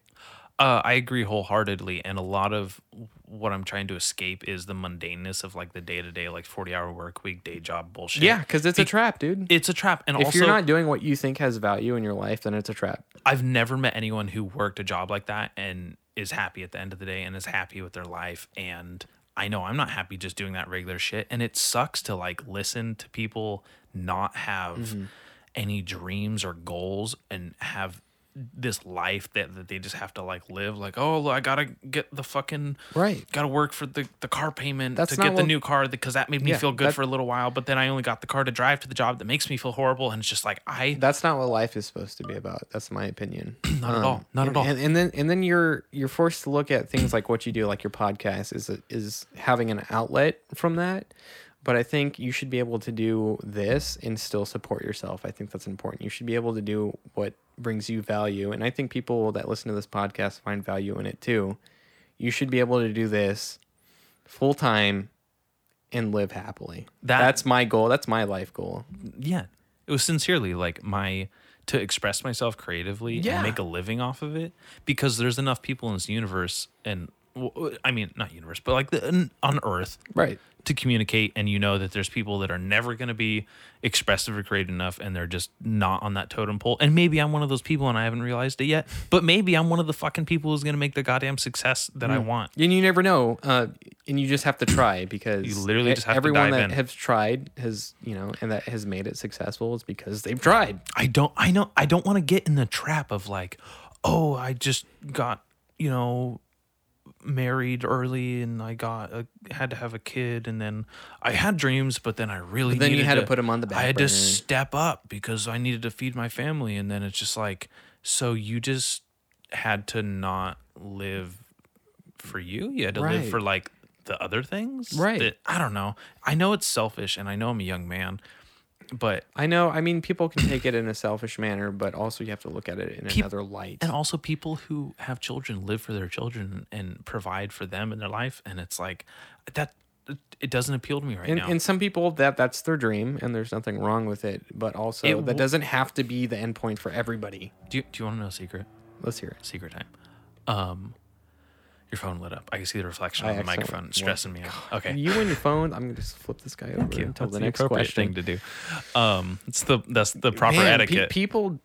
Speaker 2: Uh, I agree wholeheartedly, and a lot of what I'm trying to escape is the mundaneness of like the day to day, like 40 hour work week, day job bullshit.
Speaker 3: Yeah, because it's a
Speaker 2: Be-
Speaker 3: trap, dude.
Speaker 2: It's a trap, and
Speaker 3: if
Speaker 2: also
Speaker 3: you're not doing what you think has value in your life, then it's a trap.
Speaker 2: I've never met anyone who worked a job like that and is happy at the end of the day and is happy with their life. And I know I'm not happy just doing that regular shit. And it sucks to like listen to people not have
Speaker 3: Mm-hmm.
Speaker 2: any dreams or goals and have this life that, that they just have to like live like oh well, i gotta get the fucking
Speaker 3: Right.
Speaker 2: gotta work for the, the car payment
Speaker 3: That's
Speaker 2: to
Speaker 3: not
Speaker 2: get the
Speaker 3: what-
Speaker 2: new car because that made me
Speaker 3: Yeah,
Speaker 2: feel good
Speaker 3: that-
Speaker 2: for a little while but then i only got the car to drive to the job that makes me feel horrible and it's just like i
Speaker 3: that's not what life is supposed to be about. That's
Speaker 2: *clears throat*
Speaker 3: my opinion.
Speaker 2: Not at all. Not at
Speaker 3: and-
Speaker 2: all.
Speaker 3: And, and then and then you're you're forced to look at things like what you do, like your podcast, is is having an outlet from that. But I think you should be able to do this and still support yourself. I think that's important. You should be able to do what brings you value, and I think people that listen to this podcast find value in it too. You should be able to do this full time and live happily.
Speaker 2: That-
Speaker 3: that's my goal. That's my life goal.
Speaker 2: yeah it was sincerely like my to express myself creatively
Speaker 3: Yeah.
Speaker 2: and make a living off of it because there's enough people in this universe and well, i mean not universe but like the, on earth
Speaker 3: Right.
Speaker 2: to communicate and you know that there's people that are never going to be expressive or creative enough and they're just not on that totem pole and maybe i'm one of those people and i haven't realized it yet but maybe i'm one of the fucking people who's going to make the goddamn success that i want
Speaker 3: And you never know, uh, and you just have to try because
Speaker 2: You literally
Speaker 3: e-
Speaker 2: just have to dive
Speaker 3: everyone that
Speaker 2: in.
Speaker 3: has tried has you know, and that has made it successful is because they've tried.
Speaker 2: I don't I know I don't want to get in the trap of like, oh, I just got, you know, married early and I got a, had to have a kid and then I had dreams but then I really
Speaker 3: But then you
Speaker 2: needed
Speaker 3: had to put 'em on the back
Speaker 2: I had
Speaker 3: burner.
Speaker 2: to step up because I needed to feed my family and then it's just like so you just had to not live for you. You had to live
Speaker 3: Right.
Speaker 2: for like the other things.
Speaker 3: Right.
Speaker 2: that- I don't know. I know it's selfish and I know I'm a young man, but
Speaker 3: I know. I mean, people can take it in a selfish manner, but also you have to look at it in
Speaker 2: Peop-
Speaker 3: another light.
Speaker 2: and also people who have children live for their children and provide for them in their life and it's like that it doesn't appeal to me right
Speaker 3: And,
Speaker 2: now
Speaker 3: and some people that that's their dream, and there's nothing wrong with it. But also,
Speaker 2: It
Speaker 3: that
Speaker 2: w-
Speaker 3: doesn't have to be the end point for everybody.
Speaker 2: do you, do you want to know a secret
Speaker 3: Let's hear it.
Speaker 2: secret time um your phone lit up i can see the reflection
Speaker 3: I
Speaker 2: on the
Speaker 3: accidentally-
Speaker 2: microphone It's stressing me out okay
Speaker 3: You and your phone. I'm gonna just flip this guy over
Speaker 2: Thank you.
Speaker 3: until
Speaker 2: That's
Speaker 3: the next
Speaker 2: appropriate
Speaker 3: question.
Speaker 2: thing to do um it's the that's the proper
Speaker 3: Man, pe-
Speaker 2: etiquette
Speaker 3: people,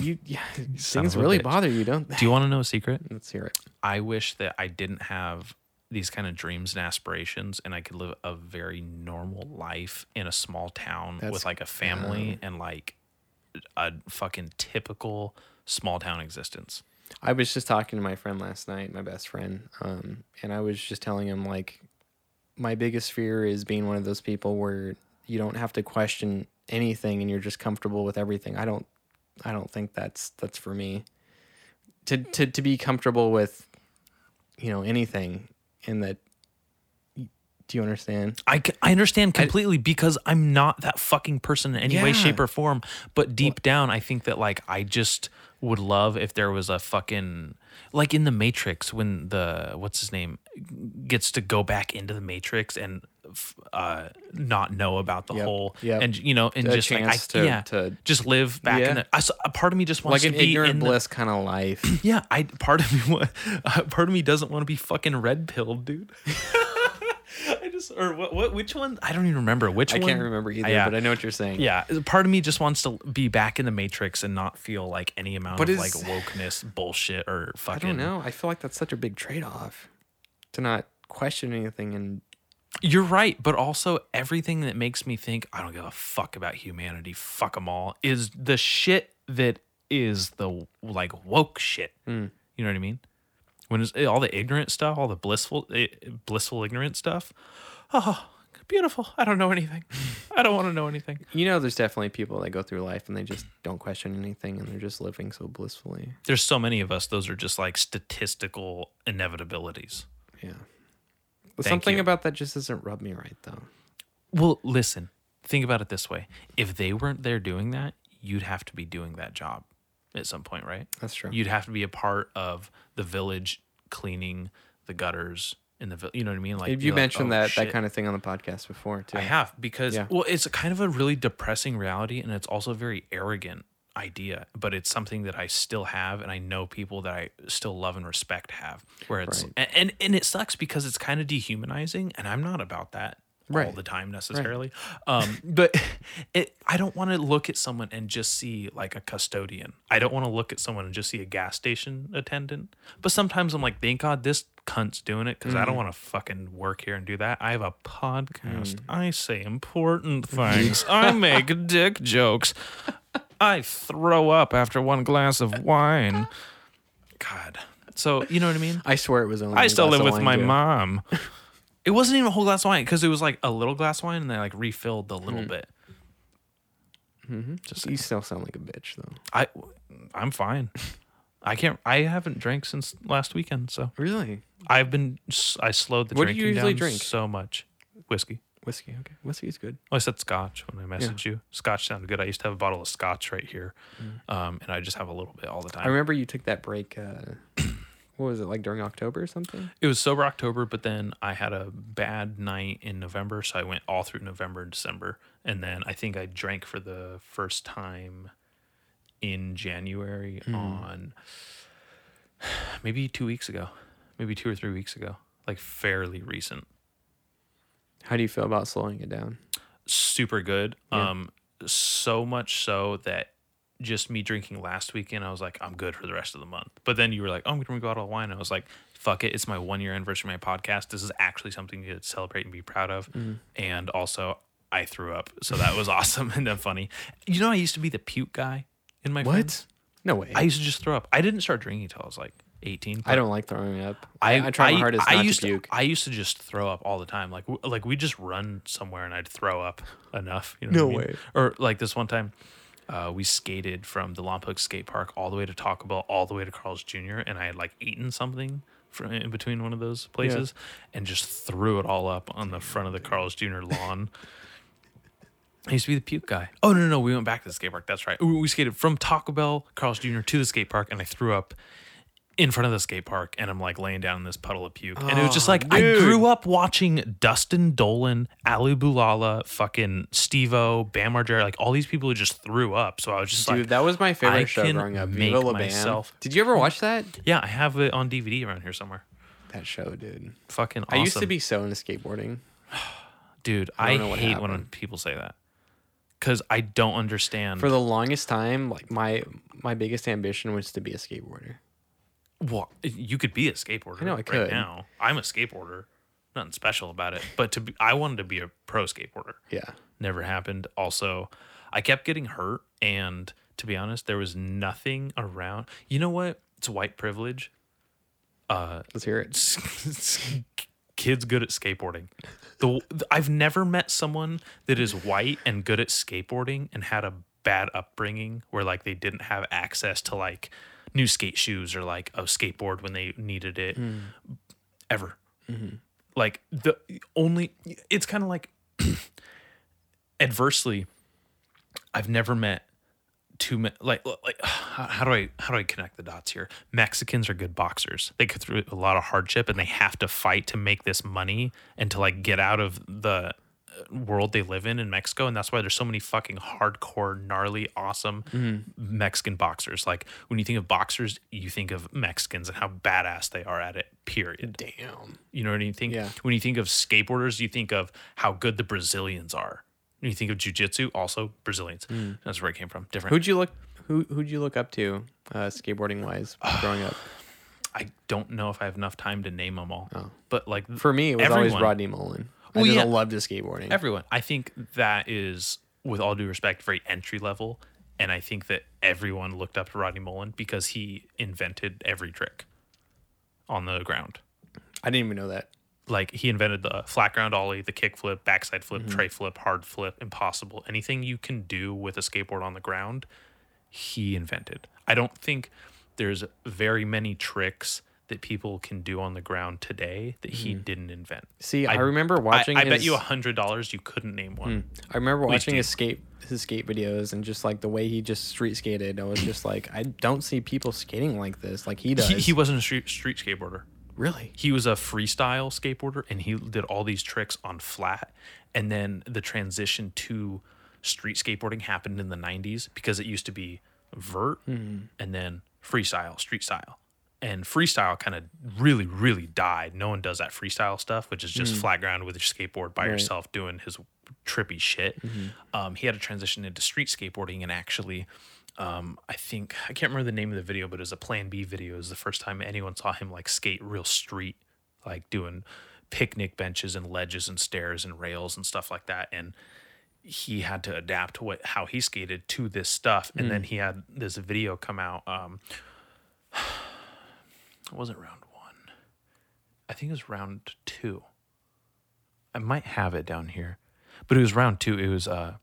Speaker 3: you *laughs* yeah,
Speaker 2: son of
Speaker 3: things
Speaker 2: a
Speaker 3: really
Speaker 2: bitch.
Speaker 3: bother you, don't they?
Speaker 2: do you want to know a secret
Speaker 3: Let's hear it.
Speaker 2: I wish that I didn't have these kind of dreams and aspirations and I could live a very normal life in a small town
Speaker 3: That's-
Speaker 2: with like a family and like a fucking typical small town existence.
Speaker 3: I was just talking to my friend last night, my best friend, um, and I was just telling him like my biggest fear is being one of those people where you don't have to question anything and you're just comfortable with everything. I don't I don't think that's that's for me. To to to be comfortable with you know anything and that do you understand?
Speaker 2: I, c- I understand completely because I'm not that fucking person in any way,
Speaker 3: Yeah.
Speaker 2: shape, or form. But deep down, I think that like I just would love if there was a fucking like in the Matrix when the what's his name gets to go back into the Matrix and f- uh not know about the
Speaker 3: Yep,
Speaker 2: whole
Speaker 3: yep.
Speaker 2: and you know and
Speaker 3: A
Speaker 2: just like I,
Speaker 3: chance to-
Speaker 2: yeah
Speaker 3: to-
Speaker 2: just live back
Speaker 3: Yeah.
Speaker 2: in the, I s- a part of me just wants
Speaker 3: Like an
Speaker 2: to be
Speaker 3: ignorant
Speaker 2: in the-
Speaker 3: bliss kind of
Speaker 2: *clears throat*
Speaker 3: life.
Speaker 2: yeah, I part of me wa- *laughs* uh, part of me doesn't want to be fucking red pilled, dude. *laughs* I just or what, what which one? I don't even remember which
Speaker 3: I
Speaker 2: one.
Speaker 3: can't remember either,
Speaker 2: yeah.
Speaker 3: but I know what you're saying.
Speaker 2: Yeah, part of me just wants to be back in the matrix and not feel like any amount
Speaker 3: But
Speaker 2: of like
Speaker 3: is-
Speaker 2: wokeness bullshit or
Speaker 3: I
Speaker 2: fucking.
Speaker 3: don't know. I feel like that's such a big trade off to not question anything and
Speaker 2: You're right, but also everything that makes me think I don't give a fuck about humanity, fuck them all, is the shit that is the like woke shit. You know what I mean? When it's eh, all the ignorant stuff, all the blissful, eh, blissful ignorant stuff. Oh, beautiful! I don't know anything. I don't want to know anything.
Speaker 3: you know there's definitely people that go through life and they just don't question anything and they're just living so blissfully.
Speaker 2: There's so many of us. Those are just like statistical inevitabilities.
Speaker 3: Yeah. But
Speaker 2: Thank
Speaker 3: something
Speaker 2: you.
Speaker 3: about that just doesn't rub me right though.
Speaker 2: Well, listen. Think about it this way: if they weren't there doing that, you'd have to be doing that job at some point, right?
Speaker 3: That's true.
Speaker 2: You'd have to be a part of the village cleaning the gutters in the village. You know what I mean? Like
Speaker 3: you
Speaker 2: be like,
Speaker 3: mentioned
Speaker 2: "Oh,
Speaker 3: that
Speaker 2: shit."
Speaker 3: that kind of thing on the podcast before too.
Speaker 2: I have because
Speaker 3: Yeah.
Speaker 2: well, it's a kind of a really depressing reality, and it's also a very arrogant idea. But it's something that I still have, and I know people that I still love and respect have. Where it's
Speaker 3: Right.
Speaker 2: and, and and it sucks because it's kind of dehumanizing, and I'm not about that all
Speaker 3: Right.
Speaker 2: the time necessarily. Um, but *laughs* it, I don't want to look at someone and just see like a custodian. I don't want to look at someone and just see a gas station attendant. But sometimes I'm like, thank God this cunt's doing it because I don't want to fucking work here and do that. I have a podcast. I say important things. I make dick jokes. I throw up after one glass of wine. God. So, you know what I mean?
Speaker 3: I swear it was only.
Speaker 2: I
Speaker 3: a
Speaker 2: still
Speaker 3: glass
Speaker 2: live
Speaker 3: of
Speaker 2: with
Speaker 3: wine,
Speaker 2: my
Speaker 3: too.
Speaker 2: mom. *laughs* It wasn't even a whole glass of wine because it was like a little glass of wine and they like refilled the little bit. Just
Speaker 3: You still sound like a bitch though.
Speaker 2: I, I'm fine. I can't. I haven't drank since last weekend, so
Speaker 3: Really?
Speaker 2: I've been. s- I slowed the
Speaker 3: What do you
Speaker 2: drinking
Speaker 3: usually
Speaker 2: down
Speaker 3: drink?
Speaker 2: so much. Whiskey.
Speaker 3: Whiskey, okay. Whiskey's good.
Speaker 2: Oh, I said Scotch when I messaged you. Scotch sounded good. I used to have a bottle of Scotch right here, um, and I just have a little bit all the
Speaker 3: I
Speaker 2: time.
Speaker 3: remember you took that break uh what was it, like during October or something?
Speaker 2: It was sober October, but then I had a bad night in November, so I went all through November and December, and then I think I drank for the first time in January on *sighs* maybe two weeks ago, maybe two or three weeks ago, like fairly recent.
Speaker 3: How do you feel about slowing it down?
Speaker 2: Super good. Um, so much so that just me drinking last weekend, I was like, I'm good for the rest of the month. But then you were like, oh, I'm gonna go out of wine. I was like, fuck it, it's my one year anniversary of my podcast. This is actually something to celebrate and be proud of. And also, I threw up, so that was *laughs* awesome and then funny. You know, I used to be the puke guy in my friends.
Speaker 3: No way.
Speaker 2: I used to just throw up. I didn't start drinking until I was like 18.
Speaker 3: I don't like throwing up. I, I try my hardest not
Speaker 2: used
Speaker 3: to puke.
Speaker 2: I used to just throw up all the time. Like w- like we just run somewhere and I'd throw up enough. You know
Speaker 3: No
Speaker 2: what I mean?
Speaker 3: way.
Speaker 2: Or like this one time, uh, we skated from the Lompoc skate park all the way to Taco Bell, all the way to Carl's Jr. And I had like eaten something from in between one of those places and just threw it all up on the front of the Carl's Jr. lawn. I used to be the puke guy. Oh no, no, no. We went back to the skate park. That's right. We, we skated from Taco Bell, Carl's Jr. to the skate park, and I threw up in front of the skate park, and I'm like laying down in this puddle of puke. and it was just like
Speaker 3: Oh,
Speaker 2: I grew up watching Dustin Dolan, Ali Bulala, fucking Steve-O, Bam Margera, like all these people who just threw up. So I was just
Speaker 3: Dude,
Speaker 2: like,
Speaker 3: that was my favorite
Speaker 2: I
Speaker 3: show
Speaker 2: can
Speaker 3: growing up.
Speaker 2: make
Speaker 3: Viva La Bam.
Speaker 2: myself.
Speaker 3: Did you ever watch that?
Speaker 2: Yeah, I have it on DVD around here somewhere.
Speaker 3: That show, dude.
Speaker 2: Fucking awesome. Mm.
Speaker 3: I used to be so into skateboarding.
Speaker 2: dude. I,
Speaker 3: I don't know what
Speaker 2: hate when
Speaker 3: happened.
Speaker 2: people say that because I don't understand.
Speaker 3: For the longest time, like my my biggest ambition was to be a skateboarder.
Speaker 2: Well, you could be a skateboarder.
Speaker 3: I know I could.
Speaker 2: Right now, I'm a skateboarder. Nothing special about it, but to be, I wanted to be a pro skateboarder.
Speaker 3: Yeah.
Speaker 2: Never happened. Also, I kept getting hurt, and to be honest, there was nothing around. You know what? It's white privilege.
Speaker 3: Let's hear it.
Speaker 2: Kids good at skateboarding. The I've never met someone that is white and good at skateboarding and had a bad upbringing where like they didn't have access to like new skate shoes or like a skateboard when they needed it ever. Like the only it's kind of like adversely I've never met too many like like *sighs* how how do I how do I connect the dots here? Mexicans are good boxers. They go through a lot of hardship and they have to fight to make this money and to like get out of the uh, world they live in in Mexico and that's why there's so many fucking hardcore gnarly awesome Mexican boxers. Like when you think of boxers, you think of Mexicans and how badass they are at it. Period.
Speaker 3: Damn.
Speaker 2: You know what I mean? Think
Speaker 3: Yeah.
Speaker 2: when you think of skateboarders, you think of how good the Brazilians are. When you think of jujitsu, also Brazilians. That's where it came from. Different.
Speaker 3: Hmm. Who'd you look? Who who'd you look up to, uh,
Speaker 2: *sighs*
Speaker 3: skateboarding wise, growing up?
Speaker 2: I don't know if I have enough time to name them all. But like
Speaker 3: Oh. For me, it was always
Speaker 2: everyone-
Speaker 3: Rodney Mullen. I
Speaker 2: Well,
Speaker 3: just
Speaker 2: yeah.
Speaker 3: loved his skateboarding.
Speaker 2: Everyone. I think that is, with all due respect, very entry level. And I think that everyone looked up to Rodney Mullen because he invented every trick on the ground.
Speaker 3: I didn't even know that.
Speaker 2: like he invented the flat ground ollie, the kick flip, backside
Speaker 3: Mm-hmm.
Speaker 2: flip, tray flip, hard flip, impossible. Anything you can do with a skateboard on the ground, he invented. I don't think there's very many tricks that people can do on the ground today that he didn't invent.
Speaker 3: See, I remember Mm-hmm. watching
Speaker 2: I, bet
Speaker 3: his-
Speaker 2: you a hundred dollars you couldn't name one.
Speaker 3: I remember
Speaker 2: least
Speaker 3: watching
Speaker 2: you.
Speaker 3: his skate his skate videos and just like the way he just street skated. I was just like, I don't see people skating like this, like he does.
Speaker 2: He, he wasn't a street, street skateboarder.
Speaker 3: really
Speaker 2: he was a freestyle skateboarder and he did all these tricks on flat and then the transition to street skateboarding happened in the 90s because it used to be vert and then freestyle street style and freestyle kind of really really died no one does that freestyle stuff which is just flat ground with your skateboard by yourself doing his trippy shit um, he had to transition into street skateboarding and actually um, I think I can't remember the name of the video, but it was a Plan B video. It was the first time anyone saw him like skate real street, like doing picnic benches and ledges and stairs and rails and stuff like that. And he had to adapt what how he skated to this stuff. And then he had this video come out. Um, *sighs* it wasn't round one. I think it was round two. I might have it down here, but it was round two. It was uh,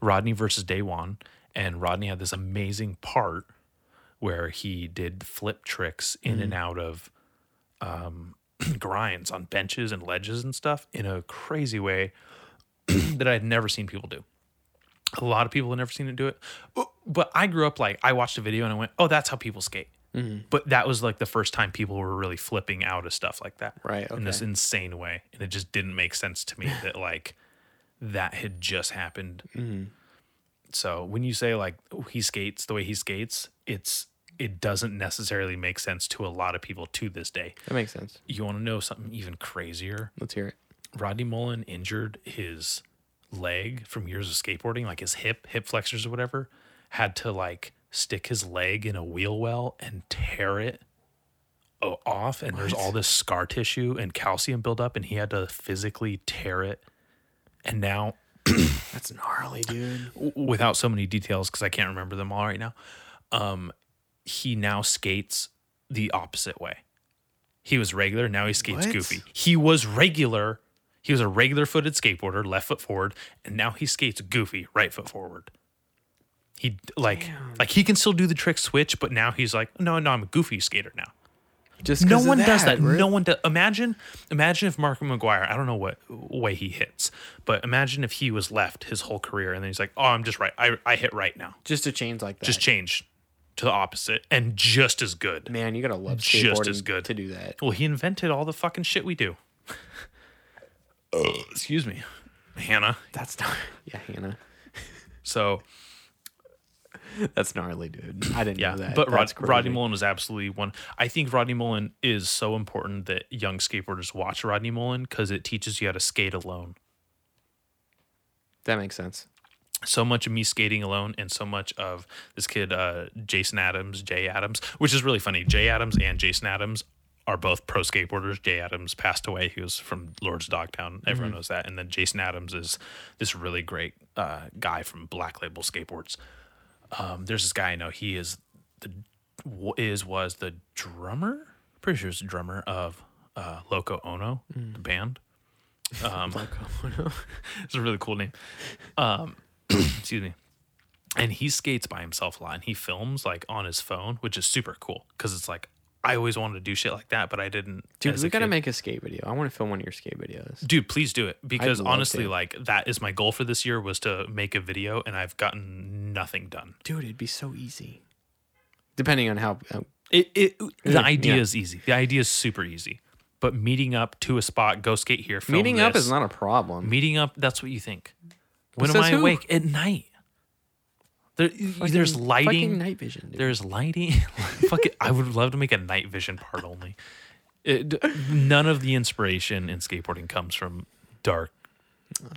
Speaker 2: Rodney versus Daywan, and Rodney had this amazing part where he did flip tricks in and out of um, *clears throat* grinds on benches and ledges and stuff in a crazy way *clears throat* that I had never seen people do. A lot of people had never seen it do it, Bu- but I grew up like I watched a video and I went, "Oh, that's how people skate." But that was like the first time people were really flipping out of stuff like that,
Speaker 3: Right,
Speaker 2: In this
Speaker 3: okay.
Speaker 2: insane way, and it just didn't make sense to me that like that had just happened. So when you say like "Oh, he skates the way he skates, it's it doesn't necessarily make sense to a lot of people to this day.
Speaker 3: that makes sense.
Speaker 2: You want to know something even crazier?
Speaker 3: Let's hear it.
Speaker 2: Rodney Mullen injured his leg from years of skateboarding, like his hip, hip flexors or whatever, had to like stick his leg in a wheel well and tear it o- off. And there's all this scar tissue and calcium buildup, and he had to physically tear it. And now, *clears throat*
Speaker 3: That's gnarly, dude.
Speaker 2: w- without so many details, because I can't remember them all right now, um, he now skates the opposite way. He was regular. Now he skates
Speaker 6: What?
Speaker 2: goofy. He was regular. He was a regular footed skateboarder, left foot forward, and now he skates goofy, right foot forward. He like like he can still do the trick switch, but now he's like, no, no, I'm a goofy skater now.
Speaker 3: Just
Speaker 2: No
Speaker 3: 'cause of
Speaker 2: one does that.
Speaker 3: right?
Speaker 2: No one does. Imagine, imagine if Mark McGuire. I don't know what way he hits, but imagine if he was left his whole career, and then he's like, "Oh, I'm just right. I, I hit right now.
Speaker 3: just a change like that.
Speaker 2: Just change to the opposite, and just as good."
Speaker 3: man, you gotta love skateboarding
Speaker 2: Just as good.
Speaker 3: to do that.
Speaker 2: Well, he invented all the fucking shit we do. Excuse me, Hannah.
Speaker 3: That's not. Yeah, *laughs* Hannah.
Speaker 2: So
Speaker 3: That's gnarly, dude. I didn't
Speaker 2: yeah,
Speaker 3: know that.
Speaker 2: but Rod,
Speaker 3: That's crazy.
Speaker 2: Rodney Mullen was absolutely one. I think Rodney Mullen is so important that young skateboarders watch Rodney Mullen because it teaches you how to skate alone.
Speaker 3: That makes sense.
Speaker 2: so much of me skating alone and so much of this kid uh, jason adams jay adams which is really funny jay adams and jason adams are both pro skateboarders jay adams passed away he was from lord's dogtown everyone knows that and then jason adams is this really great uh, guy from black label skateboards um, there's this guy i know he is the w- is was the drummer pretty sure it's the drummer of uh, loco ono the band Um,
Speaker 3: *laughs*
Speaker 2: it's a really cool name. Um, *clears throat* excuse me. And he skates by himself a lot, and he films like on his phone, which is super cool because it's like I always wanted to do shit like that, but I didn't.
Speaker 3: Dude,
Speaker 2: as
Speaker 3: we
Speaker 2: a
Speaker 3: gotta
Speaker 2: kid.
Speaker 3: make a skate video. I want to film one of your skate videos.
Speaker 2: Dude, please do it because
Speaker 3: love
Speaker 2: honestly,
Speaker 3: to.
Speaker 2: like that is my goal for this year was to make a video, and I've gotten nothing done.
Speaker 3: Dude, it'd be so easy. Depending on how, uh,
Speaker 2: It, it the idea
Speaker 3: yeah.
Speaker 2: is easy. The idea is super easy. But meeting up to a spot, go skate here. Film
Speaker 3: meeting up
Speaker 2: this.
Speaker 3: is not a problem.
Speaker 2: meeting up. That's what you think. When
Speaker 3: says
Speaker 2: am I
Speaker 3: who?
Speaker 2: awake at night? There, there's
Speaker 3: Fucking-
Speaker 2: lighting.
Speaker 3: fucking night vision. Dude.
Speaker 2: There's lighting. *laughs* Fuck it. I would love to make a night vision part only. It, d- none of the inspiration in skateboarding comes from dark.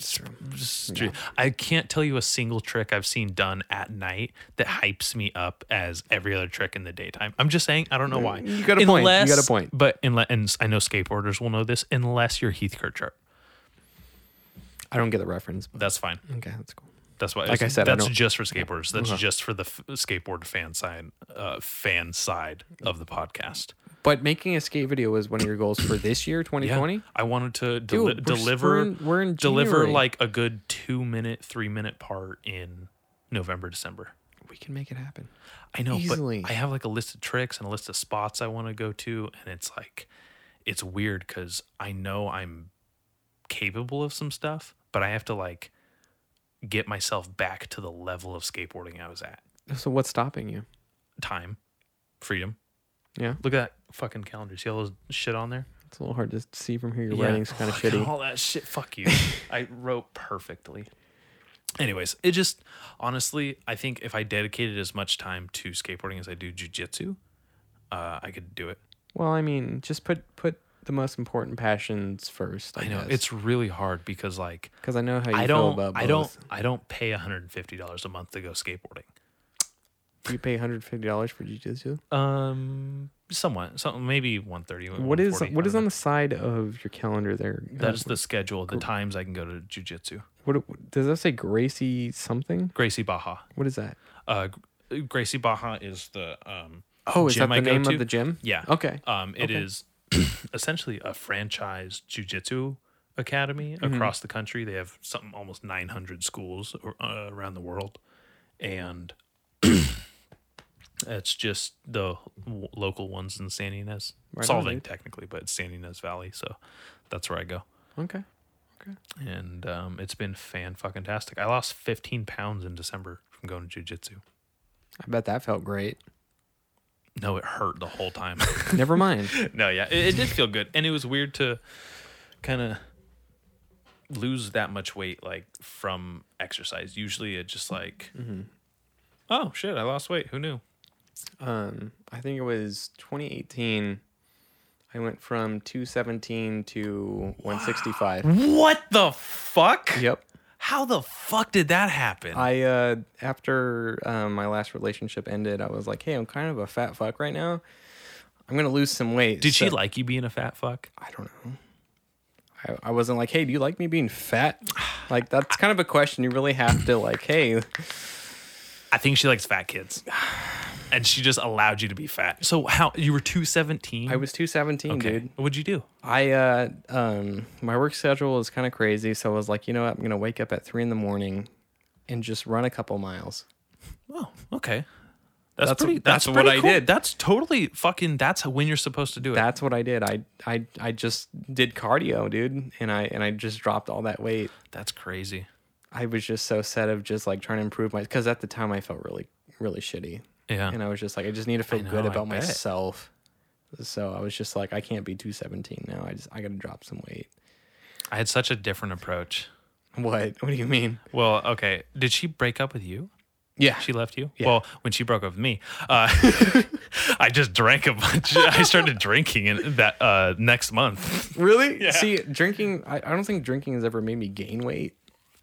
Speaker 2: Street. I can't tell you a single trick I've seen done at night that hypes me up as every other trick in the daytime. I'm just saying, I don't know why.
Speaker 3: You got a point. You got a
Speaker 2: Unless-
Speaker 3: point.
Speaker 2: But unless, and I know skateboarders will know this, unless you're Heath Kirchhardt.
Speaker 3: I don't get the reference. But
Speaker 2: That's fine.
Speaker 3: okay, that's cool.
Speaker 2: That's why.
Speaker 3: Like I said, I
Speaker 2: that's
Speaker 3: don't- Uh-huh.
Speaker 2: just for skateboarders. That's just for the f- skateboard fan side, uh, fan side of the podcast.
Speaker 3: But making a skate video was one of your goals for this year, 2020.
Speaker 2: I wanted to deli-
Speaker 3: Dude, we're s-
Speaker 2: deliver.
Speaker 3: we're in- we're in
Speaker 2: deliver
Speaker 3: January.
Speaker 2: like a good two minute, three minute part in November, December.
Speaker 3: We can make it happen.
Speaker 2: I know,
Speaker 3: Easily.
Speaker 2: but I have like a list of tricks and a list of spots I want to go to, and it's like, it's weird because I know I'm capable of some stuff, but I have to like get myself back to the level of skateboarding I was at.
Speaker 3: So what's stopping you?
Speaker 2: Time, freedom.
Speaker 3: Yeah,
Speaker 2: Look at that fucking calendar. See all those shit on there?
Speaker 3: it's a little hard to see from here. Your
Speaker 2: Yeah. Oh,
Speaker 3: writing's kind of
Speaker 2: Look at
Speaker 3: shitty.
Speaker 2: All that shit. Fuck
Speaker 3: *laughs*
Speaker 2: you. I wrote perfectly. Anyways, it just honestly, I think if I dedicated as much time to skateboarding as I do jujitsu, uh, I could do it.
Speaker 3: Well, I mean, just put put the most important passions first. I,
Speaker 2: You know, it's really hard because like
Speaker 3: because I know how you
Speaker 2: I
Speaker 3: feel
Speaker 2: don't,
Speaker 3: about. Both.
Speaker 2: I don't, I don't pay one hundred and fifty dollars a month to go skateboarding.
Speaker 3: You pay 150 dollars for jujitsu.
Speaker 2: Um, somewhat, something maybe one thirty.
Speaker 3: What is what is on the side of your calendar there?
Speaker 2: That is the schedule, the times I can go to jujitsu.
Speaker 3: What does that say? Gracie something?
Speaker 2: Gracie Baja.
Speaker 3: What is that?
Speaker 2: Uh, Gr- Gracie Baja is the um.
Speaker 3: Oh, is
Speaker 2: gym
Speaker 3: that
Speaker 2: I
Speaker 3: the
Speaker 2: go
Speaker 3: name
Speaker 2: to.
Speaker 3: of the gym?
Speaker 2: Yeah.
Speaker 3: Okay.
Speaker 2: Um, it is *clears throat* essentially a franchise jujitsu academy
Speaker 3: Mm-hmm.
Speaker 2: across the country. They have something almost 900 schools or, uh, around the world, and *clears throat* it's just the w- local ones in San Ynez,
Speaker 3: Right on,
Speaker 2: Solving
Speaker 3: dude.
Speaker 2: technically, but it's San Ynez Valley. So that's where I go,
Speaker 3: Okay.
Speaker 2: and um, it's been fan fucking tastic. I lost 15 pounds in December from going to jujitsu.
Speaker 3: I bet that felt great.
Speaker 2: No, it hurt the whole time. *laughs*
Speaker 3: Never mind.
Speaker 2: No, yeah, it, it did feel good, and it was weird to kind of lose that much weight like from exercise. Usually, it just like, oh shit, I lost weight. Who knew?
Speaker 3: um, I think it was 2018. I went from 217 to 165.
Speaker 2: What the fuck?
Speaker 3: *laughs* Yep.
Speaker 2: How the fuck did that happen?
Speaker 3: I uh after um, my last relationship ended, I was like, hey, I'm kind of a fat fuck right now. I'm gonna lose some weight.
Speaker 2: did she
Speaker 3: so-
Speaker 2: like you being a fat fuck?
Speaker 3: I don't know. I, I wasn't like, hey, do you like me
Speaker 2: *sighs*
Speaker 3: being fat? Like that's kind of a question you really have to like, hey,
Speaker 2: I think she likes fat *sighs* kids, and she just allowed you to be fat. So how you were two seventeen?
Speaker 3: I was 217, dude.
Speaker 2: What'd you do?
Speaker 3: I uh um my work schedule is kind of crazy, so I was like, you know what, I'm gonna wake up at three in the morning and just run a couple miles.
Speaker 2: Oh, okay. That's,
Speaker 3: That's-
Speaker 2: pretty. That's,
Speaker 3: that's what
Speaker 2: pretty
Speaker 3: I
Speaker 2: cool.
Speaker 3: did.
Speaker 2: That's totally fucking. That's when you're supposed to do it.
Speaker 3: That's what I did. I I I just did cardio, dude, and I and I just dropped all that weight.
Speaker 2: That's crazy.
Speaker 3: I was just so set of just like trying to improve my because at the time I felt really really shitty,
Speaker 2: Yeah.
Speaker 3: and I was just like, I just need to feel good
Speaker 2: know, I
Speaker 3: about
Speaker 2: bet.
Speaker 3: myself. So I was just like, I can't be 217 now. I just I gotta drop some weight. *laughs*
Speaker 2: I had such a different approach.
Speaker 3: What? What do you mean?
Speaker 2: Well, okay. Did she break up with you?
Speaker 3: Yeah,
Speaker 2: She left you? Well, when she broke up with me, uh, *laughs* I just drank a bunch. I started drinking in that uh, next month.
Speaker 3: Really? See, drinking. I, I don't think drinking has ever made me gain weight.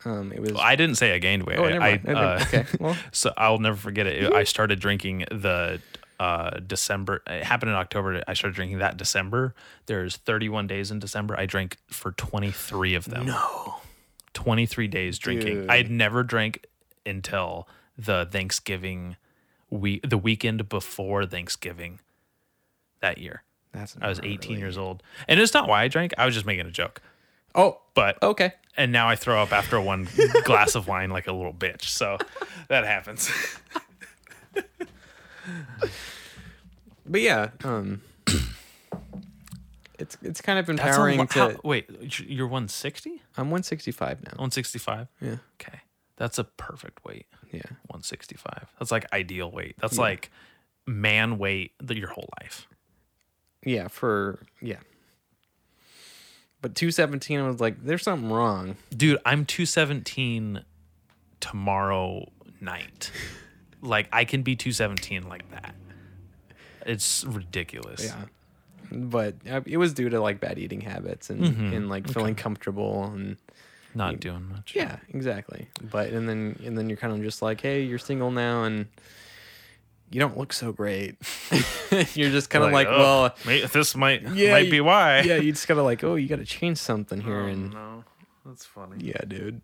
Speaker 3: Um, it was.
Speaker 2: I didn't say I gained weight.
Speaker 3: oh, never
Speaker 2: I,
Speaker 3: mind. Never-
Speaker 2: uh,
Speaker 3: okay.
Speaker 2: *laughs*
Speaker 3: Well,
Speaker 2: So I'll never forget it. I started drinking the uh, December. It happened in October. I started drinking that December. There's 31 days in December. I drank for 23 of them. No. 23 days drinking. I had never drank until the Thanksgiving week, the weekend before Thanksgiving that year.
Speaker 3: that's.
Speaker 2: I was 18 years old. And it's not why I drank. I was just making a joke.
Speaker 3: Oh,
Speaker 2: But
Speaker 3: okay.
Speaker 2: and now I throw up after
Speaker 3: *laughs*
Speaker 2: one glass of wine like a little bitch. So *laughs* that happens.
Speaker 3: But yeah,
Speaker 2: *coughs*
Speaker 3: um, it's it's kind of
Speaker 2: That's a lo-
Speaker 3: empowering to.
Speaker 2: how- wait, you're 160?
Speaker 3: I'm 165 now.
Speaker 2: 165? Yeah. Okay. That's a perfect weight.
Speaker 3: Yeah,
Speaker 2: 165. That's like ideal weight. That's like man weight the, your whole life.
Speaker 3: yeah, for yeah. But 217, I was like, there's something wrong.
Speaker 2: Dude, I'm 217 tomorrow *laughs* night. like I can be 217 like that. It's ridiculous.
Speaker 3: Yeah. But uh, it was due to like bad eating habits and
Speaker 2: Mm-hmm.
Speaker 3: and like feeling comfortable and
Speaker 2: Not doing much.
Speaker 3: yeah, exactly. But and then and then you're kind of just like, hey, you're single now and you don't look so great. *laughs* you're just kind of like,
Speaker 2: "Ugh,
Speaker 3: well,
Speaker 2: may- this *laughs* might
Speaker 3: yeah,
Speaker 2: "Oh, might
Speaker 3: you-
Speaker 2: be why. *laughs* Oh,
Speaker 3: yeah, you just gotta like, oh, you gotta change something here, and
Speaker 6: No, that's funny.
Speaker 3: yeah, dude,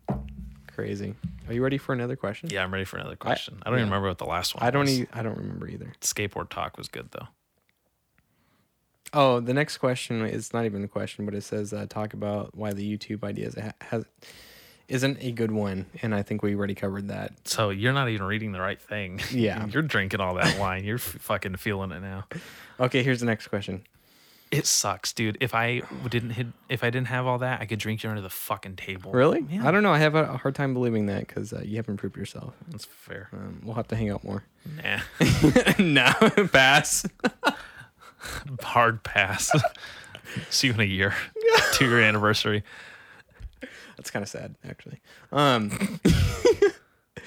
Speaker 3: crazy. Are you ready for another question?
Speaker 2: Yeah, I'm ready for another question. I, don't even remember what the last one.
Speaker 3: I don't.
Speaker 2: was.
Speaker 3: E- I don't remember either.
Speaker 2: Skateboard talk was good though.
Speaker 3: Oh, the next question is not even a question, but it says uh, talk about why the YouTube idea is ha- has isn't a good one, and I think we already covered that.
Speaker 2: So you're not even reading the right thing.
Speaker 3: Yeah.
Speaker 2: *laughs* you're drinking all that wine. You're f- fucking feeling it now.
Speaker 3: Okay, here's the next question.
Speaker 2: It sucks, dude. If I didn't hit, if I didn't have all that, I could drink you under the fucking table.
Speaker 3: Really?
Speaker 2: Yeah,
Speaker 3: I don't know. I have a a hard time believing that because uh, you haven't proved yourself.
Speaker 2: that's
Speaker 3: *laughs*
Speaker 2: fair.
Speaker 3: Um, we'll have to hang out more. *laughs*
Speaker 2: Nah, *laughs*
Speaker 3: no, pass.
Speaker 2: hard pass. *laughs* See you in a
Speaker 3: *laughs*
Speaker 2: year to your anniversary.
Speaker 3: That's kind of sad, actually. Um, *laughs*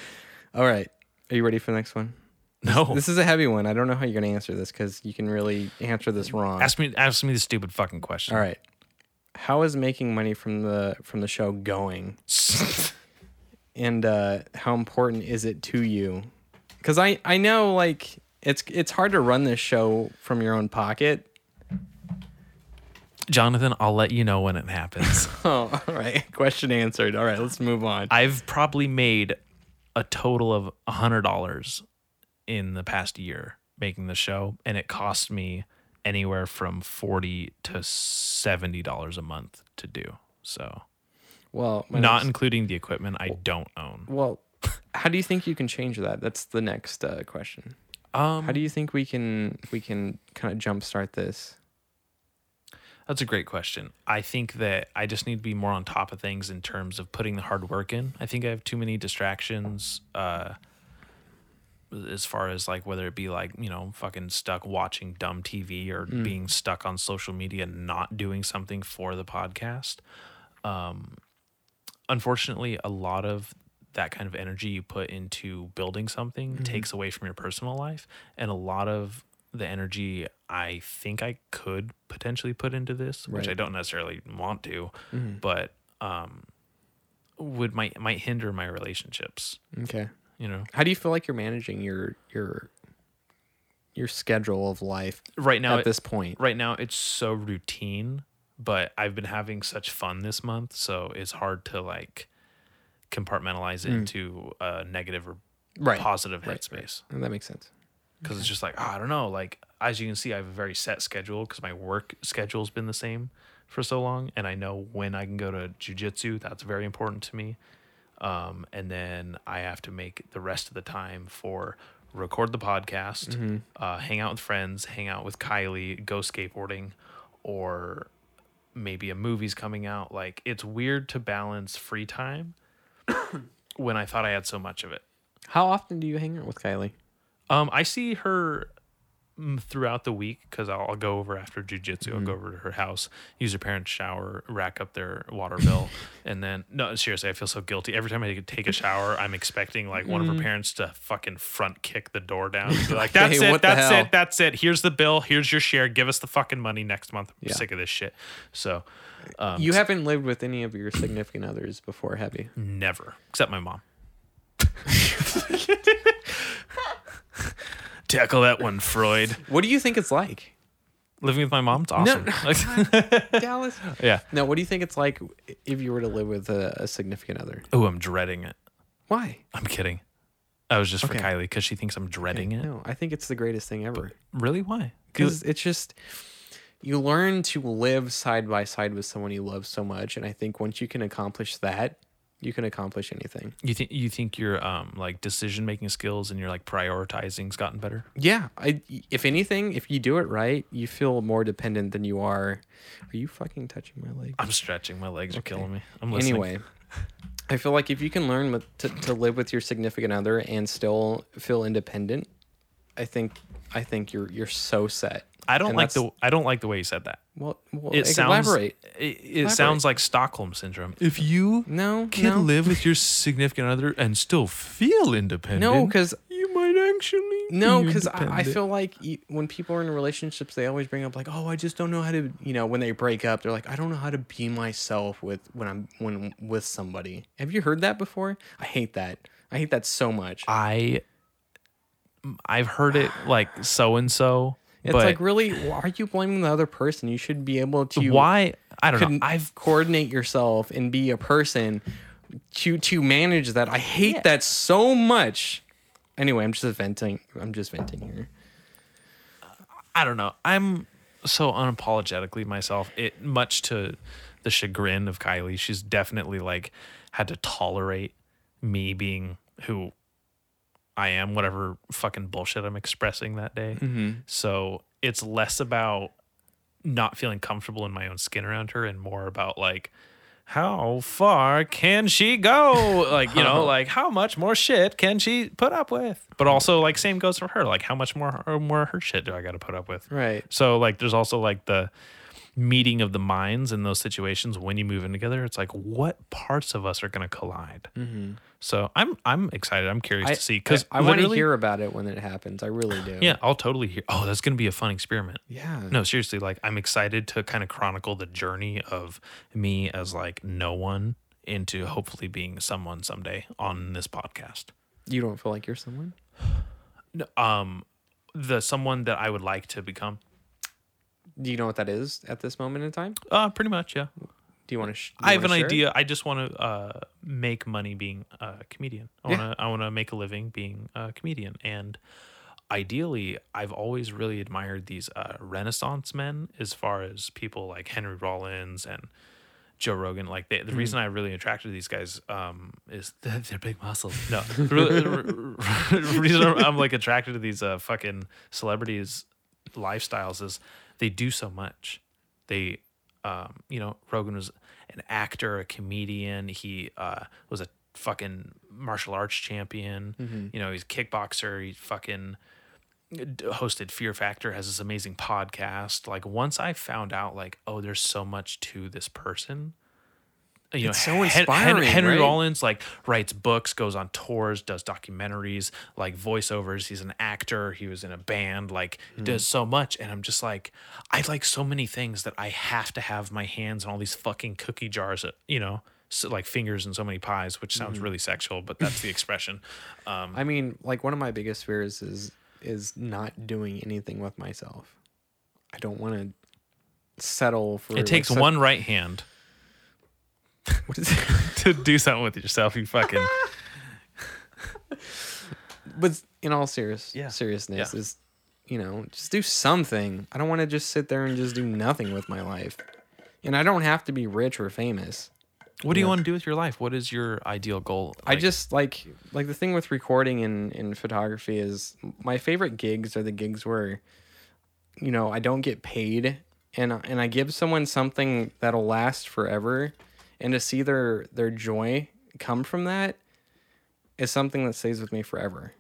Speaker 3: all right. Are you ready for the next one?
Speaker 2: No,
Speaker 3: This is a heavy one. I don't know how you're going to answer this because you can really answer this wrong.
Speaker 2: ask me, ask me the stupid fucking question.
Speaker 3: All right. How is making money from the from the show going? and uh, how important is it to you? Because I I know like it's it's hard to run this show from your own pocket.
Speaker 2: *laughs* Jonathan, I'll let you know when it
Speaker 3: *laughs*
Speaker 2: happens.
Speaker 3: Oh, all right. Question answered. All right, let's move on.
Speaker 2: I've probably made a total of hundred dollars in the past year making the show, and it cost me anywhere from forty to seventy dollars a month to do. So,
Speaker 3: well, my
Speaker 2: not
Speaker 3: next-
Speaker 2: including the equipment I don't own.
Speaker 3: well. *laughs* How do you think you can change that? That's the next uh, question.
Speaker 2: Um,
Speaker 3: How do you think we can we can kind of jumpstart this?
Speaker 2: That's a great question. I think that I just need to be more on top of things in terms of putting the hard work in. I think I have too many distractions uh, as far as like whether it be like, you know, fucking stuck watching dumb TV or
Speaker 3: Mm.
Speaker 2: being stuck on social media and not doing something for the podcast. Um, unfortunately, a lot of that kind of energy you put into building something
Speaker 3: Mm-hmm.
Speaker 2: takes away from your personal life and a lot of the energy I think I could potentially put into this, which I
Speaker 3: Right. Mm-hmm.
Speaker 2: don't necessarily want to, but um, would might might hinder my relationships.
Speaker 3: Okay.
Speaker 2: You know,
Speaker 3: How do you feel like you're managing your your your schedule of life
Speaker 2: right now
Speaker 3: at
Speaker 2: it-
Speaker 3: this point?
Speaker 2: right now it's so routine, but I've been having such fun this month, so it's hard to like compartmentalize it into a negative or
Speaker 3: Hmm. Right.
Speaker 2: positive headspace.
Speaker 3: And that makes sense.
Speaker 2: because it's just like "Ah, I don't know. Like as you can see, I have a very set schedule because my work schedule's been the same for so long, and I know when I can go to jujitsu. That's very important to me. Um, and then I have to make the rest of the time for record the podcast, uh, hang out with friends, hang out with Kylie, go skateboarding, or maybe a movie's coming out. Like it's weird to balance free time when I thought I had so much of it.
Speaker 3: How often do you hang out with Kylie?
Speaker 2: Um, I see her mm, throughout the week because I'll, I'll go over after jujitsu. I'll go
Speaker 3: Mm-hmm.
Speaker 2: over to her house, use her parents' shower, rack up their water
Speaker 3: *laughs*
Speaker 2: bill, and then no, seriously, I feel so guilty every time I take- take a shower. I'm expecting like one of her parents to fucking front kick the door down,
Speaker 3: *laughs*
Speaker 2: and be like,
Speaker 3: Mm-hmm. Hey,
Speaker 2: "That's
Speaker 3: what
Speaker 2: it,
Speaker 3: the
Speaker 2: that's
Speaker 3: hell?"
Speaker 2: it, that's it. Here's the bill. Here's your share. Give us the fucking money next month. I'm
Speaker 3: Yeah.
Speaker 2: sick of this shit." So um,
Speaker 3: You haven't lived with any of your significant others before, have you?
Speaker 2: Never, except my
Speaker 3: *laughs*
Speaker 2: mom. *laughs* Tackle that one, Freud.
Speaker 3: What do you think it's like,
Speaker 2: Living with my mom, it's awesome.
Speaker 3: *laughs*
Speaker 2: *laughs*
Speaker 3: Dallas?
Speaker 2: yeah.
Speaker 3: No, what do you think it's like if you were to live with a, a significant other?
Speaker 2: Oh, I'm dreading it.
Speaker 3: Why?
Speaker 2: I'm kidding. I was just for
Speaker 3: Okay.
Speaker 2: Kylie because she thinks I'm dreading it.
Speaker 3: No, I think it's the greatest thing ever.
Speaker 2: Really? Why?
Speaker 3: Because it's just you learn to live side by side with someone you love so much, and I think once you can accomplish that, you can accomplish anything.
Speaker 2: You think you think your um like decision making skills and your like prioritizing's gotten better?
Speaker 3: Yeah, I if anything, if you do it right, you feel more dependent than you are. Are you fucking touching my leg?
Speaker 2: I'm stretching. My legs are killing me. I'm listening.
Speaker 3: Anyway, I feel like if you can learn with, to to live with your significant other and still feel independent, I think I think you're you're so set.
Speaker 2: I don't
Speaker 3: And
Speaker 2: like
Speaker 3: that's-
Speaker 2: the I don't like the way you said that.
Speaker 3: well. well e-,
Speaker 2: It sounds
Speaker 3: elaborate.
Speaker 2: it, it sounds like Stockholm syndrome. If you
Speaker 3: No,
Speaker 2: can
Speaker 3: no.
Speaker 2: live
Speaker 3: *laughs*
Speaker 2: with your significant other and still feel independent,
Speaker 3: No, 'cause-
Speaker 2: you might actually
Speaker 3: No,
Speaker 2: be
Speaker 3: because I, I
Speaker 2: independent.
Speaker 3: feel like you, when people are in relationships, they always bring up like, "Oh, I just don't know how to," you know, when they break up, they're like, "I don't know how to be myself with when I'm when with somebody." Have you heard that before? I hate that. I hate that so much.
Speaker 2: I I've heard it like so and so,
Speaker 3: it's
Speaker 2: but
Speaker 3: like really, why are you blaming the other person? You should be able to
Speaker 2: why? I don't know.
Speaker 3: con-
Speaker 2: I've
Speaker 3: coordinate yourself and be a person to to manage that. I hate that so much. Anyway, I'm just venting. I'm just venting here.
Speaker 2: I don't know. I'm so unapologetically myself. It much to the chagrin of Kylie, she's definitely like had to tolerate me being who I am, whatever fucking bullshit I'm expressing that day. So it's less about not feeling comfortable in my own skin around her and more about like how far can she go? Like, you know, like how much more shit can she put up with? But also like same goes for her. Like how much more more her shit do I got to put up with?
Speaker 3: Right.
Speaker 2: So like there's also like the meeting of the minds in those situations when you move in together. It's like what parts of us are going to collide. So I'm I'm excited. I'm curious to see because
Speaker 3: Mm-hmm. I, I want to hear about it when it happens. I really do.
Speaker 2: Yeah, I'll totally hear. Oh, that's going to be a fun experiment.
Speaker 3: Yeah.
Speaker 2: No, seriously, like I'm excited to kind of chronicle the journey of me as like no one into hopefully being someone someday on this podcast.
Speaker 3: You don't feel like you're someone?
Speaker 2: Um the someone that I would like to become.
Speaker 3: Do you know what that is at this moment in time?
Speaker 2: Uh pretty much, yeah.
Speaker 3: Do you want to? Sh- do you
Speaker 2: I have an
Speaker 3: wanna share it?
Speaker 2: idea. I just want to uh make money being a comedian. I
Speaker 3: Yeah.
Speaker 2: want to I want to make a living being a comedian and ideally I've always really admired these uh renaissance men as far as people like Henry Rollins and Joe Rogan, like they, the
Speaker 3: Mm-hmm.
Speaker 2: reason I really attracted to these guys um, is *laughs* that they're big muscles.
Speaker 3: *laughs*
Speaker 2: No, the re- the re- *laughs* reason I'm, I'm, like attracted to these uh, fucking celebrities' lifestyles is they do so much. They, um, you know, Rogan was an actor, a comedian. He uh, was a fucking martial arts champion. You know, he's a kickboxer. He's fucking d- hosted Fear Factor, has this amazing podcast. Like once I found out, like, oh, there's so much to this person. You
Speaker 3: It's
Speaker 2: know,
Speaker 3: so
Speaker 2: Hen- Hen-
Speaker 3: inspiring,
Speaker 2: Henry
Speaker 3: right?
Speaker 2: Rollins like writes books, goes on tours, does documentaries, like voiceovers. He's an actor. He was in a band. Like
Speaker 3: Hmm.
Speaker 2: he does so much, and I'm just like, I like so many things that I have to have my hands on all these fucking cookie jars. uh, You know, so, like fingers and so many pies, which
Speaker 3: Hmm.
Speaker 2: sounds really sexual, but that's the
Speaker 3: *laughs*
Speaker 2: expression. Um,
Speaker 3: I mean, like one of my biggest fears is is not doing anything with myself. I don't want to settle for.
Speaker 2: it
Speaker 3: like,
Speaker 2: takes
Speaker 3: set-
Speaker 2: one right hand.
Speaker 3: What is it?
Speaker 2: *laughs* to do something with yourself. You fucking
Speaker 3: *laughs* but in all serious
Speaker 2: Yeah.
Speaker 3: seriousness,
Speaker 2: Yeah.
Speaker 3: is you know just do something. I don't want to just sit there and just do nothing with my life. And I don't have to be rich or famous.
Speaker 2: *laughs* what do you want to do with your life? What is your ideal goal?
Speaker 3: I
Speaker 2: Like,
Speaker 3: just like like the thing with recording and, and photography is my favorite gigs are the gigs where you know I don't get paid and I- and I give someone something that'll last forever and to see their their joy come from that is something that stays with me forever.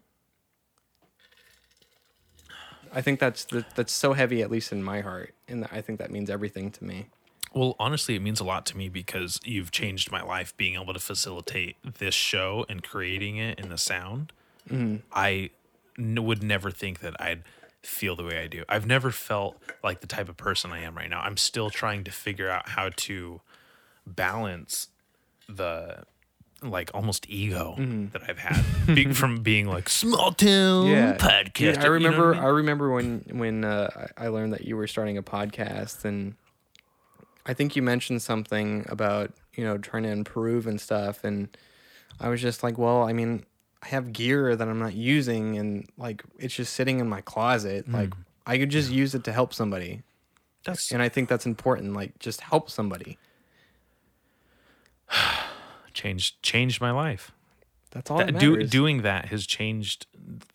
Speaker 3: I think that's the, that's so heavy at least in my heart and I think that means everything to me.
Speaker 2: well, honestly, it means a lot to me because you've changed my life being able to facilitate this show and creating it and the sound. Mm-hmm. I n- would never think that I'd feel the way I do. I've never felt like the type of person I am right now. I'm still trying to figure out how to balance the like almost ego that I've had be- from being like small town podcast. you
Speaker 3: Dude, I
Speaker 2: know what
Speaker 3: remember. I,
Speaker 2: mean?
Speaker 3: remember when when uh, I I learned that you were starting a podcast, and I think you mentioned something about you know trying to improve and stuff, and I was just like, well, I mean, I have gear that I'm not
Speaker 2: Mm.
Speaker 3: using, and like it's just sitting in my closet. Like I could just use it to help somebody.
Speaker 2: That's
Speaker 3: and I think that's important. Like, just help somebody.
Speaker 2: changed changed my life.
Speaker 3: That's all.
Speaker 2: That,
Speaker 3: that
Speaker 2: do,
Speaker 3: matters.
Speaker 2: doing that has changed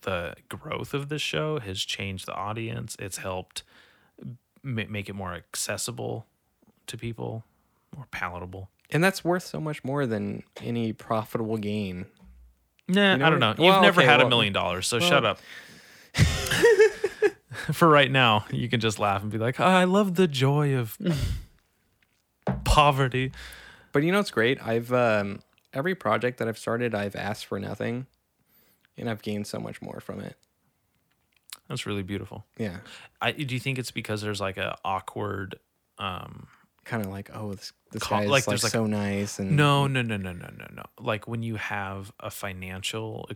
Speaker 2: the growth of this show. Has changed the audience. It's helped ma- make it more accessible to people, more palatable.
Speaker 3: and that's worth so much more than any profitable gain.
Speaker 2: Nah,
Speaker 3: know
Speaker 2: I don't know.
Speaker 3: what I-
Speaker 2: You've
Speaker 3: well,
Speaker 2: never
Speaker 3: okay,
Speaker 2: had a
Speaker 3: well-
Speaker 2: million dollars, so shut
Speaker 3: *laughs*
Speaker 2: up. *laughs* For right now, you can just laugh and be like, "I love the joy
Speaker 3: *laughs*
Speaker 2: of poverty."
Speaker 3: But you know what's great? I've um, every project that I've started, I've asked for nothing, and I've gained so much more from it.
Speaker 2: That's really beautiful.
Speaker 3: Yeah,
Speaker 2: I, do you think it's because there's like a awkward? Um,
Speaker 3: kind of like oh, this this
Speaker 2: Com-
Speaker 3: guy's
Speaker 2: like,
Speaker 3: like,
Speaker 2: there's, like-
Speaker 3: so nice and
Speaker 2: no, no, no, no, no, no, no. Like when you have a financial e,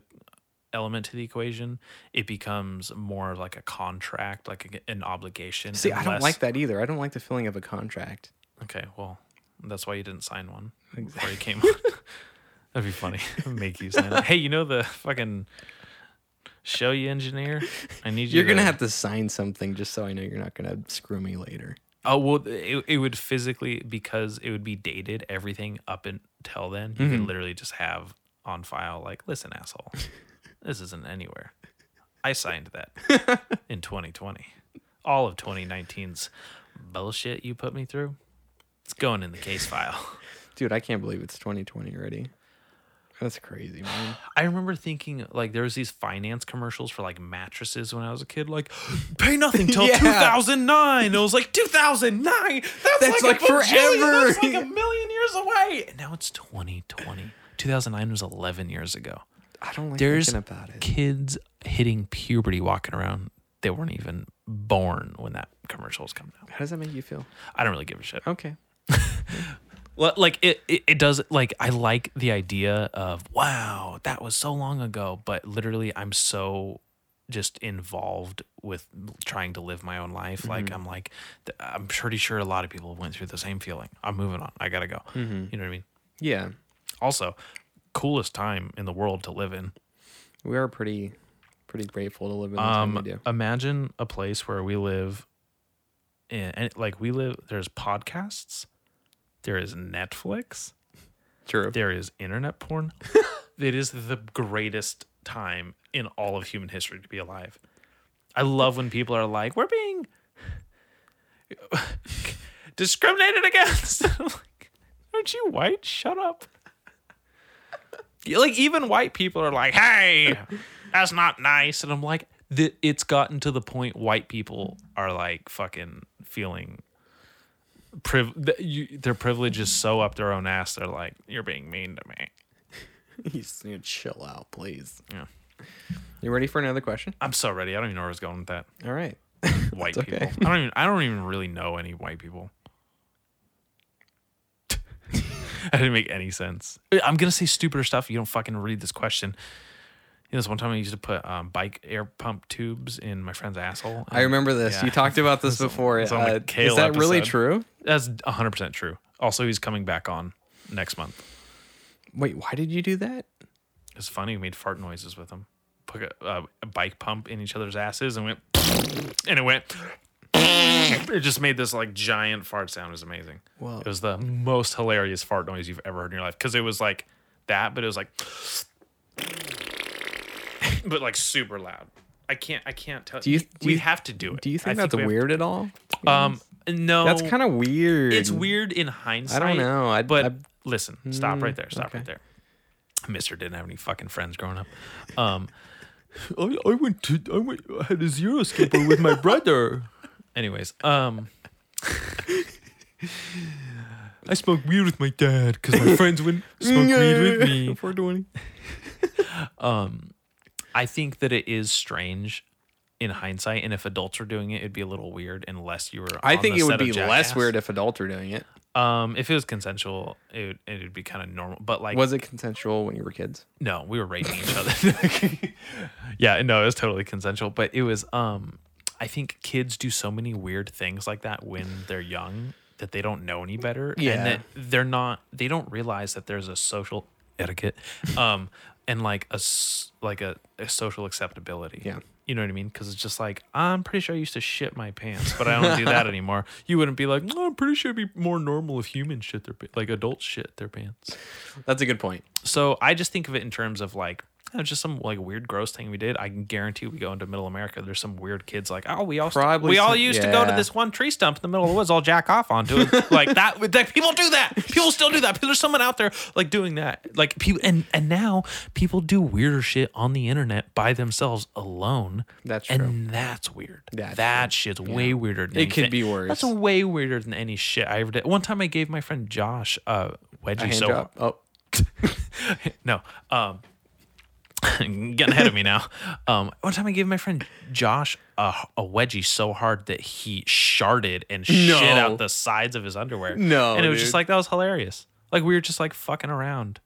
Speaker 2: element to the equation, it becomes more of like a contract, like a, an obligation.
Speaker 3: See,
Speaker 2: and
Speaker 3: I don't
Speaker 2: less-
Speaker 3: like that either. I don't like the feeling of a contract.
Speaker 2: Okay, well, that's why you didn't sign one before you came on. *laughs* That'd be
Speaker 3: *laughs*
Speaker 2: funny. Make you sign. it. Hey, you know the fucking show you engineer? I need you.
Speaker 3: You're gonna have to sign something just so I know you're not gonna screw me later.
Speaker 2: Oh well, it, it would physically because it would be dated everything up until then. You could literally just have on file like, listen, asshole, this isn't anywhere. I signed that in 2020. All of 2019's bullshit you put me through, it's going in the case file.
Speaker 3: Dude, I can't believe it's 2020 already. That's crazy, man.
Speaker 2: I remember thinking like there was these finance commercials for like mattresses when I was a kid, like *gasps* pay
Speaker 3: *laughs*
Speaker 2: nothing till
Speaker 3: Yeah.
Speaker 2: 2009. It was like 2009. That's,
Speaker 3: That's
Speaker 2: like,
Speaker 3: like
Speaker 2: a bajillion-
Speaker 3: forever.
Speaker 2: That's like a
Speaker 3: *laughs*
Speaker 2: million years away. And now it's 2020. 2009 was 11 years ago.
Speaker 3: I don't like
Speaker 2: There's
Speaker 3: thinking about it.
Speaker 2: kids hitting puberty walking around. They weren't even born when that commercial was coming out.
Speaker 3: How does that make you feel?
Speaker 2: I don't really give a shit.
Speaker 3: Okay.
Speaker 2: Well, like it, it, it does like i like the idea of wow that was so long ago but literally i'm so just involved with trying to live my own life
Speaker 3: Mm-hmm.
Speaker 2: like i'm like th- i'm pretty sure a lot of people went through the same feeling i'm moving on i gotta go
Speaker 3: Mm-hmm.
Speaker 2: you know what i mean
Speaker 3: Yeah,
Speaker 2: also coolest time in the world to live in
Speaker 3: we are pretty, pretty grateful to live in the time we
Speaker 2: um
Speaker 3: do.
Speaker 2: imagine a place where we live in and like we live there's podcasts there is netflix
Speaker 3: True.
Speaker 2: there is internet porn. it is the greatest time in all of human history to be alive. I love when people are like, we're being *laughs* discriminated against. *laughs* I'm like, Aren't you white? Shut up. Like, even white people are like, hey, that's not nice. And I'm like, th- it's gotten to the point white people are like fucking feeling priv- th- you, their privilege is so up their own ass. They're like, you're being mean to me.
Speaker 3: You just need to chill out, please.
Speaker 2: Yeah.
Speaker 3: You ready for another question?
Speaker 2: I'm so ready. I don't even know where I was going with that.
Speaker 3: All right.
Speaker 2: White
Speaker 3: *laughs* It's okay.
Speaker 2: people. I don't even. I don't even really know any white people. *laughs* that didn't make any sense. I'm gonna say stupider stuff. if You don't fucking read this question. You know, this one time I used to put um, bike air pump tubes in my friend's asshole.
Speaker 3: I
Speaker 2: and
Speaker 3: remember this.
Speaker 2: Yeah.
Speaker 3: You talked about this before.
Speaker 2: it's on the
Speaker 3: Uh,
Speaker 2: Kale
Speaker 3: is that really
Speaker 2: episode.
Speaker 3: true?
Speaker 2: That's 100 percent true. Also, he's coming back on next month.
Speaker 3: Wait, why did you do that?
Speaker 2: It's funny. We made fart noises with him. Put a, uh, a bike pump in each other's asses and went, *coughs* and it went. *coughs* It just made this like giant fart sound. It was amazing.
Speaker 3: Well-
Speaker 2: it was the most hilarious fart noise you've ever heard in your life because it was like that, but it was like, *coughs* but like super loud. I can't. I can't tell.
Speaker 3: Do you- do
Speaker 2: we
Speaker 3: you-
Speaker 2: have to do it.
Speaker 3: Do you
Speaker 2: I
Speaker 3: think that's
Speaker 2: we have-
Speaker 3: weird at all?
Speaker 2: Um, no.
Speaker 3: That's kind of weird.
Speaker 2: It's weird in hindsight.
Speaker 3: know. I-
Speaker 2: but
Speaker 3: I-
Speaker 2: listen, stop right there. Stop
Speaker 3: okay.
Speaker 2: right there. Mister didn't have any fucking friends growing up. Um, *laughs* I, I went to I went I had a zero skipper with my brother. *laughs* Anyways, um, *laughs* I smoked weed with my dad because my friends wouldn't *laughs* smoke weed with me. *laughs* Um,
Speaker 3: 420.
Speaker 2: I think that it is strange in hindsight, and if adults were doing it, it'd be a little weird unless you were.
Speaker 3: I
Speaker 2: on
Speaker 3: think
Speaker 2: the
Speaker 3: it
Speaker 2: set
Speaker 3: would
Speaker 2: of
Speaker 3: be less
Speaker 2: Jackass.
Speaker 3: weird if adults were doing it.
Speaker 2: Um, if it was consensual, it it would be kind of normal. But like,
Speaker 3: Was it consensual when you were kids?
Speaker 2: no, we were raping each other. *laughs* yeah, no, it was totally consensual. But it was, um, I think kids do so many weird things like that when they're young that they don't know any better,
Speaker 3: Yeah.
Speaker 2: and that they're not, they don't realize that there's a social etiquette, um, and like a s- like a, a social acceptability.
Speaker 3: Yeah.
Speaker 2: You know what I mean? Because it's just like I'm pretty sure I used to shit my pants, but I don't do that *laughs* anymore. You wouldn't be like, "No, I'm pretty sure it'd be more normal if humans shit their pa- like adults shit their pants.
Speaker 3: That's a good point.
Speaker 2: So I just think of it in terms of like oh, just some like weird gross thing we did. I can guarantee we go into Middle America. There's some weird kids like, oh, we all
Speaker 3: Probably
Speaker 2: we all
Speaker 3: some-
Speaker 2: used to go to
Speaker 3: yeah.
Speaker 2: this one tree stump in the middle of the woods, all jack off onto
Speaker 3: *laughs*
Speaker 2: it. like that, like, people do that. People still do that. There's someone out there like doing that. Like people, and and now people do weirder shit on the internet by themselves alone.
Speaker 3: That's
Speaker 2: and that's weird.
Speaker 3: That's
Speaker 2: that shit's way weirder. Than
Speaker 3: It could
Speaker 2: anything.
Speaker 3: be worse.
Speaker 2: That's way weirder than any shit I ever did. One time I gave my friend Josh a wedgie
Speaker 3: A hand
Speaker 2: so
Speaker 3: job. Oh, *laughs*
Speaker 2: *laughs* no. Um, getting ahead of me
Speaker 3: *laughs*
Speaker 2: now. Um, one time I gave my friend Josh a, a wedgie so hard that he sharded and
Speaker 3: No.
Speaker 2: shit out the sides of his underwear.
Speaker 3: No,
Speaker 2: and it was
Speaker 3: dude.
Speaker 2: just like that was hilarious. Like we were just like fucking around.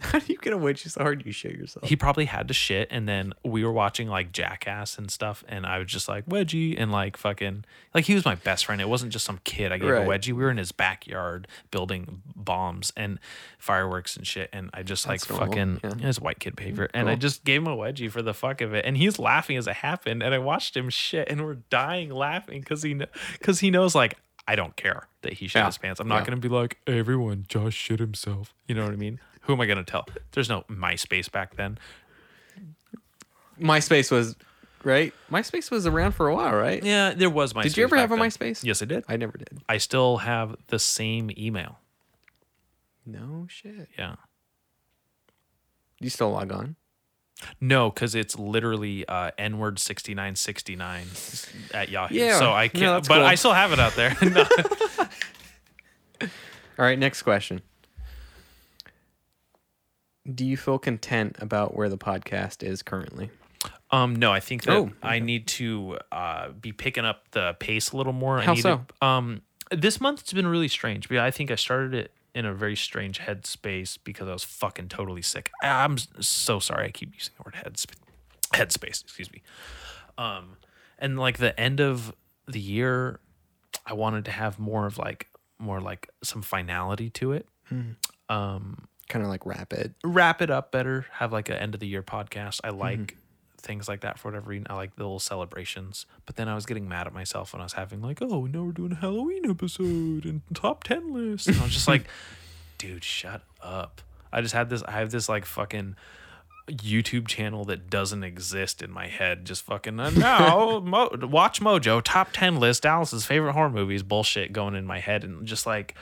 Speaker 3: how do you get a wedgie so hard you
Speaker 2: *laughs*
Speaker 3: shit yourself?
Speaker 2: He probably had to shit, and then we were watching like Jackass and stuff, and I was just like wedgie and like fucking like he was my best friend. It wasn't just some kid I gave
Speaker 3: Right.
Speaker 2: a wedgie. We were in his backyard building bombs and fireworks and shit, and I just like
Speaker 3: normal,
Speaker 2: fucking
Speaker 3: yeah.
Speaker 2: his white kid behavior, and I just gave him a wedgie for the fuck of it, and he's laughing as it happened, and I watched him shit, and we're dying laughing because he because he knows like. I don't care that he shit
Speaker 3: Yeah.
Speaker 2: his pants. I'm not
Speaker 3: Yeah.
Speaker 2: gonna be like everyone. Josh shit himself. You know what I mean? Who am I gonna tell? There's no MySpace back then.
Speaker 3: MySpace was right. MySpace was around for a while, right?
Speaker 2: Yeah, there was MySpace.
Speaker 3: Did you ever
Speaker 2: back
Speaker 3: have a
Speaker 2: then.
Speaker 3: MySpace?
Speaker 2: Yes, I did.
Speaker 3: I never did.
Speaker 2: I still have the same email.
Speaker 3: No shit.
Speaker 2: Yeah.
Speaker 3: You still log on?
Speaker 2: No, because it's literally uh, n-word sixty nine sixty nine at Yahoo.
Speaker 3: Yeah.
Speaker 2: So I
Speaker 3: No,
Speaker 2: can't.
Speaker 3: that's
Speaker 2: but
Speaker 3: cool.
Speaker 2: I still have it out *laughs* there. No.
Speaker 3: All right, next question. Do you feel content about where the podcast is currently?
Speaker 2: Um, no, I think that
Speaker 3: Oh,
Speaker 2: I need to uh, be picking up the pace a little more.
Speaker 3: How
Speaker 2: I need
Speaker 3: so?
Speaker 2: To, um, this month it's been really strange. But I think I started it in a very strange headspace because I was fucking totally sick. I'm s- so sorry. I keep using the word headspace. Headspace, excuse me. Um, and like the end of the year, I wanted to have more of like more like some finality to it
Speaker 3: Kind of like rapid.
Speaker 2: wrap it up better, have like an end of the year podcast. I like things like that for whatever reason. I like the little celebrations. But then I was getting mad at myself when I was having like, oh, now we're doing a Halloween episode and top 10 list. And I was just like, dude, shut up. I just had this, I have this like fucking YouTube channel that doesn't exist in my head. Just fucking, uh, no, Mo- watch Mojo, top 10 list, Alice's favorite horror movies, bullshit going in my head. And just like,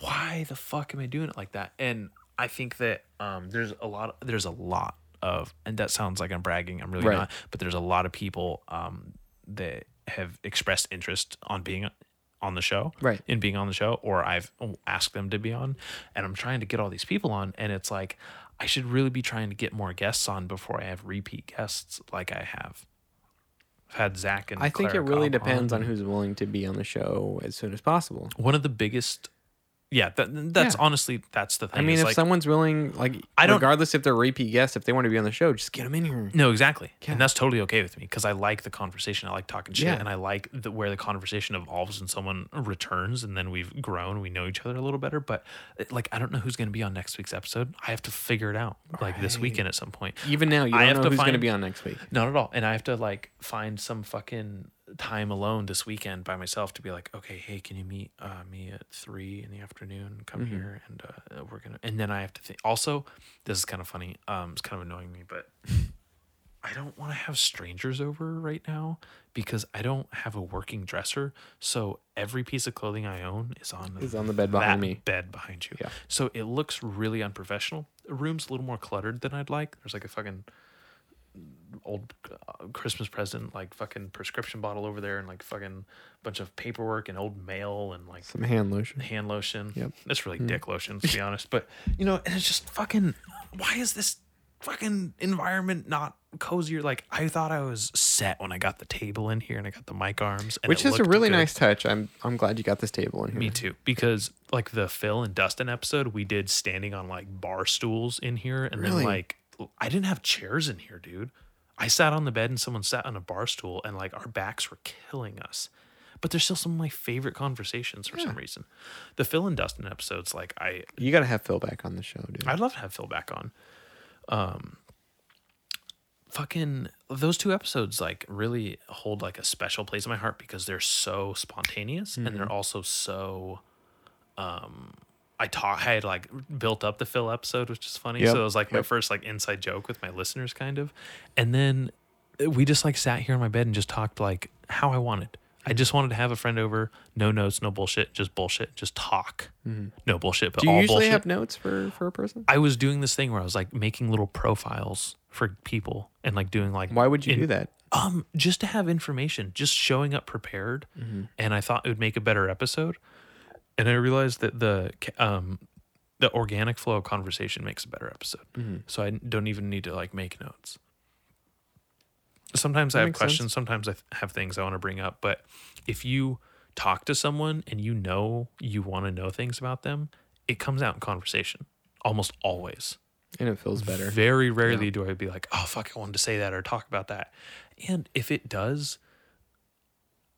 Speaker 2: why the fuck am I doing it like that? And I think that um, there's a lot, there's a lot of, and that sounds like I'm bragging. I'm really
Speaker 3: Right.
Speaker 2: not, but there's a lot of people um, that have expressed interest on being on the show
Speaker 3: Right.
Speaker 2: in being on the show or I've asked them to be on and I'm trying to get all these people on and it's like I should really be trying to get more guests on before I have repeat guests like I have. I've had Zach and
Speaker 3: I think it
Speaker 2: Clara
Speaker 3: really
Speaker 2: Cobb
Speaker 3: depends on who's willing to be on the show as soon as possible.
Speaker 2: one of the biggest yeah that, that's
Speaker 3: Yeah.
Speaker 2: honestly that's the thing
Speaker 3: I mean,
Speaker 2: It's
Speaker 3: if
Speaker 2: like,
Speaker 3: someone's willing, like,
Speaker 2: I don't-
Speaker 3: regardless if they're repeat guests, if they want to be on the show, just get them in here.
Speaker 2: No, exactly.
Speaker 3: Mm. Yeah.
Speaker 2: And that's totally okay with me because I like the conversation. I like talking shit
Speaker 3: Yeah.
Speaker 2: and I like the, where the conversation evolves and someone returns and then we've grown, we know each other a little better. But eh, like, I don't know who's going to be on next week's episode. I have to figure it out like this weekend at some point.
Speaker 3: Even now, you don't
Speaker 2: I have
Speaker 3: know
Speaker 2: to
Speaker 3: who's going to
Speaker 2: find-
Speaker 3: be on next week.
Speaker 2: Not at all. And I have to like find some fucking time alone this weekend by myself to be like, okay, hey, can you meet uh, me at three in the afternoon? Come
Speaker 3: Mm-hmm.
Speaker 2: here and uh, uh, we're gonna. And then I have to think. Also, this is kind of funny. Um, it's kind of annoying me, but I don't want to have strangers over right now because I don't have a working dresser. So every piece of clothing I own is on
Speaker 3: Is on the bed behind
Speaker 2: that
Speaker 3: me.
Speaker 2: Bed behind you.
Speaker 3: Yeah.
Speaker 2: So it looks really unprofessional. The room's a little more cluttered than I'd like. There's like a fucking old uh, Christmas present, like fucking prescription bottle over there, and like fucking bunch of paperwork and old mail and like
Speaker 3: Some hand lotion.
Speaker 2: hand lotion.
Speaker 3: Yep. Hmm.
Speaker 2: That's really dick lotion,
Speaker 3: *laughs*
Speaker 2: to be honest. But you know, and it's just fucking. Why is this fucking environment not cozier? Like I thought I was set when I got the table in here and I got the mic arms, and
Speaker 3: Which
Speaker 2: it
Speaker 3: is a
Speaker 2: looked
Speaker 3: really
Speaker 2: good.
Speaker 3: nice touch. I'm I'm glad you got this table in here.
Speaker 2: Me too, because like the Phil and Dustin episode, we did standing on like bar stools in here, and
Speaker 3: Really?
Speaker 2: then like I didn't have chairs in here, dude. I sat on the bed and someone sat on a bar stool, and like our backs were killing us. But they're still some of my favorite conversations for some reason. The Phil and Dustin episodes, like I
Speaker 3: You got to have Phil back on the show, dude.
Speaker 2: I'd love to have Phil back on. Um, fucking those two episodes like really hold like a special place in my heart because they're so spontaneous and
Speaker 3: Mm-hmm.
Speaker 2: they're also so um I taught I had like built up the Phil episode, which is funny.
Speaker 3: Yep,
Speaker 2: So it was like my first like inside joke with my listeners kind of. And then uh, we just like sat here on my bed and just talked like how I wanted.
Speaker 3: Hmm.
Speaker 2: I just wanted to have a friend over, no notes, no bullshit, just bullshit, just talk. No bullshit, but
Speaker 3: Mm-hmm. Do you
Speaker 2: all
Speaker 3: usually
Speaker 2: bullshit.
Speaker 3: have notes for for a person?
Speaker 2: I was doing this thing where I was like making little profiles for people and like doing like
Speaker 3: Why would you
Speaker 2: in-
Speaker 3: do that?
Speaker 2: Um, just to have information, just showing up prepared,
Speaker 3: Mm-hmm.
Speaker 2: and I thought it would make a better episode. And I realized that the ca- um the organic flow of conversation makes a better episode.
Speaker 3: Mm-hmm.
Speaker 2: So I don't even need to like make notes. Sometimes I have
Speaker 3: makes sense.
Speaker 2: questions. Sometimes I th- have things I want to bring up. But if you talk to someone and you know you want to know things about them, it comes out in conversation almost always.
Speaker 3: And it feels better.
Speaker 2: Very rarely do I be like, oh, fuck, I wanted to say that or talk about that. And if it does,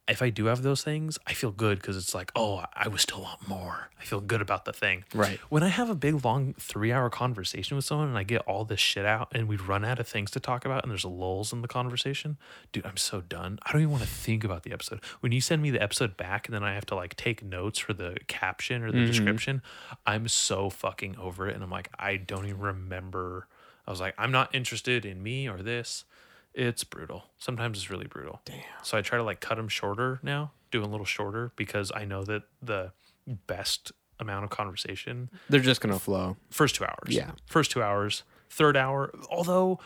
Speaker 2: if I do have those things, I feel good because it's like, oh, I- I was still want more. I feel good about the thing.
Speaker 3: Right.
Speaker 2: When I have a big, long three hour conversation with someone and I get all this shit out and we run out of things to talk about and there's lulls in the conversation, dude, I'm so done. I don't even want to think about the episode. When you send me the episode back and then I have to like take notes for the caption or the description, I'm so fucking over it. And I'm like, I don't even remember. I was like, I'm not interested in me or this. It's brutal. Sometimes it's really brutal. Damn. So I try to like cut them shorter now, do 'em a little shorter because I know that the best amount of conversation
Speaker 3: They're just gonna flow.
Speaker 2: first two hours.
Speaker 3: Yeah.
Speaker 2: First two hours, third hour. Although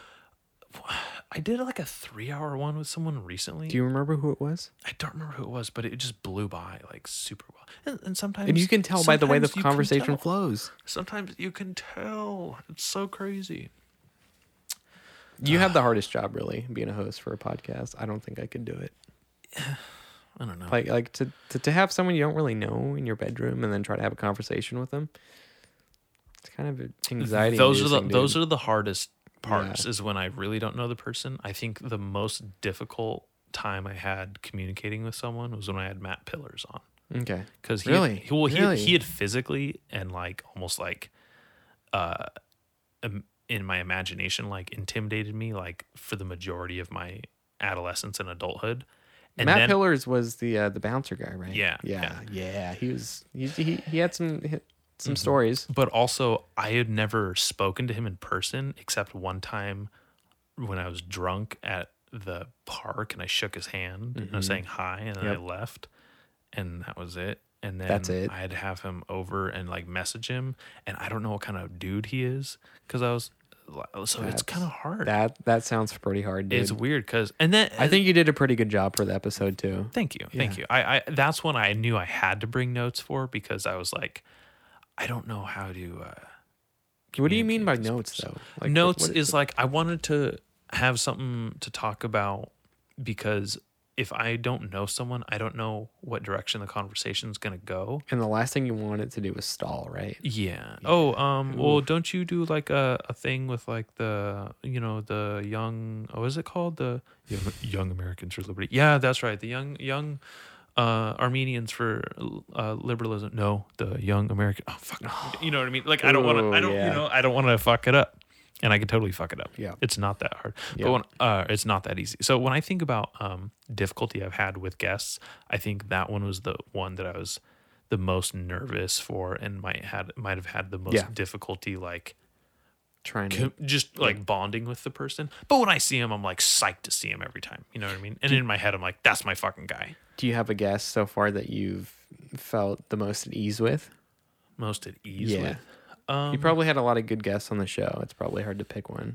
Speaker 2: I did like a three hour one with someone recently.
Speaker 3: Do you remember who it was?
Speaker 2: I don't remember who it was, but it just blew by like super well. And, and sometimes
Speaker 3: And you can tell by the way the
Speaker 2: sometimes you can
Speaker 3: conversation
Speaker 2: tell.
Speaker 3: flows.
Speaker 2: Sometimes you can tell. It's so crazy.
Speaker 3: You have the hardest job, really, being a host for a podcast. I don't think I could do it.
Speaker 2: I don't know.
Speaker 3: Like, like to, to to have someone you don't really know in your bedroom and then try to have a conversation with them. It's kind of anxiety.
Speaker 2: those are the those are the hardest parts
Speaker 3: Yeah.
Speaker 2: is when i really don't know the person i think the most difficult time i had communicating with someone was when i had matt pillars on
Speaker 3: okay.
Speaker 2: because he,
Speaker 3: Really?
Speaker 2: he well he,
Speaker 3: Really?
Speaker 2: he had physically and like almost like uh im- in my imagination like intimidated me like for the majority of my adolescence and adulthood and
Speaker 3: Matt
Speaker 2: then
Speaker 3: Pillars was the uh, the bouncer guy, right?
Speaker 2: Yeah, Mm-hmm.
Speaker 3: yeah, yeah. He was he he, he had some he- some stories.
Speaker 2: but also I had never spoken to him in person except one time when I was drunk at the park and I shook his hand and I
Speaker 3: Mm-hmm.
Speaker 2: was saying hi and then I left and that was it. And then
Speaker 3: That's it.
Speaker 2: I had to have him over and like message him and I don't know what kind of dude he is because I was so it's kind of hard.
Speaker 3: That that sounds pretty hard, dude.
Speaker 2: it's weird because and then
Speaker 3: I think you did a pretty good job for the episode too.
Speaker 2: Thank you. Thank you. I, I that's one I knew I had to bring notes for because I was like, I don't know how to uh
Speaker 3: What do you mean by
Speaker 2: communicate
Speaker 3: notes though? Like, what-
Speaker 2: notes
Speaker 3: what-
Speaker 2: is like I wanted to have something to talk about because if I don't know someone, I don't know what direction the conversation's gonna go.
Speaker 3: and the last thing you wanted to do was stall, right?
Speaker 2: Yeah. Oh, um, well, don't you do like a, a thing with like the you know the young oh is it called the young, young Americans for Liberty? Yeah, that's right. The young young uh Armenians for uh liberalism. No, the young American. Oh *sighs* fuck. You know what I mean? Like I don't want to. I
Speaker 3: Ooh,
Speaker 2: don't.
Speaker 3: yeah.
Speaker 2: You know. I don't want to fuck it up. And I could totally fuck it up.
Speaker 3: Yeah.
Speaker 2: It's not that hard.
Speaker 3: Yeah.
Speaker 2: But when, uh, it's not that easy. So when I think about um, difficulty I've had with guests, I think that one was the one that I was the most nervous for and might had might have had the most
Speaker 3: Yeah.
Speaker 2: difficulty like
Speaker 3: Trying to
Speaker 2: co- just like bonding with the person. But when I see him, I'm like psyched to see him every time. You know what I mean? And in my head, I'm like, that's my fucking guy.
Speaker 3: Do you have a guess so far that you've felt the most at ease with?
Speaker 2: Most at ease
Speaker 3: Yeah.
Speaker 2: with. Um,
Speaker 3: You probably had a lot of good guests on the show. It's probably hard to pick one.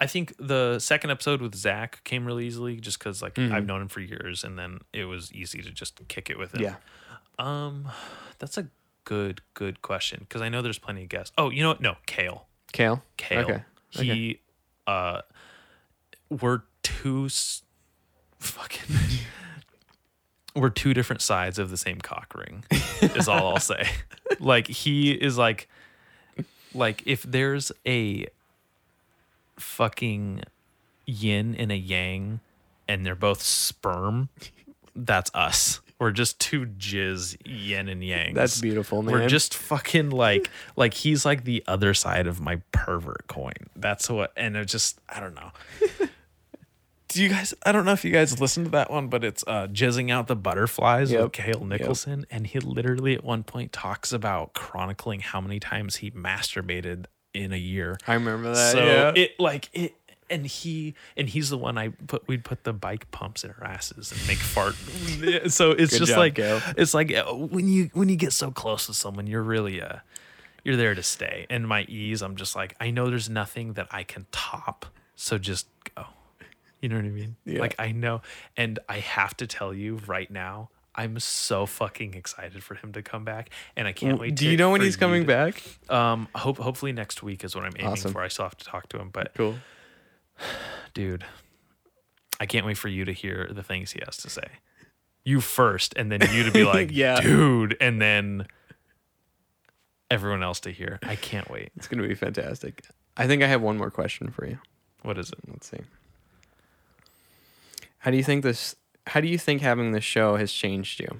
Speaker 2: I think the second episode with Zach came really easily just because like
Speaker 3: Mm-hmm.
Speaker 2: I've known him for years and then it was easy to just kick it with him. Um, that's a good, good question because I know there's plenty of guests. Oh, you know what? No, Kale.
Speaker 3: Kale?
Speaker 2: Kale.
Speaker 3: Okay.
Speaker 2: He, uh, we're two s- fucking. *laughs* we're two different sides of the same cock ring, is all I'll
Speaker 3: *laughs*
Speaker 2: say. Like he is like, like if there's a fucking yin and a yang, and they're both sperm, that's us. We're just two jizz yin and yang.
Speaker 3: That's beautiful, man.
Speaker 2: We're just fucking like like he's like the other side of my pervert coin. That's what and it just I don't know. *laughs* Do you guys I don't know if you guys listened to that one, but it's uh jizzing out the butterflies
Speaker 3: Yep.
Speaker 2: with Kale Nicholson and he literally at one point talks about chronicling how many times he masturbated in a year.
Speaker 3: I remember that.
Speaker 2: So
Speaker 3: yeah.
Speaker 2: it like it and he and he's the one I put we'd put the bike pumps in our asses and make fart. *laughs* so it's
Speaker 3: Good
Speaker 2: just
Speaker 3: job,
Speaker 2: like
Speaker 3: Gail.
Speaker 2: it's like uh, when you when you get so close to someone, you're really uh you're there to stay. And my ease, I'm just like I know there's nothing that I can top, so just go. You know what I mean?
Speaker 3: Yeah.
Speaker 2: Like I know, and I have to tell you right now. I'm so fucking excited for him to come back, and I can't wait.
Speaker 3: Do
Speaker 2: to-
Speaker 3: you know when
Speaker 2: for
Speaker 3: he's
Speaker 2: you
Speaker 3: coming
Speaker 2: to-
Speaker 3: back?
Speaker 2: um, hope hopefully next week is what I'm aiming
Speaker 3: Awesome.
Speaker 2: for. I still have to talk to him, but
Speaker 3: Cool.
Speaker 2: dude, I can't wait for you to hear the things he has to say. You first, and then you to
Speaker 3: *laughs*
Speaker 2: be like,
Speaker 3: Yeah.
Speaker 2: dude, and then everyone else to hear. I can't wait.
Speaker 3: It's gonna be fantastic. I think I have one more question for you.
Speaker 2: What is it?
Speaker 3: Let's see. How do you think this? How do you think having this show has changed you?